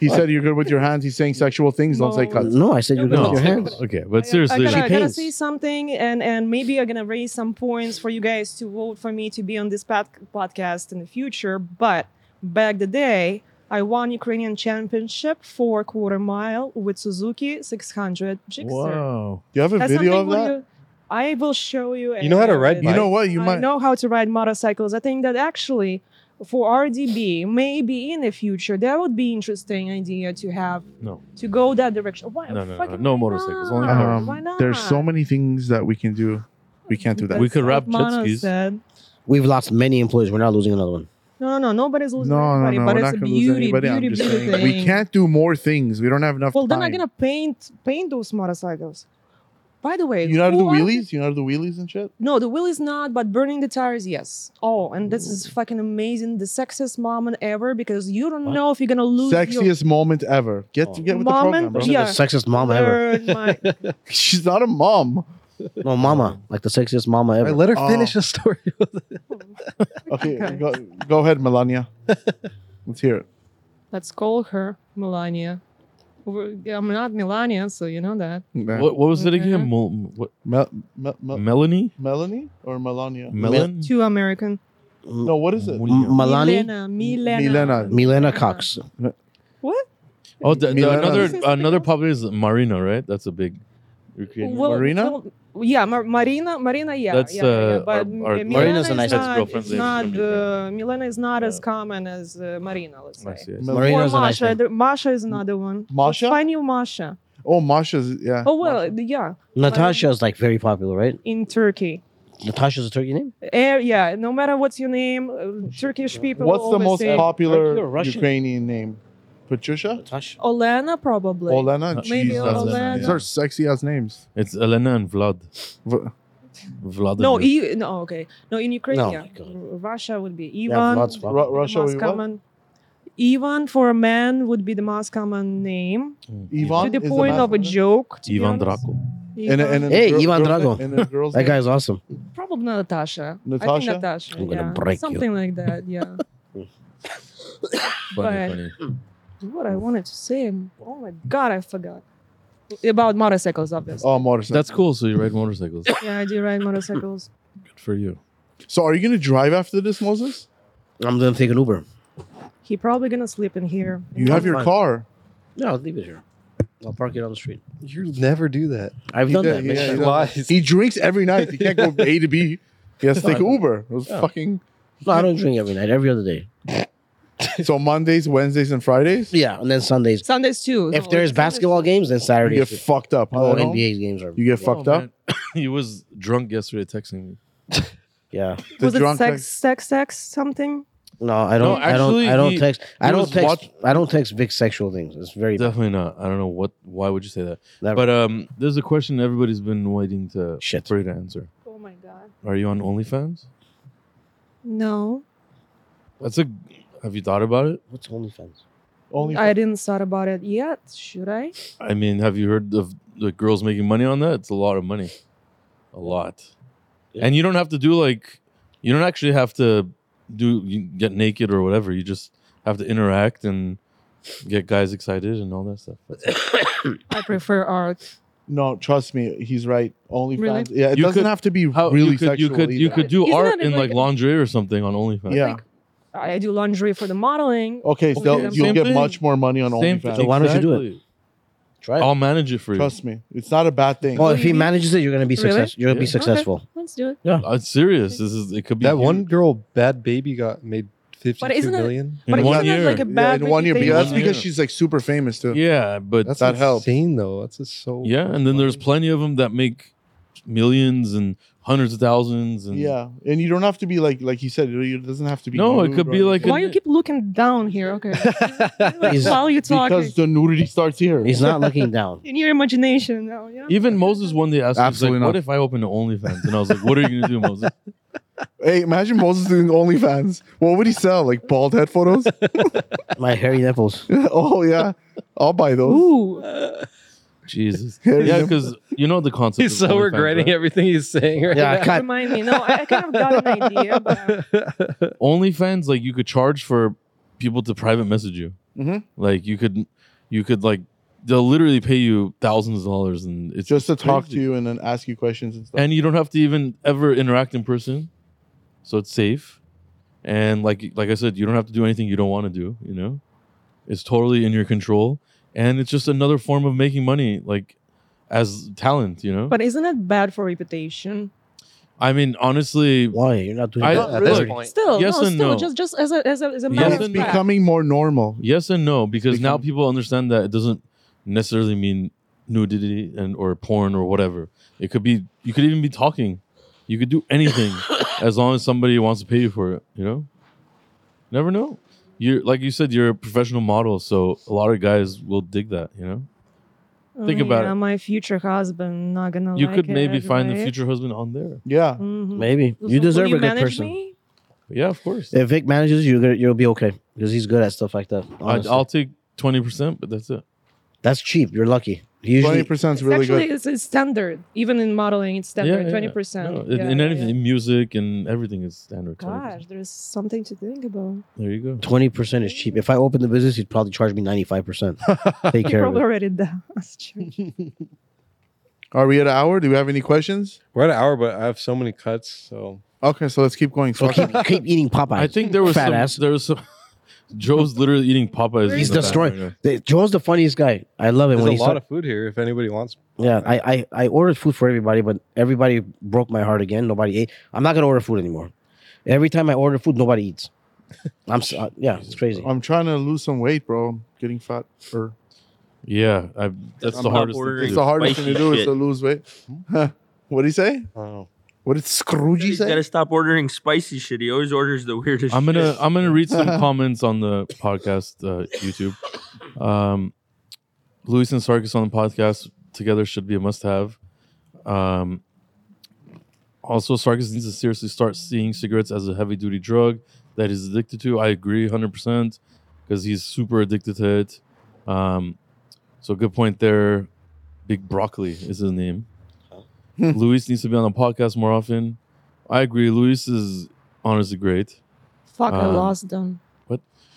Speaker 5: <laughs>
Speaker 3: He said you're good with your hands. He's saying sexual things. Don't say
Speaker 5: No.
Speaker 3: cuts.
Speaker 2: No, I said you're good
Speaker 1: No.
Speaker 2: with your hands.
Speaker 1: Okay,
Speaker 5: I-
Speaker 1: but seriously,
Speaker 5: I, gotta, I gotta
Speaker 2: paints.
Speaker 5: say something, and and maybe I'm gonna raise some points for you guys to vote for me to be on this pod- podcast in the future. But back the day, I won Ukrainian championship for quarter mile with Suzuki 600 Gixxer.
Speaker 1: wow.
Speaker 3: Do you have a
Speaker 5: That's
Speaker 3: video of
Speaker 5: something
Speaker 3: that?
Speaker 5: you- I will show you. a
Speaker 4: You know how to
Speaker 5: video of
Speaker 4: ride
Speaker 5: it.
Speaker 4: you-
Speaker 3: You know what? You
Speaker 5: I
Speaker 3: might.
Speaker 5: know how to ride motorcycles. I think that actually for RDB, maybe in the future, that would be interesting idea to have
Speaker 1: No.
Speaker 5: to go that direction. Why?
Speaker 1: No, no, no,
Speaker 5: fucking
Speaker 1: no
Speaker 5: why
Speaker 1: motorcycles, only
Speaker 5: not?
Speaker 1: cars.
Speaker 5: Why
Speaker 3: Um, there's so
Speaker 5: not?
Speaker 3: many things that we can do. We can't do that.
Speaker 1: We could wrap
Speaker 5: That's what
Speaker 1: jet
Speaker 5: Mana
Speaker 1: skis.
Speaker 5: said.
Speaker 2: We've lost many employees. We're not losing another one.
Speaker 5: No, no, nobody's losing
Speaker 3: No, no,
Speaker 5: anybody,
Speaker 3: no.
Speaker 5: but
Speaker 3: We're
Speaker 5: it's
Speaker 3: not
Speaker 5: a
Speaker 3: gonna lose
Speaker 5: beauty,
Speaker 3: anybody.
Speaker 5: beauty,
Speaker 3: I'm just
Speaker 5: beauty
Speaker 3: saying
Speaker 5: thing.
Speaker 3: we can't do more things. We don't have enough
Speaker 5: Well,
Speaker 3: time.
Speaker 5: then I'm gonna paint paint those motorcycles. By the way,
Speaker 3: You know how to
Speaker 5: who
Speaker 3: do
Speaker 5: are the-
Speaker 3: wheelies? You know how to do wheelies and shit?
Speaker 5: No, the wheel is not, but burning the tires, yes. Oh, and this is fucking amazing. The sexiest moment ever because you don't
Speaker 2: What?
Speaker 5: know if you're gonna lose your
Speaker 3: Sexiest moment ever. Get
Speaker 2: Oh.
Speaker 3: get with
Speaker 5: Moment?
Speaker 3: the program, bro.
Speaker 2: She's
Speaker 5: Yeah.
Speaker 2: the sexiest mama ever.
Speaker 5: Learn my-
Speaker 1: <laughs>
Speaker 3: <laughs> She's not a mom.
Speaker 2: No, mama. Like the sexiest mama
Speaker 4: All right,
Speaker 2: ever.
Speaker 4: let her
Speaker 3: Oh.
Speaker 4: finish the
Speaker 3: <laughs>
Speaker 4: story.
Speaker 3: Okay,
Speaker 5: Okay.
Speaker 3: Go, go ahead, Melania. Let's hear it.
Speaker 5: Let's call her Melania. We're- I'm not Melania, so you know that.
Speaker 3: Hmm.
Speaker 1: What, what was it
Speaker 5: Okay.
Speaker 1: again? Mel- what,
Speaker 3: Mel, Mel, Mel-
Speaker 1: Melanie?
Speaker 3: Melanie or Melania?
Speaker 1: Melon?
Speaker 5: Two American.
Speaker 3: No, what is it?
Speaker 2: M- Malani,
Speaker 5: Milena. Milena.
Speaker 3: Milena.
Speaker 2: Milena Cox.
Speaker 5: What?
Speaker 1: Oh, the, the,
Speaker 3: Milana.
Speaker 1: another
Speaker 5: Is this the
Speaker 1: another
Speaker 5: girl?
Speaker 1: popular is Marina, right? That's a big. Ukrainian.
Speaker 5: Well,
Speaker 3: Marina?
Speaker 5: well, yeah, Mar- Marina. Marina. Yeah.
Speaker 1: That's,
Speaker 5: yeah, yeah,
Speaker 1: uh,
Speaker 5: yeah. But
Speaker 1: our-
Speaker 5: M-
Speaker 1: our-
Speaker 5: Milena
Speaker 2: Marina's a
Speaker 5: is
Speaker 2: nice
Speaker 5: not,
Speaker 1: ex-girlfriend's
Speaker 5: it's not,
Speaker 1: name.
Speaker 5: uh, Milena is not as
Speaker 1: Yeah.
Speaker 5: common as uh, Marina. Let's
Speaker 1: I
Speaker 5: say.
Speaker 1: see, I see.
Speaker 3: Mel-
Speaker 5: Or
Speaker 2: Marina's a nice
Speaker 5: Masha.
Speaker 2: name.
Speaker 5: The- Masha is another one.
Speaker 3: Masha?
Speaker 5: Let's find you Masha.
Speaker 3: Oh, Masha's. Yeah.
Speaker 5: Oh well, the- yeah,
Speaker 2: Natasha is like very popular, right?
Speaker 5: in Turkey.
Speaker 2: Natasha's a Turkey name?
Speaker 5: Eh, yeah, no matter what's your name, uh, Turkish people.
Speaker 3: What's the
Speaker 5: always
Speaker 3: most
Speaker 5: say
Speaker 2: Turkey or
Speaker 3: popular
Speaker 2: Russian?
Speaker 3: Ukrainian name? Patricia?
Speaker 2: Natasha.
Speaker 5: Olena probably.
Speaker 3: Olena?
Speaker 1: Maybe
Speaker 3: Jesus.
Speaker 1: Olena.
Speaker 3: These are sexy ass names.
Speaker 1: It's Elena and Vlad.
Speaker 3: V-
Speaker 1: Vlad.
Speaker 5: No, e- no, okay, no, in Ukraine,
Speaker 2: No,
Speaker 5: yeah.
Speaker 2: my God.
Speaker 5: R- Russia would be
Speaker 2: Yeah,
Speaker 5: Ivan.
Speaker 2: Vlad's
Speaker 5: the
Speaker 2: popular.
Speaker 3: Ru- Russia,
Speaker 5: most
Speaker 3: we what?
Speaker 5: common. Ivan for a man would be the most common name.
Speaker 3: Ivan?
Speaker 5: to
Speaker 3: is the
Speaker 5: the point
Speaker 3: man.
Speaker 5: of a joke. to be
Speaker 1: Ivan
Speaker 5: honest.
Speaker 1: Draco.
Speaker 3: And, a- and a
Speaker 2: Hey,
Speaker 3: girl-
Speaker 2: Ivan
Speaker 3: girl's
Speaker 2: Drago.
Speaker 3: name- And a girl's
Speaker 2: That
Speaker 3: name?
Speaker 2: guy's awesome.
Speaker 5: probably Natasha. I think
Speaker 3: Natasha?
Speaker 5: Natasha.
Speaker 2: I'm gonna
Speaker 5: yeah.
Speaker 2: break you.
Speaker 5: Something like that.
Speaker 3: <laughs>
Speaker 5: Yeah. But-
Speaker 1: Funny, funny.
Speaker 5: what I wanted to say. Oh my god, I forgot about motorcycles. Obviously.
Speaker 3: Oh, motorcycle.
Speaker 1: That's cool. So you ride motorcycles.
Speaker 5: Yeah, I do ride motorcycles.
Speaker 1: Good for you.
Speaker 3: So are you gonna drive after this, Moses?
Speaker 2: I'm gonna take an Uber.
Speaker 5: He probably gonna sleep in here.
Speaker 3: You have your
Speaker 2: Fine.
Speaker 3: car.
Speaker 2: No, I'll leave it here. I'll park it on the street.
Speaker 4: you never do that.
Speaker 2: I've done
Speaker 3: Yeah,
Speaker 2: that.
Speaker 3: yeah,
Speaker 2: many
Speaker 3: yeah.
Speaker 4: She
Speaker 2: times.
Speaker 3: don't-
Speaker 4: lies.
Speaker 3: He drinks every night. He
Speaker 1: <laughs>
Speaker 3: can't go A to B. He has to take Uber. It was
Speaker 2: Yeah. <laughs>
Speaker 3: fucking.
Speaker 2: No, I don't drink every night. Every other day.
Speaker 3: So Mondays, Wednesdays, and Fridays,
Speaker 2: Yeah, and then Sundays.
Speaker 5: Sundays too.
Speaker 2: If there's basketball games, then
Speaker 3: you
Speaker 2: Saturdays.
Speaker 3: get fucked up. huh,
Speaker 2: All
Speaker 3: no?
Speaker 2: NBA games are.
Speaker 3: You get fucked
Speaker 1: Oh,
Speaker 3: up.
Speaker 1: man. <coughs> he was drunk yesterday texting me.
Speaker 2: Yeah.
Speaker 3: The
Speaker 5: was it
Speaker 3: drunk
Speaker 5: sex, sex, sex, something?
Speaker 2: No, I don't.
Speaker 1: actually,
Speaker 2: I don't. I don't
Speaker 1: he-
Speaker 2: text. I
Speaker 1: he
Speaker 2: don't
Speaker 1: was
Speaker 2: text.
Speaker 1: watch-
Speaker 2: I don't text Vic sexual things. It's very.
Speaker 1: Definitely not. I don't know what. Why would you say that?
Speaker 2: Never.
Speaker 1: But um, there's a question everybody's been waiting to
Speaker 2: Shit.
Speaker 1: for you to answer.
Speaker 5: Oh my god.
Speaker 1: Are you on OnlyFans?
Speaker 5: No,
Speaker 1: That's a. Have you thought about it?
Speaker 2: What's OnlyFans?
Speaker 3: Only
Speaker 5: I didn't thought about it yet. Should I?
Speaker 1: I mean, have you heard of the girls making money on that? It's a lot of money, a lot.
Speaker 2: Yeah.
Speaker 1: And you don't have to do like, you don't actually have to do you get naked or whatever. You just have to interact and get guys excited and all that stuff. That's it.
Speaker 5: I prefer art.
Speaker 3: no, trust me, he's right. Only
Speaker 5: Really?
Speaker 3: fans. Yeah, it
Speaker 1: You
Speaker 3: doesn't
Speaker 1: could-
Speaker 3: have to be
Speaker 1: How
Speaker 3: really
Speaker 1: you could you
Speaker 3: sexual.
Speaker 1: could you
Speaker 3: either.
Speaker 1: could do
Speaker 5: Isn't
Speaker 1: art
Speaker 5: that
Speaker 1: in like
Speaker 5: like-
Speaker 1: laundry or something on OnlyFans.
Speaker 3: Yeah.
Speaker 5: I do laundry for the modeling.
Speaker 1: Oh,
Speaker 3: Okay, so
Speaker 5: Okay,
Speaker 3: you'll
Speaker 1: same
Speaker 3: get
Speaker 1: thing.
Speaker 3: much more money on
Speaker 1: Same
Speaker 3: OnlyFans.
Speaker 1: thing.
Speaker 2: why don't you do it?
Speaker 1: Exactly.
Speaker 2: Try it.
Speaker 1: I'll manage it for you.
Speaker 3: Trust me, it's not a bad thing.
Speaker 2: well,
Speaker 5: Oh,
Speaker 2: if he
Speaker 5: you-
Speaker 2: manages it, you're gonna be
Speaker 5: Really?
Speaker 2: successful. You'll be
Speaker 1: Yeah.
Speaker 2: successful.
Speaker 5: Okay, let's do it.
Speaker 1: I'm Uh, serious. This is it. Could be
Speaker 4: That
Speaker 1: huge.
Speaker 4: one girl, bad baby, got made
Speaker 5: But
Speaker 4: fifty-two
Speaker 5: isn't it-
Speaker 4: million.
Speaker 1: in
Speaker 5: but
Speaker 1: one
Speaker 5: isn't
Speaker 1: year.
Speaker 5: it like a
Speaker 3: yeah,
Speaker 5: bad
Speaker 3: in one year,
Speaker 5: reputation?
Speaker 3: but that's
Speaker 1: One
Speaker 3: because
Speaker 1: year.
Speaker 3: she's like super famous too.
Speaker 1: yeah, but
Speaker 4: That's
Speaker 3: That helps.
Speaker 4: insane, though. That's just so.
Speaker 1: yeah, and then there's
Speaker 4: funny.
Speaker 1: plenty of them that make millions and hundreds of thousands and
Speaker 3: Yeah, and you don't have to be like like he said. It doesn't have to be.
Speaker 1: No, it
Speaker 3: nude
Speaker 1: could
Speaker 3: or
Speaker 1: be like
Speaker 3: anything.
Speaker 5: Why you keep looking down here?
Speaker 1: <laughs>
Speaker 5: Okay.
Speaker 2: He's-
Speaker 5: While you talking
Speaker 3: because the nudity starts here.
Speaker 2: He's not looking down.
Speaker 5: in your imagination now. You know?
Speaker 1: Even Moses one day asked me, he's like,
Speaker 3: Absolutely not.
Speaker 1: what if I open an OnlyFans? And I was like, what are you going to do, Moses?
Speaker 3: Hey, imagine Moses doing OnlyFans. What would he sell? Like bald head
Speaker 4: <laughs>
Speaker 3: photos? <laughs>
Speaker 2: <laughs> My hairy nipples.
Speaker 3: oh yeah, I'll buy those.
Speaker 5: Ooh.
Speaker 1: Jesus.
Speaker 3: Here
Speaker 1: Yeah,
Speaker 3: you go.
Speaker 1: because you know the concept.
Speaker 4: He's so regretting everything he's saying right
Speaker 2: Yeah, I cut.
Speaker 5: Remind me. No, I, I kind of got an idea, but
Speaker 1: <laughs> it. OnlyFans, like you could charge for people to private message you.
Speaker 3: Mhm.
Speaker 1: Like you could, you could like they'll literally pay you thousands of dollars, and it's
Speaker 3: just to talk to
Speaker 1: crazy.
Speaker 3: you and then ask you questions and stuff.
Speaker 1: and you don't have to even ever interact in person, so it's safe. And like like I said, you don't have to do anything you don't want to do. You know, it's totally in your control, and it's just another form of making money, like as talent. You know,
Speaker 5: but isn't it bad for reputation?
Speaker 1: I mean, honestly,
Speaker 2: Why you're not doing
Speaker 1: I-
Speaker 2: that?
Speaker 1: at this
Speaker 6: point.
Speaker 5: Still,
Speaker 1: Yes
Speaker 5: no,
Speaker 1: and
Speaker 5: still,
Speaker 1: no.
Speaker 5: just just as a as a as a
Speaker 1: Yes
Speaker 5: matter
Speaker 1: and
Speaker 5: of
Speaker 3: it's
Speaker 1: no.
Speaker 5: fact.
Speaker 3: becoming more normal.
Speaker 1: Yes and no, because now
Speaker 3: Become-
Speaker 1: people understand that it doesn't necessarily mean nudity and or porn or whatever. It could be you could even be talking. You could do anything as long as somebody wants to pay you for it, you know? Never know. You're like you said, you're a professional model, so a lot of guys will dig that, you know? Think
Speaker 5: Oh,
Speaker 1: about
Speaker 5: yeah,
Speaker 1: it.
Speaker 5: My future husband not gonna.
Speaker 1: You
Speaker 5: like
Speaker 1: could
Speaker 5: it,
Speaker 1: maybe find the
Speaker 5: right?
Speaker 1: future husband on there.
Speaker 3: Yeah.
Speaker 5: Mhm.
Speaker 2: Maybe
Speaker 5: So
Speaker 2: you deserve
Speaker 5: will you
Speaker 2: a good
Speaker 5: manage
Speaker 2: person.
Speaker 5: Me?
Speaker 1: Yeah, of course.
Speaker 2: If Vic manages you, you're- you'll be okay because he's good at stuff like that.
Speaker 1: I,
Speaker 2: honestly.
Speaker 1: I'll take twenty percent, but that's it.
Speaker 2: That's cheap. You're lucky. Usually,
Speaker 3: Twenty percent is
Speaker 5: It's
Speaker 3: really
Speaker 5: actually
Speaker 3: good.
Speaker 5: It's, it's standard. Even in modeling, it's standard.
Speaker 1: yeah.
Speaker 5: Twenty percent.
Speaker 1: No, in, in anything, in music and everything is standard. 20%.
Speaker 5: Gosh, there's something to think about.
Speaker 1: There you go.
Speaker 2: twenty percent is cheap. If I opened the business, he'd probably charge me ninety five percent. Take
Speaker 5: He
Speaker 2: care of
Speaker 5: probably <laughs>
Speaker 2: it.
Speaker 3: <laughs>
Speaker 5: already does.
Speaker 3: Are we at an hour? Do we have any questions?
Speaker 4: We're at an hour, but I have so many cuts. So
Speaker 3: Okay, so let's keep going.
Speaker 2: So keep, keep eating Popeyes.
Speaker 1: I think there was
Speaker 2: fat
Speaker 1: some,
Speaker 2: ass.
Speaker 1: there was some. <laughs> Joe's literally eating Popeyes.
Speaker 5: He's
Speaker 1: in the
Speaker 2: destroying-
Speaker 1: background right
Speaker 2: The- Joel's the funniest guy. I love it
Speaker 4: there's a
Speaker 2: when
Speaker 4: lot
Speaker 2: he's
Speaker 4: of food here. If anybody wants,
Speaker 2: yeah. I, I I ordered food for everybody, but everybody broke my heart again. Nobody ate. I'm not gonna order food anymore. Every time I order food, nobody eats. I'm s- uh, yeah, it's
Speaker 3: <laughs>
Speaker 2: crazy.
Speaker 3: I'm trying to lose some weight, bro. I'm getting fat. Or
Speaker 1: now. Yeah, I, that's
Speaker 3: I'm
Speaker 1: the
Speaker 3: not
Speaker 1: hardest. Thing to
Speaker 6: ordering
Speaker 3: it's
Speaker 1: do.
Speaker 3: the hardest thing to
Speaker 6: spicy
Speaker 3: do is
Speaker 6: shit.
Speaker 3: to lose weight. <laughs> Huh. what did he say?
Speaker 4: I don't know.
Speaker 3: What did Scroogey
Speaker 6: He's got
Speaker 3: say?
Speaker 6: to stop ordering spicy shit. He always orders the weirdest.
Speaker 1: I'm gonna
Speaker 6: shit.
Speaker 1: I'm gonna read some comments on the podcast uh, YouTube. Um, Luis and Sarkis on the podcast together should be a must-have. Um, also, Sarkis needs to seriously start seeing cigarettes as a heavy-duty drug that he's addicted to. I agree 100 percent because he's super addicted to it. Um, so good point there. Big broccoli is his name. Luis needs to be on the podcast more often. I agree. Luis is honestly great.
Speaker 5: Fuck, I
Speaker 1: Um,
Speaker 5: lost them.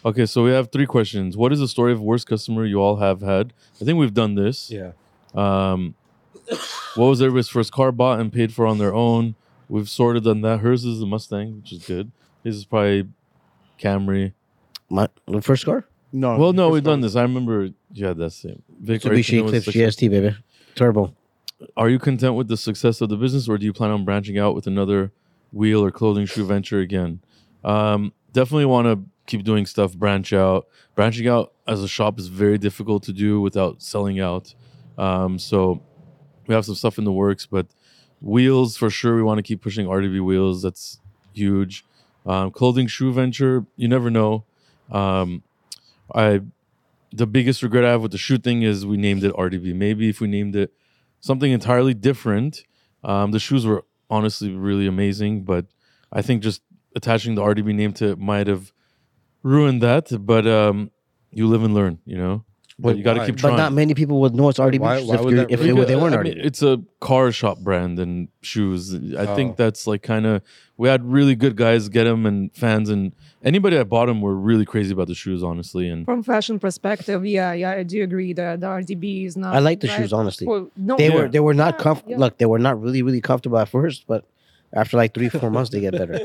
Speaker 1: Okay, so we have three questions. What is the story of worst customer you all have had? I think we've done this.
Speaker 4: Yeah.
Speaker 1: Um, what was everybody's first car bought and paid for on their own? We've sort of done that. Hers is the Mustang, which is good. His is probably Camry.
Speaker 2: My the first car
Speaker 3: No.
Speaker 1: Well, no,
Speaker 3: Oh, first
Speaker 1: we've
Speaker 3: one.
Speaker 1: done this. I remember. Yeah, that's same. Vic, are you
Speaker 2: Mitsubishi
Speaker 1: content with
Speaker 2: Eclipse
Speaker 1: success-
Speaker 2: GST baby, turbo.
Speaker 1: Are you content with the success of the business, or do you plan on branching out with another wheel or clothing shoe venture again? Um, definitely want to keep doing stuff, branch out. Branching out as a shop is very difficult to do without selling out. Um, so we have some stuff in the works, but wheels for sure. We want to keep pushing RDB wheels. That's huge. Um, clothing shoe venture. You never know. Um, I the biggest regret I have with the shoe thing is we named it RDB. Maybe if we named it something entirely different. Um, the shoes were honestly really amazing, but I think just attaching the RDB name to it might have ruined that. But um, you live and learn, you know. But
Speaker 4: Wait,
Speaker 1: you got to
Speaker 4: why?
Speaker 1: keep
Speaker 2: But
Speaker 1: trying.
Speaker 2: not many people would know it's RDB
Speaker 4: Why-
Speaker 2: just
Speaker 4: why
Speaker 2: if,
Speaker 4: would
Speaker 2: you're-
Speaker 4: that
Speaker 2: if
Speaker 4: really-
Speaker 2: they, they weren't
Speaker 1: uh, I
Speaker 2: RDB.
Speaker 1: mean, it's a car shop brand and shoes. I
Speaker 4: Oh.
Speaker 1: think that's like kind of we had really good guys get them and fans and anybody that bought them were really crazy about the shoes, honestly. And
Speaker 5: From fashion perspective, yeah, yeah, I do agree that the RDB is not.
Speaker 2: I like the
Speaker 5: right
Speaker 2: shoes honestly.
Speaker 5: for- no,
Speaker 2: They
Speaker 1: Yeah.
Speaker 5: <laughs>
Speaker 2: were they were not
Speaker 5: Yeah,
Speaker 2: comfortable.
Speaker 5: yeah.
Speaker 2: Look, they were not really really comfortable at first, but after like three four months, they get
Speaker 3: <laughs>
Speaker 2: better.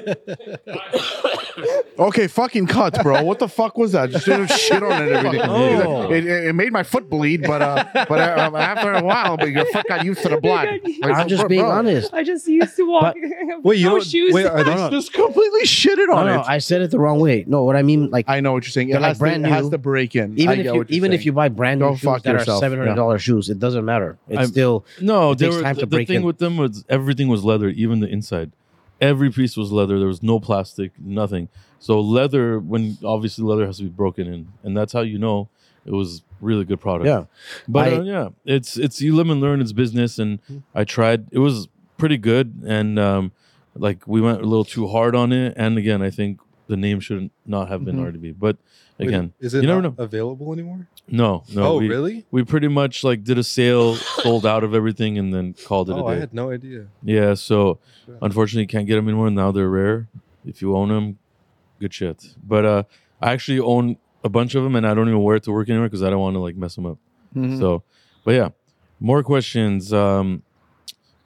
Speaker 3: Okay, fucking cut, bro. What the fuck was that? Just did shit on it every day.
Speaker 1: Oh.
Speaker 3: It, it, it made my foot bleed, but uh, but uh, after a while, but your foot got used to the blood. Like,
Speaker 2: I'm just
Speaker 3: bro,
Speaker 2: being
Speaker 3: bro.
Speaker 2: honest.
Speaker 5: I just used to walk. <laughs>
Speaker 4: Wait, you
Speaker 5: no
Speaker 4: don't,
Speaker 5: shoes.
Speaker 4: wait,
Speaker 5: <laughs>
Speaker 4: are
Speaker 2: No,
Speaker 4: these,
Speaker 3: Just completely shitted
Speaker 2: No,
Speaker 3: on
Speaker 2: no,
Speaker 3: it.
Speaker 2: I said it the wrong way. No, what I mean like
Speaker 3: I know what you're saying. It,
Speaker 2: They're like
Speaker 3: has,
Speaker 2: brand
Speaker 3: to, it has
Speaker 2: new.
Speaker 3: to break in.
Speaker 2: even
Speaker 3: I
Speaker 2: if
Speaker 3: get
Speaker 2: you
Speaker 3: what you're
Speaker 2: even
Speaker 3: saying.
Speaker 2: if you buy brand new
Speaker 3: Don't
Speaker 2: shoes
Speaker 3: fuck
Speaker 2: that
Speaker 3: yourself.
Speaker 2: are seven hundred dollar shoes, it doesn't matter. It's
Speaker 1: I'm-
Speaker 2: still
Speaker 1: No,
Speaker 2: It
Speaker 1: they
Speaker 2: takes
Speaker 1: were,
Speaker 2: time to
Speaker 1: the,
Speaker 2: break
Speaker 1: thing
Speaker 2: in.
Speaker 1: with them was everything was leather, even the inside. Every piece was leather. There was no plastic, nothing. So leather, when obviously leather has to be broken in, and that's how you know it was really good product.
Speaker 2: yeah.
Speaker 1: but
Speaker 2: I-
Speaker 1: uh, yeah, it's it's you live and learn. It's business, and
Speaker 4: Mm-hmm.
Speaker 1: I tried. It was pretty good, and um, like we went a little too hard on it. And again, I think the name should not have been
Speaker 3: Mhm.
Speaker 1: RDB. But
Speaker 4: Mm-hmm. Wait,
Speaker 1: again,
Speaker 4: is it
Speaker 1: you never
Speaker 4: not available anymore?
Speaker 1: no, no.
Speaker 4: oh,
Speaker 1: we,
Speaker 4: really?
Speaker 1: We pretty much like did a sale, sold out of everything, and then called it
Speaker 4: Oh,
Speaker 1: a
Speaker 4: I
Speaker 1: day.
Speaker 4: had no idea.
Speaker 1: yeah. So
Speaker 4: Sure.
Speaker 1: unfortunately, you can't get them anymore. Now they're rare. If you own them, good shit. But uh, I actually own a bunch of them, and I don't even wear it to work anymore because I don't want to like mess them up.
Speaker 2: Mm-hmm.
Speaker 3: Mhm.
Speaker 1: So, but yeah, more questions. Um,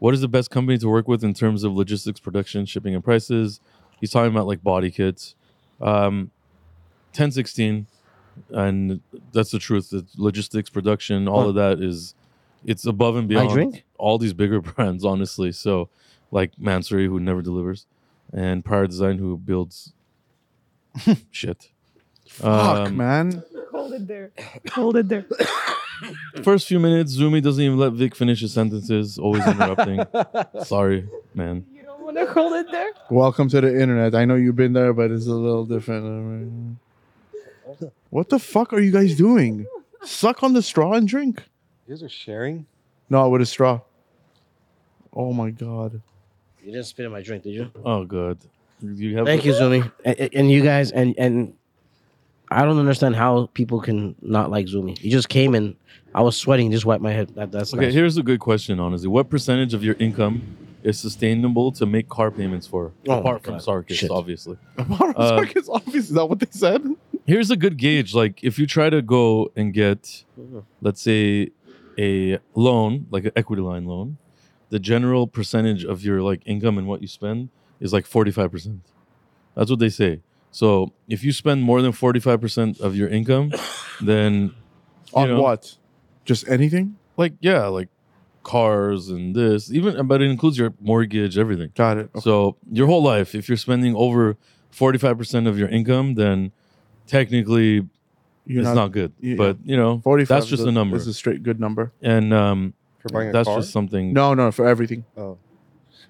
Speaker 1: what is the best company to work with in terms of logistics, production, shipping, and prices? He's talking about like body kits. Um, 1016, and that's the truth. The logistics, production, all of that is it's above and
Speaker 2: I
Speaker 1: beyond
Speaker 2: drink.
Speaker 1: all these bigger <laughs> brands, honestly. So, like Mansory, who never delivers, and Prior Design, who
Speaker 2: <laughs>
Speaker 1: builds shit.
Speaker 3: Fuck,
Speaker 1: Um,
Speaker 3: man.
Speaker 5: Hold it there. Hold it there.
Speaker 1: First few minutes, Zumi doesn't even let Vic finish his sentences, always
Speaker 2: <laughs>
Speaker 1: interrupting. Sorry, man.
Speaker 5: You don't want to hold it there?
Speaker 3: Welcome to the internet. I know you've been there, but it's a little different. What the fuck are you guys doing? Suck on the straw and drink.
Speaker 4: You guys are sharing?
Speaker 3: No, with a straw. Oh my god. <laughs>
Speaker 2: You didn't spit in my drink, did you?
Speaker 1: Oh god. You have
Speaker 2: Thank you, Zumi, and, and you guys, and and I don't understand how people can not like Zumi. He just came and I was sweating, just wiped my head. That, that's
Speaker 1: Okay,
Speaker 2: nice.
Speaker 1: here's a good question, honestly. What percentage of your income is sustainable to make car payments for?
Speaker 2: Oh my
Speaker 1: apart from
Speaker 2: God.
Speaker 1: Sarkis,
Speaker 2: Shit.
Speaker 1: obviously. Uh,
Speaker 3: Mark is obvious. Is that what they said?
Speaker 1: Here's a good gauge. Like if you try to go and get
Speaker 2: Mhm.
Speaker 1: let's say a loan, like an equity line loan, the general percentage of your like income and what you spend is like 45%. That's what they say. So if you spend more than 45% of your income, <coughs> then
Speaker 3: On
Speaker 1: know.
Speaker 3: what? Just anything?
Speaker 1: like yeah, like cars and this, even but it includes your mortgage, everything.
Speaker 3: Got it. Okay.
Speaker 1: So your whole life, if you're spending over 45% of your income, then technically
Speaker 3: You're
Speaker 1: it's not,
Speaker 3: not,
Speaker 1: good.
Speaker 3: yeah, yeah.
Speaker 1: But you know,
Speaker 3: 45
Speaker 1: that's
Speaker 3: is
Speaker 1: just a number.
Speaker 3: Is a straight good number.
Speaker 1: and um
Speaker 4: For buying a
Speaker 1: that's
Speaker 4: car?
Speaker 1: just something
Speaker 3: No, no, for everything.
Speaker 4: Oh.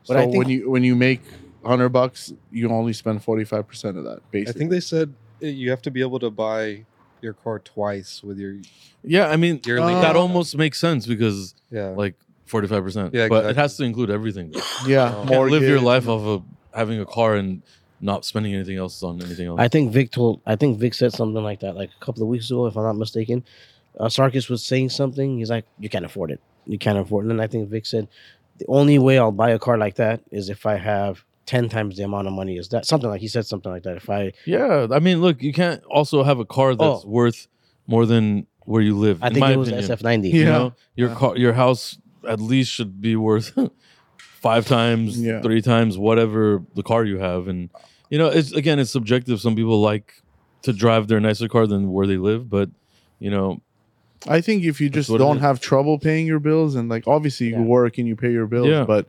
Speaker 2: But
Speaker 3: so
Speaker 2: I think-
Speaker 3: when you when you make 100 bucks, you only spend 45% of that
Speaker 4: I
Speaker 3: basically.
Speaker 4: think they said uh, you have to be able to buy your car twice with your
Speaker 1: Yeah, I mean
Speaker 4: yearly.
Speaker 3: Uh,
Speaker 1: that
Speaker 4: income.
Speaker 1: almost makes sense because
Speaker 4: Yeah.
Speaker 1: like forty five percent.
Speaker 4: Yeah,
Speaker 1: but it
Speaker 4: exactly.
Speaker 1: has to include everything. You
Speaker 3: yeah,
Speaker 4: Oh.
Speaker 1: can't live your
Speaker 3: mortgage.
Speaker 1: life off of having a car and not spending anything else on anything else.
Speaker 2: I think Vic told. I think Vic said something like that, like a couple of weeks ago, if I'm not mistaken. Uh, Sarkis was saying something. He's like, "You can't afford it. You can't afford it." And I think Vic said, "The only way I'll buy a car like that is if I have ten times the amount of money." Is that something like he said something like that? If I,
Speaker 1: yeah, I mean, look, you can't also have a car that's
Speaker 2: Oh.
Speaker 1: worth more than where you live.
Speaker 2: I
Speaker 1: in
Speaker 2: think
Speaker 1: my
Speaker 2: it was
Speaker 1: opinion.
Speaker 2: SF90.
Speaker 1: You
Speaker 3: Yeah.
Speaker 1: know, your
Speaker 3: Yeah.
Speaker 1: car, your house at least should be worth <laughs> five times,
Speaker 3: Yeah.
Speaker 1: three times, whatever the car you have. And you know, it's again, it's subjective. Some people like to drive their nicer car than where they live, but you know,
Speaker 3: I think if you
Speaker 1: That's
Speaker 3: just
Speaker 1: what it
Speaker 3: don't
Speaker 1: is.
Speaker 3: have trouble paying your bills, and like obviously you
Speaker 2: Yeah.
Speaker 3: work and you pay your bills,
Speaker 1: Yeah.
Speaker 3: but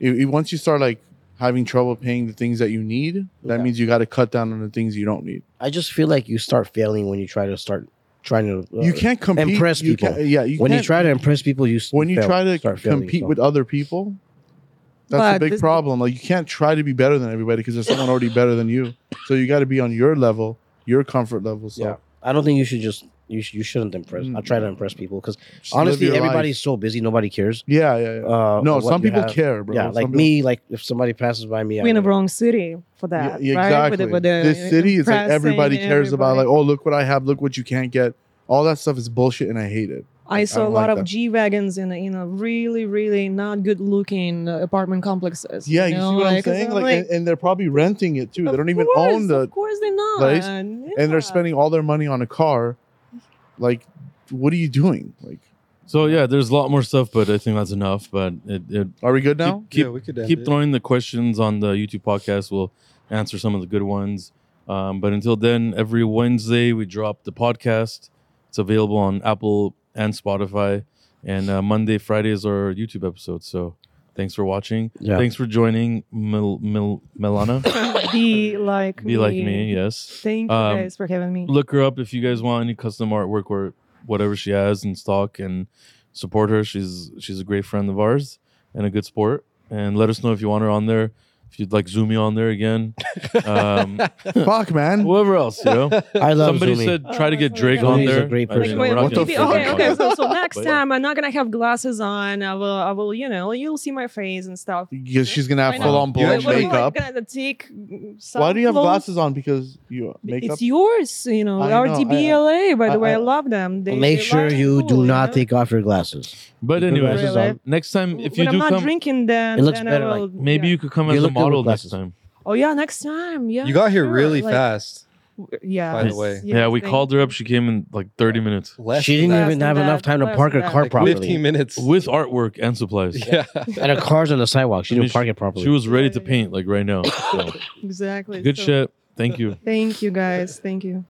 Speaker 3: i i- once you start like having trouble paying the things that you need, that
Speaker 2: Yeah.
Speaker 3: means you got to cut down on the things you don't need.
Speaker 2: I just feel like you start failing when you try to start trying to. uh,
Speaker 3: you can't compete.
Speaker 2: impress
Speaker 3: you
Speaker 2: people.
Speaker 3: can't- yeah, you
Speaker 2: when you
Speaker 3: can't-
Speaker 2: try to impress people, you s-
Speaker 3: when you
Speaker 2: fail,
Speaker 3: try to
Speaker 2: start failing
Speaker 3: compete
Speaker 2: yourself.
Speaker 3: with other people. That's a
Speaker 5: But
Speaker 3: big
Speaker 5: this-
Speaker 3: problem. Like you can't try to be better than everybody because there's someone already better than you. So you got to be on your level, your comfort level. So
Speaker 2: Yeah, I don't think you should just you sh- you shouldn't impress.
Speaker 3: Mm.
Speaker 2: I try to impress people because
Speaker 3: just live
Speaker 2: honestly,
Speaker 3: your life.
Speaker 2: everybody's so busy, nobody cares.
Speaker 3: Yeah, yeah, yeah.
Speaker 2: Uh,
Speaker 3: no,
Speaker 2: what
Speaker 3: some
Speaker 2: you
Speaker 3: people
Speaker 2: have.
Speaker 3: care, bro.
Speaker 2: yeah,
Speaker 3: Some
Speaker 2: like
Speaker 3: people-
Speaker 2: me, like if somebody passes by me, I
Speaker 5: We're in the
Speaker 2: would-
Speaker 5: wrong city for
Speaker 3: Yeah,
Speaker 5: that.
Speaker 3: yeah,
Speaker 5: right? With
Speaker 3: exactly.
Speaker 5: the- with the
Speaker 3: this city is like
Speaker 5: impressing
Speaker 3: everybody cares about like,
Speaker 5: everybody.
Speaker 3: oh look what I have, look what you can't get. All that stuff is bullshit, and I hate it.
Speaker 5: I saw a
Speaker 3: don't
Speaker 5: lot
Speaker 3: like
Speaker 5: of
Speaker 3: that.
Speaker 5: G wagons in a, in a really really not good looking uh, apartment complexes.
Speaker 3: Yeah, you
Speaker 5: know,
Speaker 3: see what I'm
Speaker 5: like, so
Speaker 3: saying?
Speaker 5: I'm
Speaker 3: Like,
Speaker 5: like,
Speaker 3: and, and they're probably renting it too. They
Speaker 5: Of
Speaker 3: don't even
Speaker 5: course,
Speaker 3: own the,
Speaker 5: Of course, they're not.
Speaker 3: place, and
Speaker 5: Yeah.
Speaker 3: they're spending all their money on a car. Like, what are you doing? Like,
Speaker 1: So yeah, there's a lot more stuff, but I think that's enough. But it, it
Speaker 3: are we good now?
Speaker 1: keep, keep,
Speaker 4: yeah, we could end
Speaker 1: keep
Speaker 4: it. <laughs>
Speaker 1: throwing the questions on the YouTube podcast. We'll answer some of the good ones. Um, but until then, every Wednesday we drop the podcast. It's available on Apple and Spotify. And uh, Monday, Fridays are YouTube episodes. So thanks for watching.
Speaker 2: Yeah.
Speaker 1: Thanks for joining, Mil- Mil- Milana.
Speaker 5: be like
Speaker 1: Be like me, yes.
Speaker 5: Thank
Speaker 1: Um,
Speaker 5: you guys for having me.
Speaker 1: Look her up if you guys want any custom artwork or whatever she has in stock, and support her. She's she's a great friend of ours and a good sport. And let us know if you want her on there. If you'd like Zumi on there
Speaker 5: <laughs>
Speaker 1: again, um,
Speaker 3: Fuck,
Speaker 1: <laughs>
Speaker 3: man.
Speaker 1: whoever else, you know.
Speaker 2: <laughs> I love
Speaker 1: Somebody
Speaker 2: Zumi.
Speaker 1: said try to get Drake
Speaker 5: Zumi's
Speaker 1: on
Speaker 5: a
Speaker 1: there.
Speaker 2: great
Speaker 1: I mean,
Speaker 2: person.
Speaker 1: we're not
Speaker 3: What the
Speaker 1: gonna
Speaker 5: maybe-
Speaker 1: get
Speaker 5: okay,
Speaker 1: Drake on
Speaker 5: okay.
Speaker 1: there. <laughs>
Speaker 5: So, so next
Speaker 1: But yeah.
Speaker 5: time I'm not gonna have glasses on. I will, I will, you know, you'll see my face and stuff.
Speaker 3: Yeah, she's gonna have
Speaker 5: Why not?
Speaker 3: full on
Speaker 4: You
Speaker 3: blonde
Speaker 4: actually-
Speaker 5: am I
Speaker 3: makeup.
Speaker 5: gonna take mm, some
Speaker 3: Why do you have
Speaker 5: clothes?
Speaker 3: glasses on? Because you makeup.
Speaker 5: It's yours, you know.
Speaker 3: I know, I-
Speaker 5: RTBLA, by
Speaker 3: I-
Speaker 5: the way, I,
Speaker 3: I-
Speaker 5: love them. They,
Speaker 2: Make
Speaker 5: they
Speaker 2: sure
Speaker 5: love
Speaker 2: you
Speaker 5: cool,
Speaker 2: do not
Speaker 5: know?
Speaker 2: take off your glasses.
Speaker 1: But
Speaker 2: Keep your
Speaker 1: anyway,
Speaker 2: glasses
Speaker 5: Really?
Speaker 2: on.
Speaker 1: next time if you
Speaker 5: when
Speaker 1: do
Speaker 5: I'm not
Speaker 1: come,
Speaker 5: drinking, then
Speaker 2: It looks
Speaker 5: then
Speaker 2: better,
Speaker 5: I
Speaker 2: like,
Speaker 5: will,
Speaker 1: maybe
Speaker 5: yeah.
Speaker 1: you could come
Speaker 2: You
Speaker 1: as a
Speaker 2: look good with
Speaker 1: model next
Speaker 2: glasses.
Speaker 1: time.
Speaker 5: Oh yeah, next time. Yeah,
Speaker 4: you got here
Speaker 5: sure,
Speaker 4: really
Speaker 5: like,
Speaker 4: fast.
Speaker 5: w- Yeah.
Speaker 4: by the
Speaker 5: yes,
Speaker 4: way.
Speaker 5: yes,
Speaker 1: Yeah, we
Speaker 5: thank-
Speaker 1: called her up. She came in like 30 minutes
Speaker 5: <laughs>
Speaker 4: Less
Speaker 2: she didn't
Speaker 4: than that.
Speaker 5: Less
Speaker 2: even
Speaker 5: than
Speaker 2: have
Speaker 5: that,
Speaker 2: enough time to
Speaker 5: less
Speaker 2: park her
Speaker 5: than
Speaker 2: car
Speaker 5: that.
Speaker 2: properly.
Speaker 4: 15 minutes.
Speaker 1: with artwork and supplies.
Speaker 4: <laughs> yeah.
Speaker 2: And her car's on the sidewalk. She
Speaker 1: I mean,
Speaker 2: didn't park it properly.
Speaker 1: She was
Speaker 5: <laughs>
Speaker 1: ready to paint like right now. So,
Speaker 5: Exactly.
Speaker 1: Good
Speaker 5: so
Speaker 1: shit. Thank you.
Speaker 5: Thank you guys. Thank you.